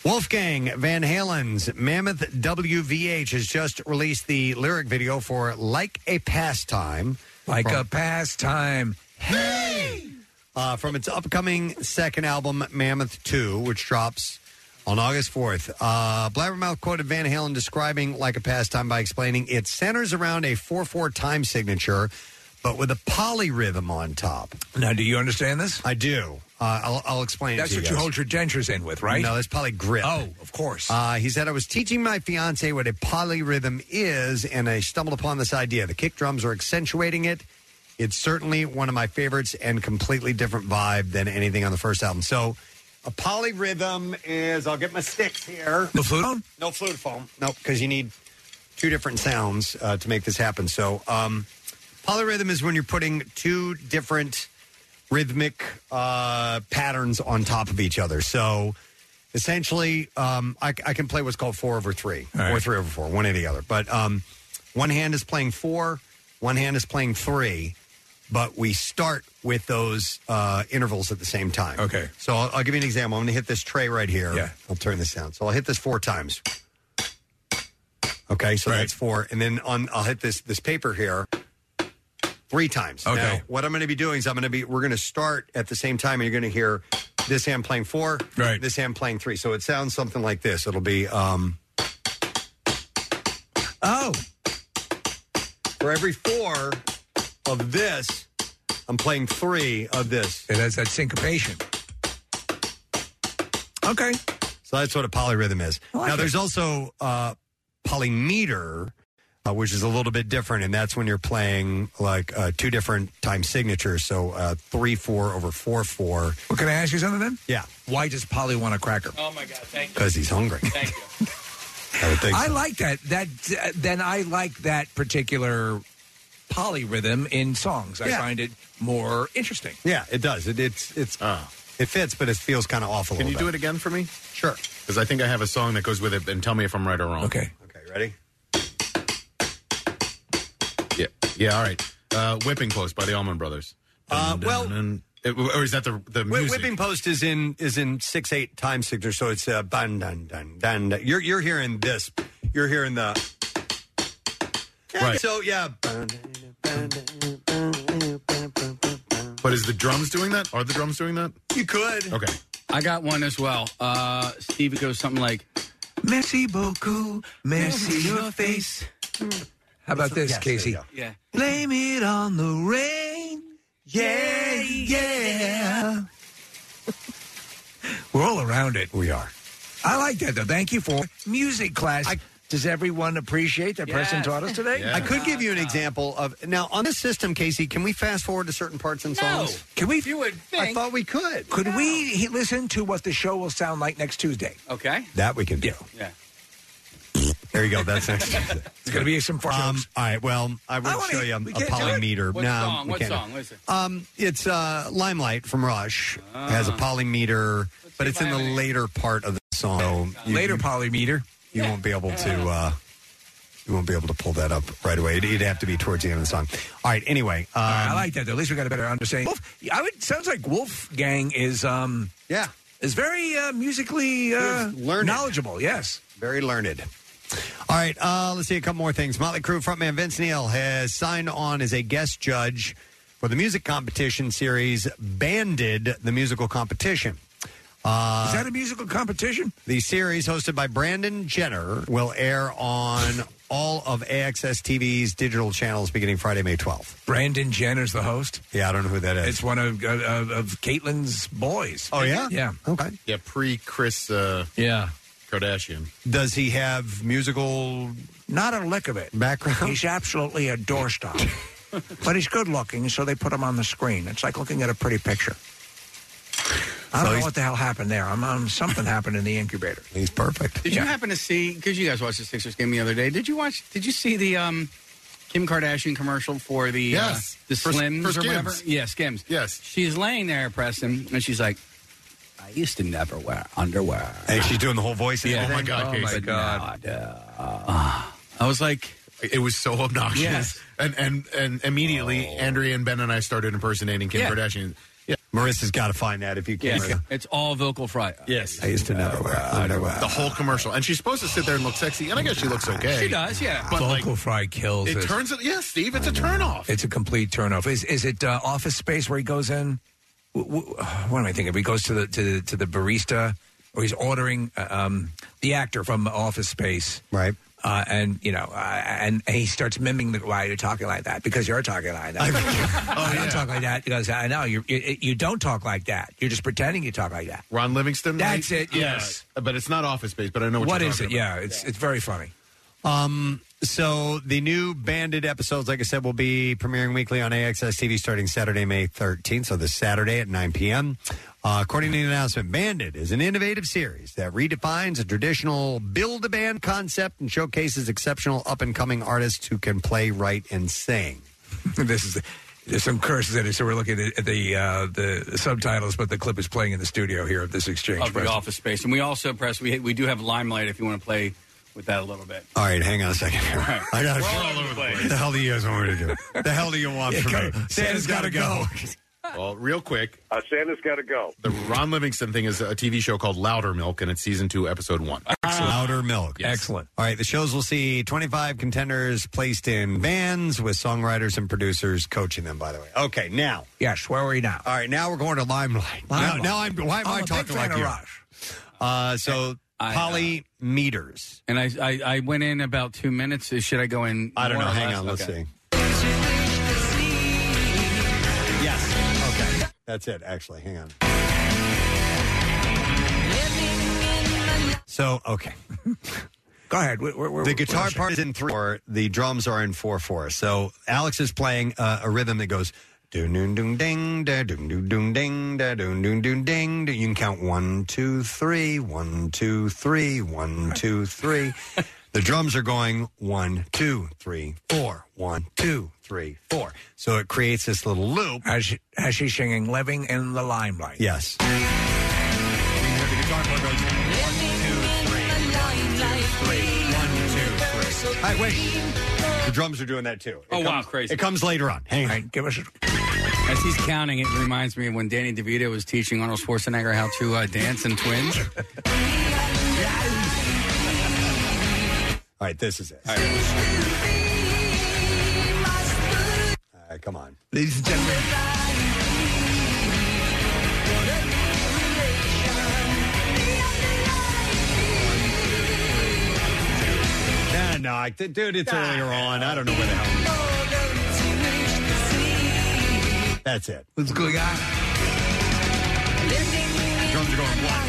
Wolfgang Van Halen's Mammoth WVH has just released the lyric video for "Like a Pastime."
Like
from-
a pastime.
Hey! Uh, from its upcoming second album, Mammoth 2, which drops on August 4th. Uh, Blabbermouth quoted Van Halen describing like a pastime by explaining it centers around a 4 4 time signature, but with a polyrhythm on top.
Now, do you understand this?
I do. Uh, I'll, I'll explain. it
That's
to
what
you
you
guys.
hold your dentures in with, right?
No, that's probably grip.
Oh, of course.
Uh, he said, I was teaching my fiance what a polyrhythm is, and I stumbled upon this idea. The kick drums are accentuating it. It's certainly one of my favorites and completely different vibe than anything on the first album. So, a polyrhythm is, I'll get my sticks here.
The flutophone?
No flutophone. No, because you need two different sounds uh, to make this happen. So, um, polyrhythm is when you're putting two different rhythmic uh, patterns on top of each other. So essentially, um, I, I can play what's called four over three, or three over four, one or the other. But um, one hand is playing four, one hand is playing three, but we start with those uh, intervals at the same time. Okay. So I'll, I'll give you an example. I'm going to hit this tray right here. Yeah. I'll turn this down. So I'll hit this four times. Okay, so that's four, and then on I'll hit this this paper here three times.
Okay.
Now, what I'm going to be doing is I'm going to be we're going to start at the same time, and you're going to hear this hand playing four, right? This hand playing three. So it sounds something like this. It'll be um.
Oh.
For every four of this, I'm playing three of this.
It has that syncopation. Okay.
So that's what a polyrhythm is.
like
now,
it.
there's also uh, polymeter, uh, which is a little bit different, and that's when you're playing like uh, two different time signatures. So uh, three four over four four.
Well, can I ask you something then?
Yeah.
Why does Polly want a cracker?
Oh my God! Thank you. Because he's hungry. Thank you. I would think.
I
so.
like that. That uh, then I like that particular polyrhythm in songs. I
Yeah.
find it more interesting.
Yeah, it does. It, it's it's
Uh,
it fits, but it feels kind of awful.
Can you do it again for me?
Sure.
Because I think I have a song that goes with it, and tell me if I'm right or wrong.
Okay.
Okay, ready?
Yeah. Yeah, all right. Uh, Whipping Post by the Allman Brothers.
Uh, well-
It- or is that the, the
Whi-
music?
Whipping post is in is in six eight time signature, so it's uh, bun dun dun dun. dun. You're you're hearing this. You're hearing the.
Right.
So yeah.
But is the drums doing that? Are the drums doing that?
You could.
Okay.
I got one as well. Uh, Steve, it goes something like,
Merci beaucoup. Merci your face. How about this,
Yes, there
Casey?
you go. Yeah.
Blame it on the rain. Yeah, yeah. We're all around it.
We are.
I like that, though. Thank you for music class. Does everyone appreciate that person taught us today?
I could give you an example of now on this system, Casey. Can we fast forward to certain parts and
No.
songs?
Can we?
You would
think.
I thought we could.
Could we he- listen to what the show will sound like next Tuesday?
Okay.
That we can do.
Yeah.
There you go. That's next. it's
going to be some fun.
Um, all right. Well, I will show you a,
we can't do it?
polymeter.
What
no,
song?
we
What
can't.
song? What is it?
Um, it's uh, Limelight from Rush. It has a
Ah.
polymeter, but it's in the later part of the song. So you-
Later
you-
polymeter.
You won't be able to. Uh, you won't be able to pull that up right away. It'd, it'd have to be towards the end of the song. All right. Anyway, um,
I like that. Though. At least we got a better understanding. Wolf, I would sounds like Wolfgang is um
yeah
is very uh, musically uh, knowledgeable. Yes,
very learned. All right, uh, let's see a couple more things. Motley Crue frontman Vince Neil has signed on as a guest judge for the music competition series Banded, the musical competition. Uh,
Is that a musical competition?
the series, hosted by Brandon Jenner, will air on all of AXS TV's digital channels beginning Friday, May 12th.
Brandon Jenner's the host.
Yeah, I don't know who that is.
It's one of uh, of, of Caitlin's boys.
Oh, yeah?
yeah.
Okay.
Yeah, pre Chris. Uh,
yeah,
Kardashian.
Does he have musical?
Not a lick of it.
Background.
He's absolutely a doorstop, but he's good looking, so they put him on the screen. It's like looking at a pretty picture. I don't know what the hell happened there. I'm, i something happened in the incubator.
He's perfect.
Did you happen to see? Because you guys watched the Sixers game the other day. Did you watch? Did you see the um, Kim Kardashian commercial for the
Yes.
uh, the
For-
Slims
for
or whatever?
Skims.
Yeah, Skims. Yes. She's laying there, Preston, and she's like, "I used to never wear underwear."
And she's doing the whole voice. and
Yeah. Oh
everything?
But Uh,
I was like, it was so obnoxious.
Yes.
And and and immediately, Andrea and Ben and I started impersonating Kim
Yeah.
Kardashian. Yeah,
Marissa's got to find that if you
Yeah, it's all vocal fry. Yes,
I used to never wear underwear.
The whole commercial, and she's supposed to sit there and look sexy, and I guess she looks okay.
She does, yeah.
But like,
Vocal fry kills.
it turns it. Yeah, Steve, it's a turnoff.
It's a complete turnoff. Is is it uh, Office Space where he goes in? W- w- What am I thinking? He goes to the to the, to the barista, or he's ordering uh, um, the actor from Office Space,
right?
Uh, and you know, uh, and, and he starts mimicking the, why you're talking like that because you're talking like that. oh, you don't talk like that. He goes, I know you. You you don't talk like that. You're just pretending you talk like that.
Ron Livingston.
That's
right?
it. Yes.
Yeah. but it's not Office Space. But I know what,
What
you're
is it?
talking
Yeah,
about.
it's it's very funny.
Um, so the new Banded episodes, like I said, will be premiering weekly on AXS TV starting Saturday, May 13th. So this Saturday at 9 p.m. Uh, according to the announcement, Banded is an innovative series that redefines a traditional build a band concept and showcases exceptional up and coming artists who can play, write, and sing.
this is there's some curses in it, so we're looking at the uh, the subtitles, but the clip is playing in the studio here of this exchange.
of the
Preston.
office space, and we also press. We we do have limelight if you want to play with that a little bit.
All right, hang on a second here. I got
We're all over the place.
What the hell do you guys want me to do? the hell do you want from me? Santa's got to go.
Well, real quick,
Uh, Santa's got to go.
the Ron Livingston thing is a TV show called Louder Milk, and it's season two, episode one.
Louder milk.
Excellent.
All right, the shows will see 25 contenders placed in bands with songwriters and producers coaching them, by the way. Okay, now.
Yes, where are we now?
All right, now we're going to Limelight. Now,
Limelight.
now I'm, why am
I'm
I
a big
talking
fan
like
of
you?
Rush.
Uh, so,
I, uh,
Polly meters.
And I, I I went in about two minutes. Uh, Should I go in?
I don't
more
know.
or
Hang
less?
on. Let's
Okay.
see. Yes. Okay. That's it, actually. Hang on. So, okay.
Go ahead.
the guitar part is in three four. The drums are in four four. So Alex is playing uh, a rhythm that goes doon doon doon ding da doon doon doon ding da doon doon doon ding. da. You can count one two three one two three one two three. The drums are going one two three four one two three four. So it creates this little loop.
As she, as she's singing "Living in the Limelight."
Yes. Hey, wait. The drums are doing that too. It
Oh, wow,
comes-
crazy.
It comes later on. Hang on.
give us.
As he's counting, it reminds me of when Danny DeVito was teaching Arnold Schwarzenegger how to uh, dance in Twins.
All right, this is it. All right, come on.
Ladies and gentlemen.
Nah, no, I- dude, it's earlier on. I don't know where the hell. That's it.
What's going on?
Drums are going one,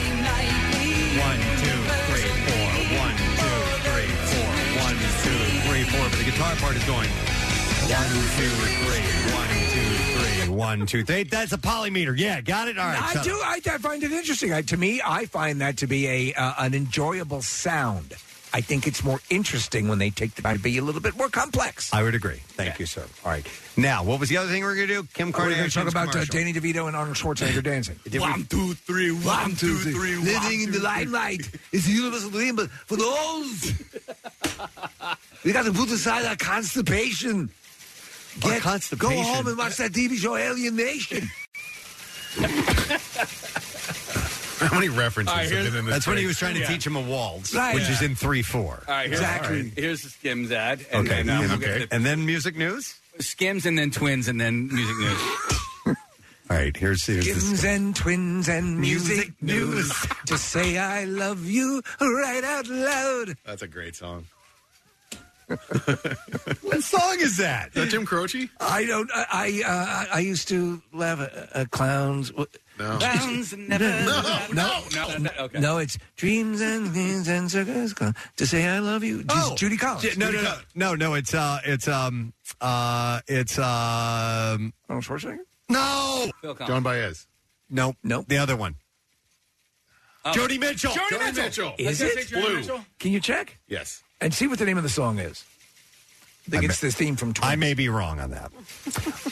one, two, three, four, one, two, three, four, one, two, three, four. But the guitar part is going one, two, three, one, two, three, one, two, three. That's a polymeter. Yeah, got it. All right.
I
shut
do.
up.
I, I find it interesting. I, to me, I find that to be a uh, an enjoyable sound. I think it's more interesting when they take the time to be a little bit more complex.
I would agree. Thank you, sir. All right. Now, what was the other thing we were going to do? Kim
We're
Kardashian.
going to talk about uh, Danny DeVito and Arnold Schwarzenegger dancing.
One,
two, three, one, two, three. Living in the limelight is a universal dream, but for those, we got to put aside our constipation. Get,
constipation?
Go home and watch that TV show Alienation.
many references
All right,
have
here's-
been in this
That's when he
break?
was trying to teach him a waltz,
Right.
which is
Yeah.
in three four.
All right, here's,
Exactly.
all right, here's the Skims ad. And
Okay,
Then, uh,
and-
we'll get
okay.
to the-
and then music news.
Skims and then Twins and then music news.
All right, here's here's this.
Twins and twins and music news to say I love you right out loud.
That's a great song.
What song is that?
Is that Jim Croce?
I don't. I I, uh, I used to laugh at uh, clowns. No.
Clowns never.
No. No.
no, no, okay.
No, it's dreams and dreams and circus clown to say I love you. Just Judy Collins.
Ju- Oh. no, no, no, no, no. It's uh, it's um, uh, it's um,
Arnold Schwarzenegger.
No,
Phil Collins.
John Baez.
Nope, nope. The other one. Jody Mitchell.
Jody
Jody
Mitchell.
Mitchell.
Let's go
Is it
take Jody
blue?
Mitchell.
Can you check
Yes.
and see what the name of the song is? I think it's the theme from. Twins.
I may be wrong on that.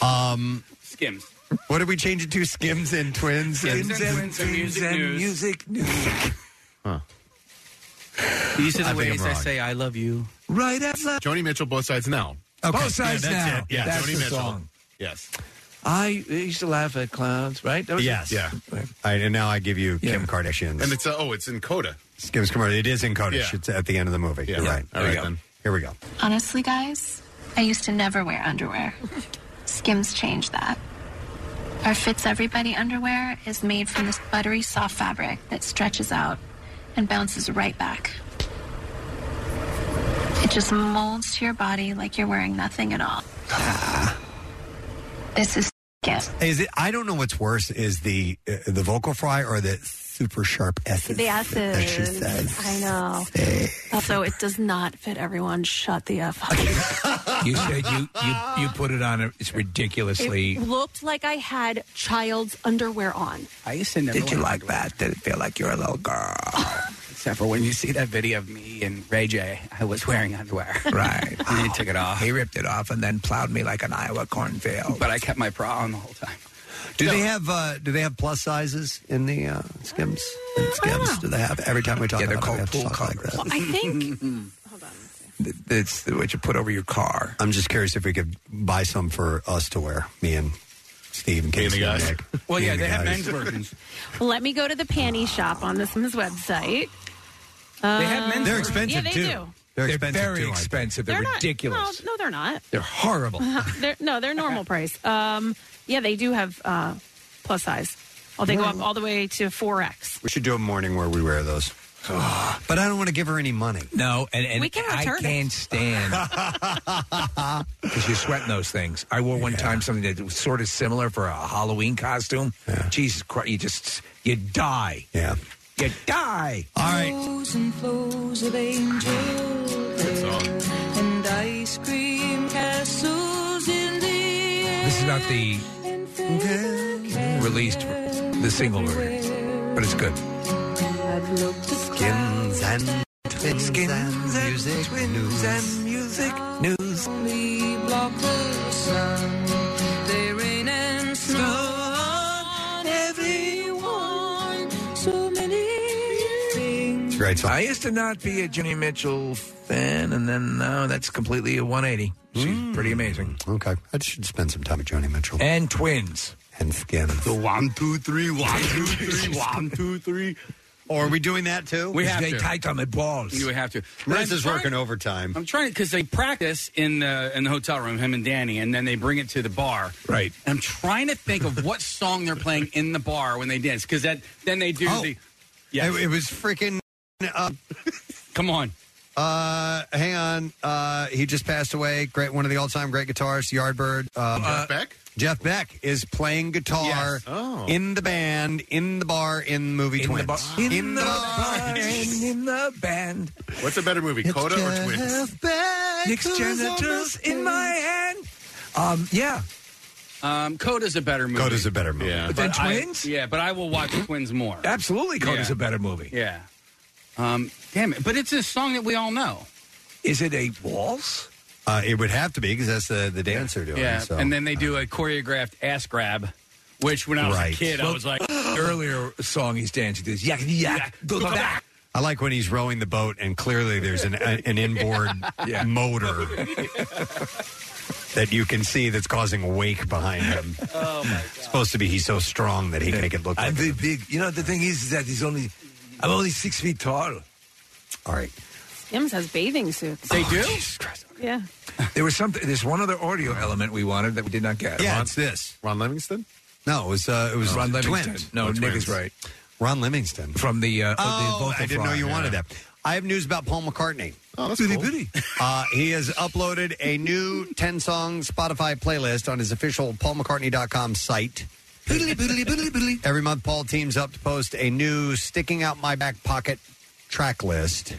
Um,
Skims.
What did we change it to? Skims and twins.
Skims and Twins and music news. music
These are
I
the
think
ways
I'm
I
wrong.
say I love you.
Right outside.
Joni Mitchell, both sides now.
Okay. Both Sides
yeah, that's
Now.
It. Yeah,
That's
Joni
the
Mitchell.
song.
Yes.
I used to laugh at clowns, right? That was-
Yes. I, and now I give you Kim Kardashian's
And it's, uh, oh, it's in Coda.
Skims commercial. It is in Kodesh.
Yeah.
It's at the end of the movie.
Yeah.
You're
Yeah.
right.
All
There you
right,
go.
then.
Here we go.
Honestly, guys, I used to never wear underwear. Skims changed that. Our Fits Everybody underwear is made from this buttery soft fabric that stretches out and bounces right back. It just molds to your body like you're wearing nothing at all. this is Skims.
Is it? I don't know what's worse: is the uh, the vocal fry or the super sharp S's?
The
As she
asses.
says.
I know. Also, it does not fit everyone. Shut the F up.
You said you, you you put it on. It's ridiculously.
It looked like I had child's underwear on.
I used to never.
Did you like that? Did it feel like you're a little girl?
Except for when you see that video of me and Ray J, I was wearing underwear.
Right. Oh.
and he took it off.
He ripped it off and then plowed me like an Iowa cornfield.
But I kept my bra on the whole time.
Do they have uh, do they have plus sizes in the uh, Skims? And Skims do they have? Every time we talk about it, we have to talk like that.
I think.
It's what you put over your car.
I'm just curious if we could buy some for us to wear, me and Steve and
Me and
Casey
the
and
guys.
Nick.
Well,
Me
yeah,
and the
they have
guys.
men's versions.
Let me go to the panty shop on this one's website.
They have men's
Um,
They're expensive
yeah, they
too.
Do.
They're expensive.
very
too, I think.
expensive. They're,
not-
ridiculous.
no, no, they're not.
They're horrible.
they're, no, they're normal price. Um, yeah, they do have uh, plus size. Oh, they go up all the way to 4X.
We should do a morning where we wear those. but I don't want to give her any money.
No, and, and
We can
I
return it.
can't stand because you're sweating those things. I wore one time something that was sort of similar for a Halloween costume. Jesus Christ, you just you die.
Yeah,
you die.
All right.
Flows and flows of angels and ice cream castles in the air.
This is not the released the single version, but it's good.
I've looked at
Skins and twins
Skins and music twins and music news.
only block the sun. There rain and snow on everyone. So many things.
It's a great song.
I used to not be a Joni Mitchell fan, and then now that's completely a 180. She's pretty amazing.
Mm. Okay, I should spend some time with Joni Mitchell
And twins.
and Skims.
The
One, two, three, one, two, three, one, two, three.
Or Oh, are we doing that too?
We have
they
to.
tight on the balls.
You have to.
Rez is
Right.
working overtime.
I'm trying to because they practice in the in the hotel room, him and Danny, and then they bring it to the bar.
Right.
And I'm trying to think of what song they're playing in the bar when they dance because that then they do the.
Yeah,
Yeah.
it, it was freaking. Uh,
Come on.
uh, hang on. Uh, he just passed away. Great, one of the all-time great guitarists, Yardbird. Uh,
Jeff Beck?
Jeff Beck is playing guitar
Yes. Oh.
in the band, in the bar, in the movie Twins.
in, the bar and in the band.
What's a better movie, Coda or Twins?
Nick's genitals in my hand. Um, yeah.
Um, Coda's a better movie.
Coda's a better movie.
Yeah.
But then
I-
Twins?
yeah, but I will watch Twins more.
Absolutely, Coda's
Yeah.
a better movie.
Yeah. Um, damn it! But it's a song that we all know.
Is it a waltz?
Uh, it would have to be because that's the, the dance they're doing.
yeah.
so.
And then they do a choreographed ass grab, which when I was
Right.
a kid, I
Well,
was like,
earlier song he's dancing to is yak yak
Yeah,
go,
go
back.
I like when he's rowing the boat and clearly there's an, an inboard
Yeah.
motor that you can see that's causing a wake behind him.
Oh, my
It's supposed to be he's so strong that he can make it look like
I'm very big. You know, the thing is, is that he's only, I'm only six feet tall.
All right.
Skims has bathing suits.
They do?
Oh,
Yeah.
There was something. There's one other audio element we wanted that we did not get.
Yeah,
Ron-
it's this.
Ron Livingston.
No, it was uh, it was
Ron Livingston.
Twins.
No,
Oh,
Nick
twins.
is right.
Ron Livingston
from the. Uh,
oh,
the vocal
I didn't know
fry,
you
yeah.
wanted that. I have news about Paul McCartney.
Oh, that's Bitty cool. bitty.
Uh, he has uploaded a new 10 song Spotify playlist on his official paulmccartney.com site. Every month, Paul teams up to post a new Sticking Out My Back Pocket track list.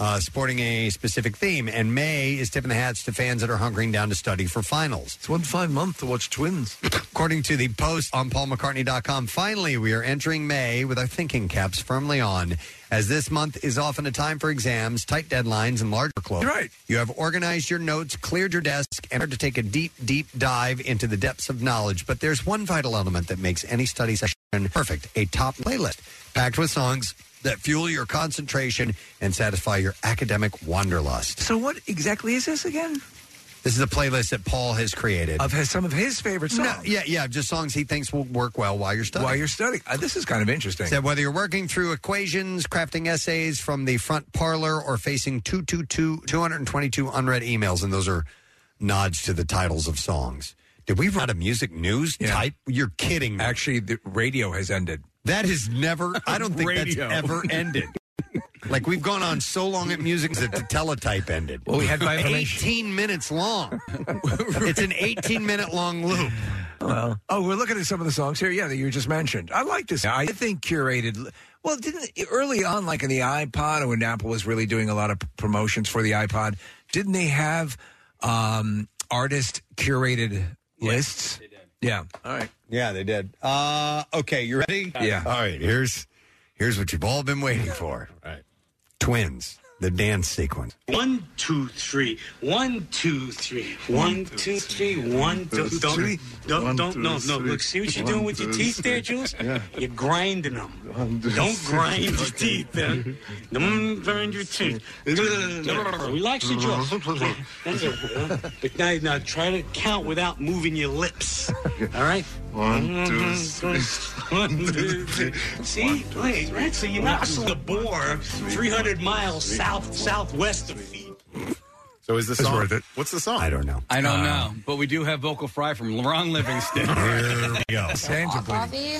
Uh, sporting a specific theme, and May is tipping the hats to fans that are hunkering down to study for finals. It's
one fine month to watch twins.
According to the post on paulmccartney.com, finally we are entering May with our thinking caps firmly on, as this month is often a time for exams, tight deadlines, and larger clothes.
You're right.
You have organized your notes, cleared your desk, and are to take a deep, deep dive into the depths of knowledge. But there's one vital element that makes any study session perfect a top playlist packed with songs that fuel your concentration and satisfy your academic wanderlust.
So what exactly is this again?
This is a playlist that Paul has created
Of his, some of his favorite songs.
No, yeah, yeah, just songs he thinks will work well while you're studying.
While you're studying, Uh, this is kind of interesting.
Said whether you're working through equations, crafting essays from the front parlor, or facing 222, 222 unread emails, and those are nods to the titles of songs. Did we run a music news type? You're kidding me.
Actually, the radio has ended.
That has never, I don't think
Radio.
that's ever ended. like, we've gone on so long at music that the teletype ended.
Well, we had Violation.
18 minutes long. it's an 18 minute long loop.
Well, oh, we're looking at some of the songs here. Yeah, that you just mentioned. I like this. I think curated. Well, didn't early on, like in the iPod, when Apple was really doing a lot of p- promotions for the iPod, didn't they have um, artist curated lists? They did. Yeah. All right.
Yeah, they did. Uh, okay, you ready?
Yeah.
All right. Here's here's what you've all been waiting for. All right. Twins, the dance sequence.
One, two, three. One, two, three. One, two, three. One, two,
two,
don't,
three.
Don't,
One,
don't,
two,
no, no.
three.
Look, see what you're
One,
doing with your
two,
teeth there,
three.
Jules?
Yeah.
You're grinding them.
two,
Don't
three.
grind your teeth. huh? Don't burn your teeth. Relax your jaw. That's it, huh? But now, now try to count without moving your lips. All right?
One, two, three.
One, two, three. See? Wait, right? So you're not the bore 300 miles south southwest of me.
So is the song worth it? What's the song? I
don't know.
I don't
Uh,
know, but we do have vocal fry from Ron Livingston.
Here we go.
Coffee.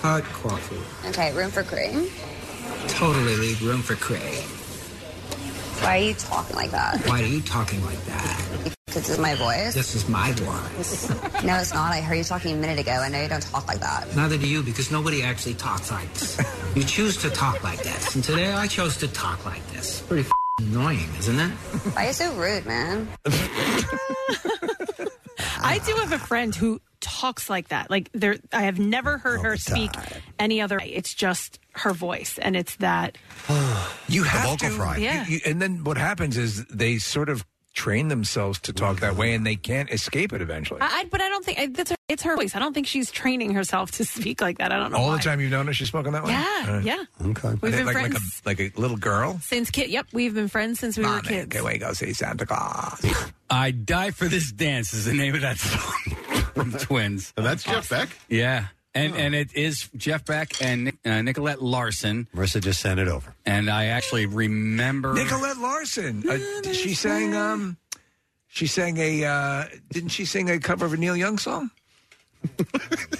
Hot coffee.
Okay, room for cream.
Totally leave room for Craig.
Why are you talking like that?
Why are you talking like that?
This is my voice.
This is my voice.
No, it's not. I heard you talking a minute ago. I know you don't talk like that.
Neither do you, because nobody actually talks like this. You choose to talk like this, and today I chose to talk like this. Pretty f- annoying, isn't it?
Why are you so rude, man?
I do have a friend who talks like that. Like there I have never heard her speak any other way. It's just her voice and it's that
You have
vocal
to,
fry.
you-
Yeah.
you- and then what happens is they sort of train themselves to talk that way, and they can't escape it eventually.
I, I but I don't think I, that's her, it's her voice. I don't think she's training herself to speak like that. I don't know.
All
why.
the time you've known her, she's spoken that way.
Yeah, yeah.
Okay.
We've been
like, like a
friends.
like a little girl.
Since kid, yep, we've been friends since we were
Mommy,
kids.
can we go see Santa Claus?
I Die for This Dance is the name of that song from Twins.
Oh,
that's Jeff Beck?
Yeah. And, and it is Jeff Beck and uh, Nicolette Larson.
Marissa just sent it over.
And I actually remember.
Nicolette Larson. Uh, she sang. Um, she sang a. Uh, didn't she sing a cover of a Neil Young song?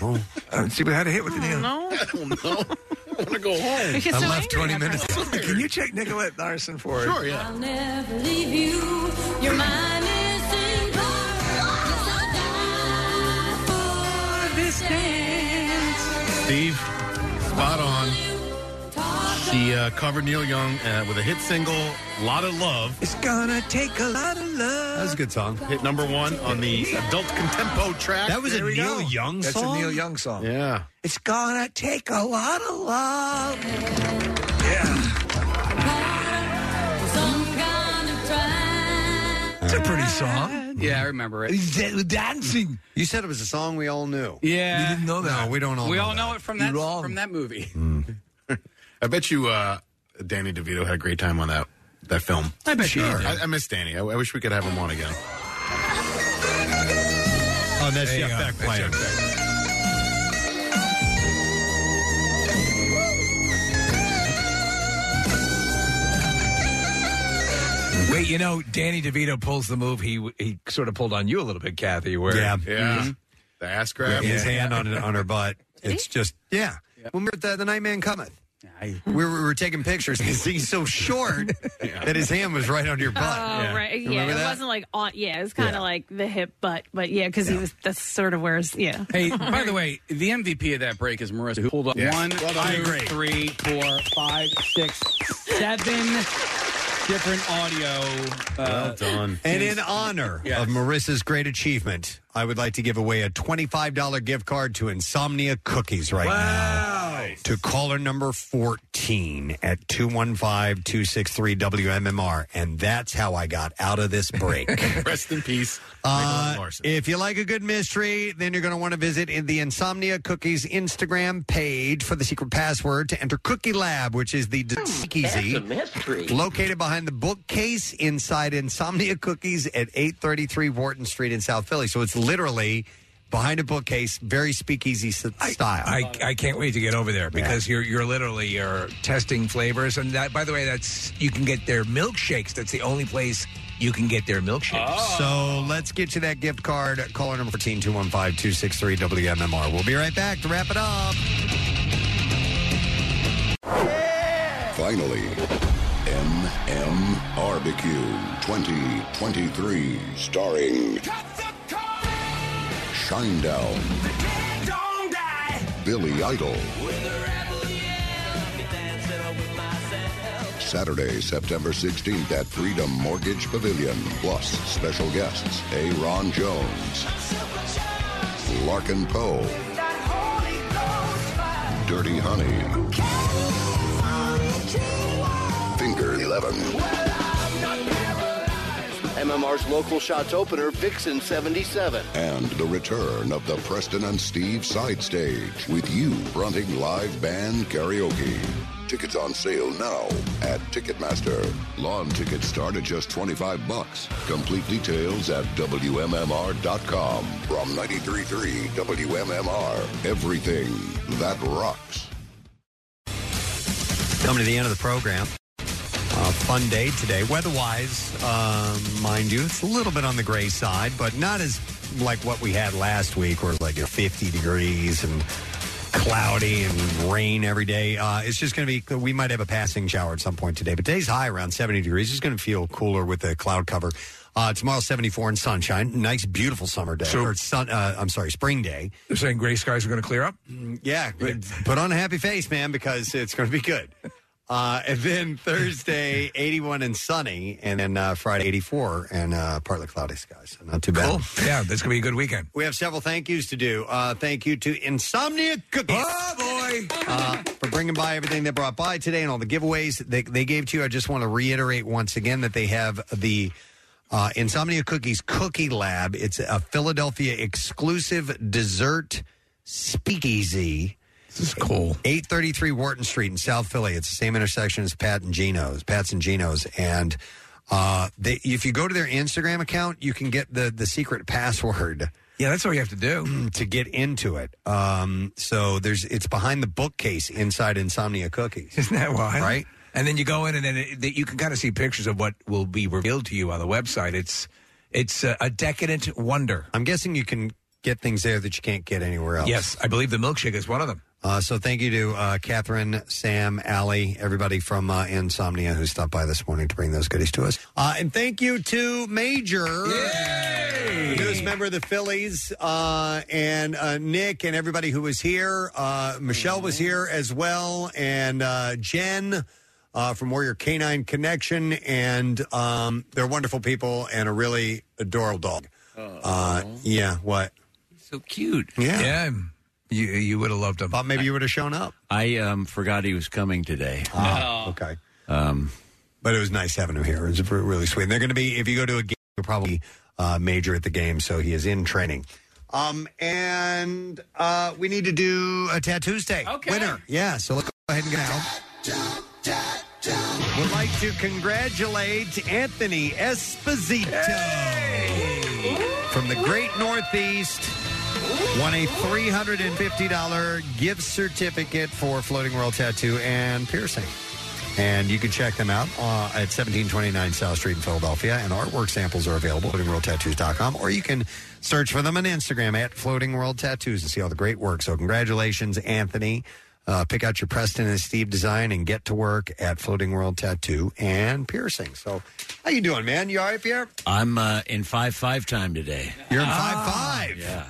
Uh, she had a hit with the
Oh,
Neil.
No. I
don't know. I want to go home.
I left 20 minutes.
Can
you check Nicolette Larson for it?
Sure, yeah.
I'll never leave you. Your mind is in this dance.
Steve, spot on. She uh, covered Neil Young uh, with a hit single, Lot of Love.
It's gonna take a lot of love. That
was a good song.
Hit number one on the adult contempo track.
That was a
There we
Neil
go.
Young That's a song? Neil Young song.
Yeah.
It's gonna take a lot of love.
Some kind of try.
It's a pretty song.
Yeah, I remember it.
dancing.
You said it was a song we all knew.
Yeah.
We didn't know that. No, we don't all
we
know
all know
that.
it from that, from that movie.
I bet you uh, Danny DeVito had a great time on that that film.
I bet you
Sure.
did.
I, I miss Danny. I, I wish we could have him on again.
Oh, that's
Jeff Beck playing.
Wait, you know, Danny DeVito pulls the move he he sort of pulled on you a little bit, Kathy. Where
Yeah. Mm-hmm.
Yeah. The ass grab.
His hand on on her butt. It's just yeah. When we were at the, the Nightman Cometh, we, were, we were taking pictures. He's, he's so short that his hand was right on your butt.
Oh right, yeah. It wasn't like on. Yeah, it was kind of like the hip butt, but yeah, because he was. That's sort of where. His, yeah.
Hey, by the way, the MVP of that break is Marissa, who pulled up
Yeah.
one,
Well done. I
two,
agree.
three, four, five, six, seven different audio. Uh,
Well
done.
And in honor of Marissa's great achievement, I would like to give away a $25 gift card to Insomnia Cookies right now. To caller number 14 at 215 263 WMMR. And that's how I got out of this break.
Rest in peace.
Uh, if you like a good mystery, then you're going to want to visit in the Insomnia Cookies Instagram page for the secret password to enter Cookie Lab, which is the Dazikizee, located behind the bookcase inside Insomnia Cookies at 833 Wharton Street in South Philly. So it's literally behind a bookcase, very speakeasy s- style.
I, I can't wait to get over there because you're you're literally you're testing flavors and that by the way that's you can get their milkshakes that's the only place you can get their milkshakes.
Oh. So let's get you that gift card. Caller number 14 215 263 WMMR. We'll be right back to wrap it up.
Finally, MM Barbecue 2023, starring Shinedown, Billy Idol. Saturday, September 16th at Freedom Mortgage Pavilion. Plus, special guests A. Ron Jones, Larkin Poe, Dirty Honey, Finger 11.
MMR's local shots opener, Vixen 77.
And the return of the Preston and Steve side stage with you fronting live band karaoke. Tickets on sale now at Ticketmaster. Lawn tickets start at just 25 bucks. Complete details at WMMR.com. From 93.3 WMMR, everything that rocks.
Coming to the end of the program. Uh, fun day today. Weather wise, uh, mind you, it's a little bit on the gray side, but not as like what we had last week, where it's like you know, 50 degrees and cloudy and rain every day. Uh, it's just going to be, we might have a passing shower at some point today, but today's high around 70 degrees. It's going to feel cooler with the cloud cover. Uh, tomorrow, 74 and sunshine. Nice, beautiful summer day.
So-
or sun, uh, I'm sorry, spring day. Mm,
They're saying gray skies are going to clear up.
Yeah, put on a happy face, man, because it's going to be good. Uh, and then Thursday, 81 and sunny, and then uh, Friday, 84 and uh, partly cloudy skies. So not too bad.
Cool. Yeah, that's going to be a good weekend.
We have several thank yous to do. Uh, thank you to Insomnia Cookies.
Oh, boy.
Uh, for bringing by everything they brought by today and all the giveaways they, they gave to you. I just want to reiterate once again that they have the uh, Insomnia Cookies Cookie Lab. It's a Philadelphia exclusive dessert speakeasy.
This is cool.
833 Wharton Street in South Philly. It's the same intersection as Pat and Gino's, Pat's and Gino's. And uh, they, if you go to their Instagram account, you can get the, the secret password.
Yeah, that's all you have to do
to get into it. Um, so there's it's behind the bookcase inside Insomnia Cookies.
Isn't that wild?
Right?
And then you go in, and then it, that you can kind of see pictures of what will be revealed to you on the website. It's it's a, a decadent wonder.
I'm guessing you can get things there that you can't get anywhere else.
Yes, I believe the milkshake is one of them.
Uh, so thank you to uh, Catherine, Sam, Allie, everybody from uh, Insomnia who stopped by this morning to bring those goodies to us. Uh, and thank you to Major, the newest member of the Phillies, uh, and uh, Nick, and everybody who was here. Uh, Michelle was here as well, and uh, Jen. Uh, from Warrior Canine Connection, and um, they're wonderful people and a really adorable dog. Uh, yeah, what?
So cute.
Yeah.
Yeah. You you would have loved him.
Thought maybe you would have shown up.
I um, forgot he was coming today.
Ah, okay.
Um,
but it was nice having him here. It was re- really sweet. And they're going to be, if you go to a game, you'll probably uh, major at the game. So he is in training. Um, and uh, we need to do a tattoos day. Okay. Winner. Yeah. So let's go ahead and get out. would like to congratulate Anthony Esposito from the great Northeast. Won a $350 gift certificate for Floating World Tattoo and Piercing. And you can check them out uh, at 1729 South Street in Philadelphia. And artwork samples are available at floatingworldtattoos.com. Or you can search for them on Instagram at Floating World Tattoos and see all the great work. So, congratulations, Anthony. Uh, pick out your Preston and Steve design and get to work at Floating World Tattoo and Piercing. So, how you doing, man? You all right, Pierre?
I'm uh, in five five time today. Ah,
You're in five five.
Yeah.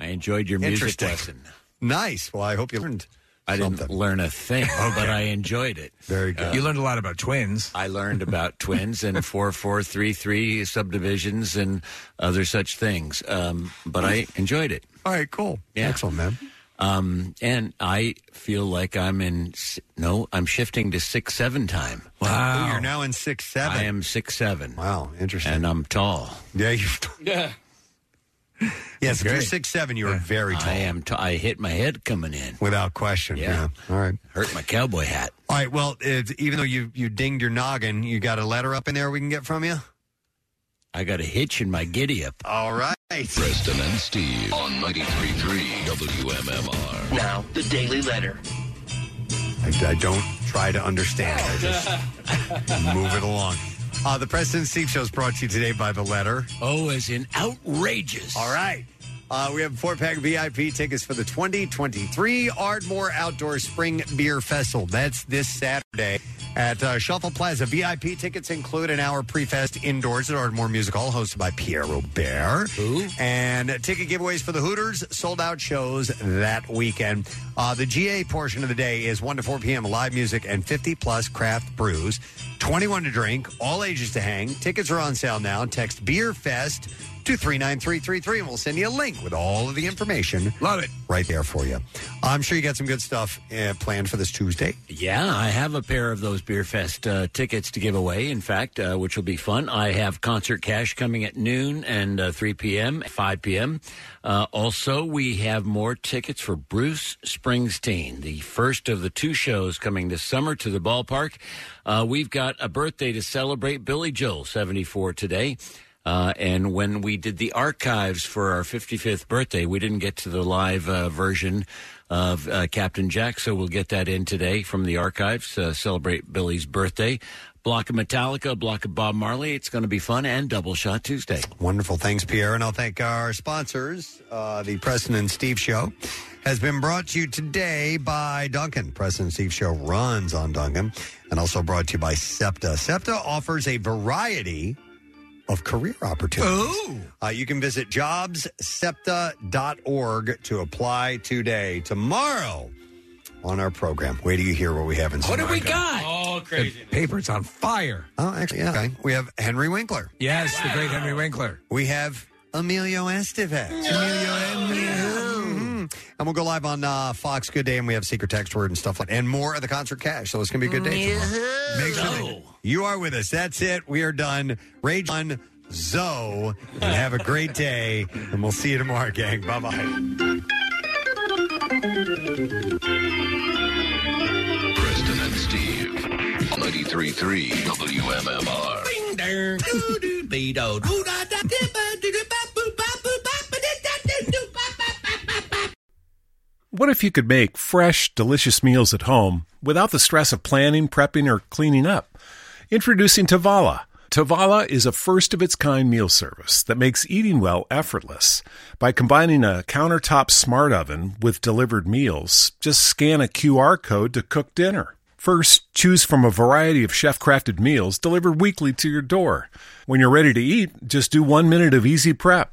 I enjoyed your music
Interesting.
lesson.
Nice. Well, I hope you learned.
I didn't learn a thing, but I enjoyed it.
Very
good. You learned a lot about twins.
I learned about twins and four four three three subdivisions and other such things. Um, but I enjoyed it.
All right, cool.
Yeah.
Excellent, man.
Um, and I feel like I'm in s- no, I'm shifting to six seven time.
Oh, you're now in six seven.
I am six seven.
Wow, interesting.
And I'm tall.
Yeah, you.
Yeah.
Yes, if you're six seven. You are very tall.
I am. T- I hit my head coming in.
Without question. Yeah. All right.
Hurt my cowboy hat.
All right. Well, it, even though you you dinged your noggin, you got a letter up in there we can get from you.
I got a hitch in my giddy up.
All right.
Preston and Steve on 93.3 WMMR.
Now,
the Daily Letter.
I, I don't try to understand. I just move it along. Uh, the President Steve Show is brought to you today by the letter.
Oh, as in outrageous.
All right. Uh, we have four pack VIP tickets for the 2023 Ardmore Outdoor Spring Beer Festival. That's this Saturday at uh, Shuffle Plaza. VIP tickets include an hour pre fest indoors at Ardmore Music Hall, hosted by Pierre Robert. And ticket giveaways for the Hooters, sold out shows that weekend. Uh, the GA portion of the day is 1 to 4 p.m. live music and 50 plus craft brews. 21 to drink, all ages to hang. Tickets are on sale now. Text Beer Fest to 39333 and we'll send you a link with all of the information.
Love it.
Right there for you. I'm sure you got some good stuff uh, planned for this Tuesday.
Yeah, I have a pair of those Beer Fest uh, tickets to give away, in fact, uh, which will be fun. I have Concert Cash coming at noon and uh, 3 p.m., 5 p.m. Uh, also, we have more tickets for Bruce Springsteen, the first of the two shows coming this summer to the ballpark. Uh, we've got a birthday to celebrate Billy Joel, 74 today. Uh, and when we did the archives for our 55th birthday, we didn't get to the live uh, version of uh, Captain Jack, so we'll get that in today from the archives. Uh, celebrate Billy's birthday. Block of Metallica, block of Bob Marley. It's going to be fun and double shot Tuesday.
Wonderful. Thanks, Pierre. And I'll thank our sponsors. Uh, the Preston and Steve Show has been brought to you today by Duncan. Preston and Steve Show runs on Duncan and also brought to you by SEPTA. SEPTA offers a variety of career opportunities. Uh, you can visit jobssepta.org to apply today. Tomorrow on our program, wait till you hear what we have in store.
Oh, crazy. paper's on fire.
Oh, actually, yeah. Okay. We have Henry Winkler.
Yes, the great Henry Winkler.
We have Emilio Estevez. Emilio Mhm. And we'll go live on uh, Fox Good Day, and we have Secret Text Word and stuff like and more of the concert cash. So it's going to be a good day. tomorrow.
Mm-hmm.
Make sure that you are with us. That's it. We are done. Rage on Zoe, and have a great day. And we'll see you tomorrow, gang. Bye bye.
Preston and Steve on 93.3 WMMR.
Ding dong. Doo doo be do. Doo da da da ba doo doo ba boo ba boo ba ba da da doo doo ba ba.
What if you could make fresh, delicious meals at home without the stress of planning, prepping, or cleaning up? Introducing Tavala. Tavala is a first of its kind meal service that makes eating well effortless. By combining a countertop smart oven with delivered meals, just scan a QR code to cook dinner. First, choose from a variety of chef crafted meals delivered weekly to your door. When you're ready to eat, just do one minute of easy prep.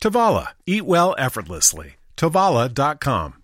Tavala. Eat well effortlessly. Tavala.com.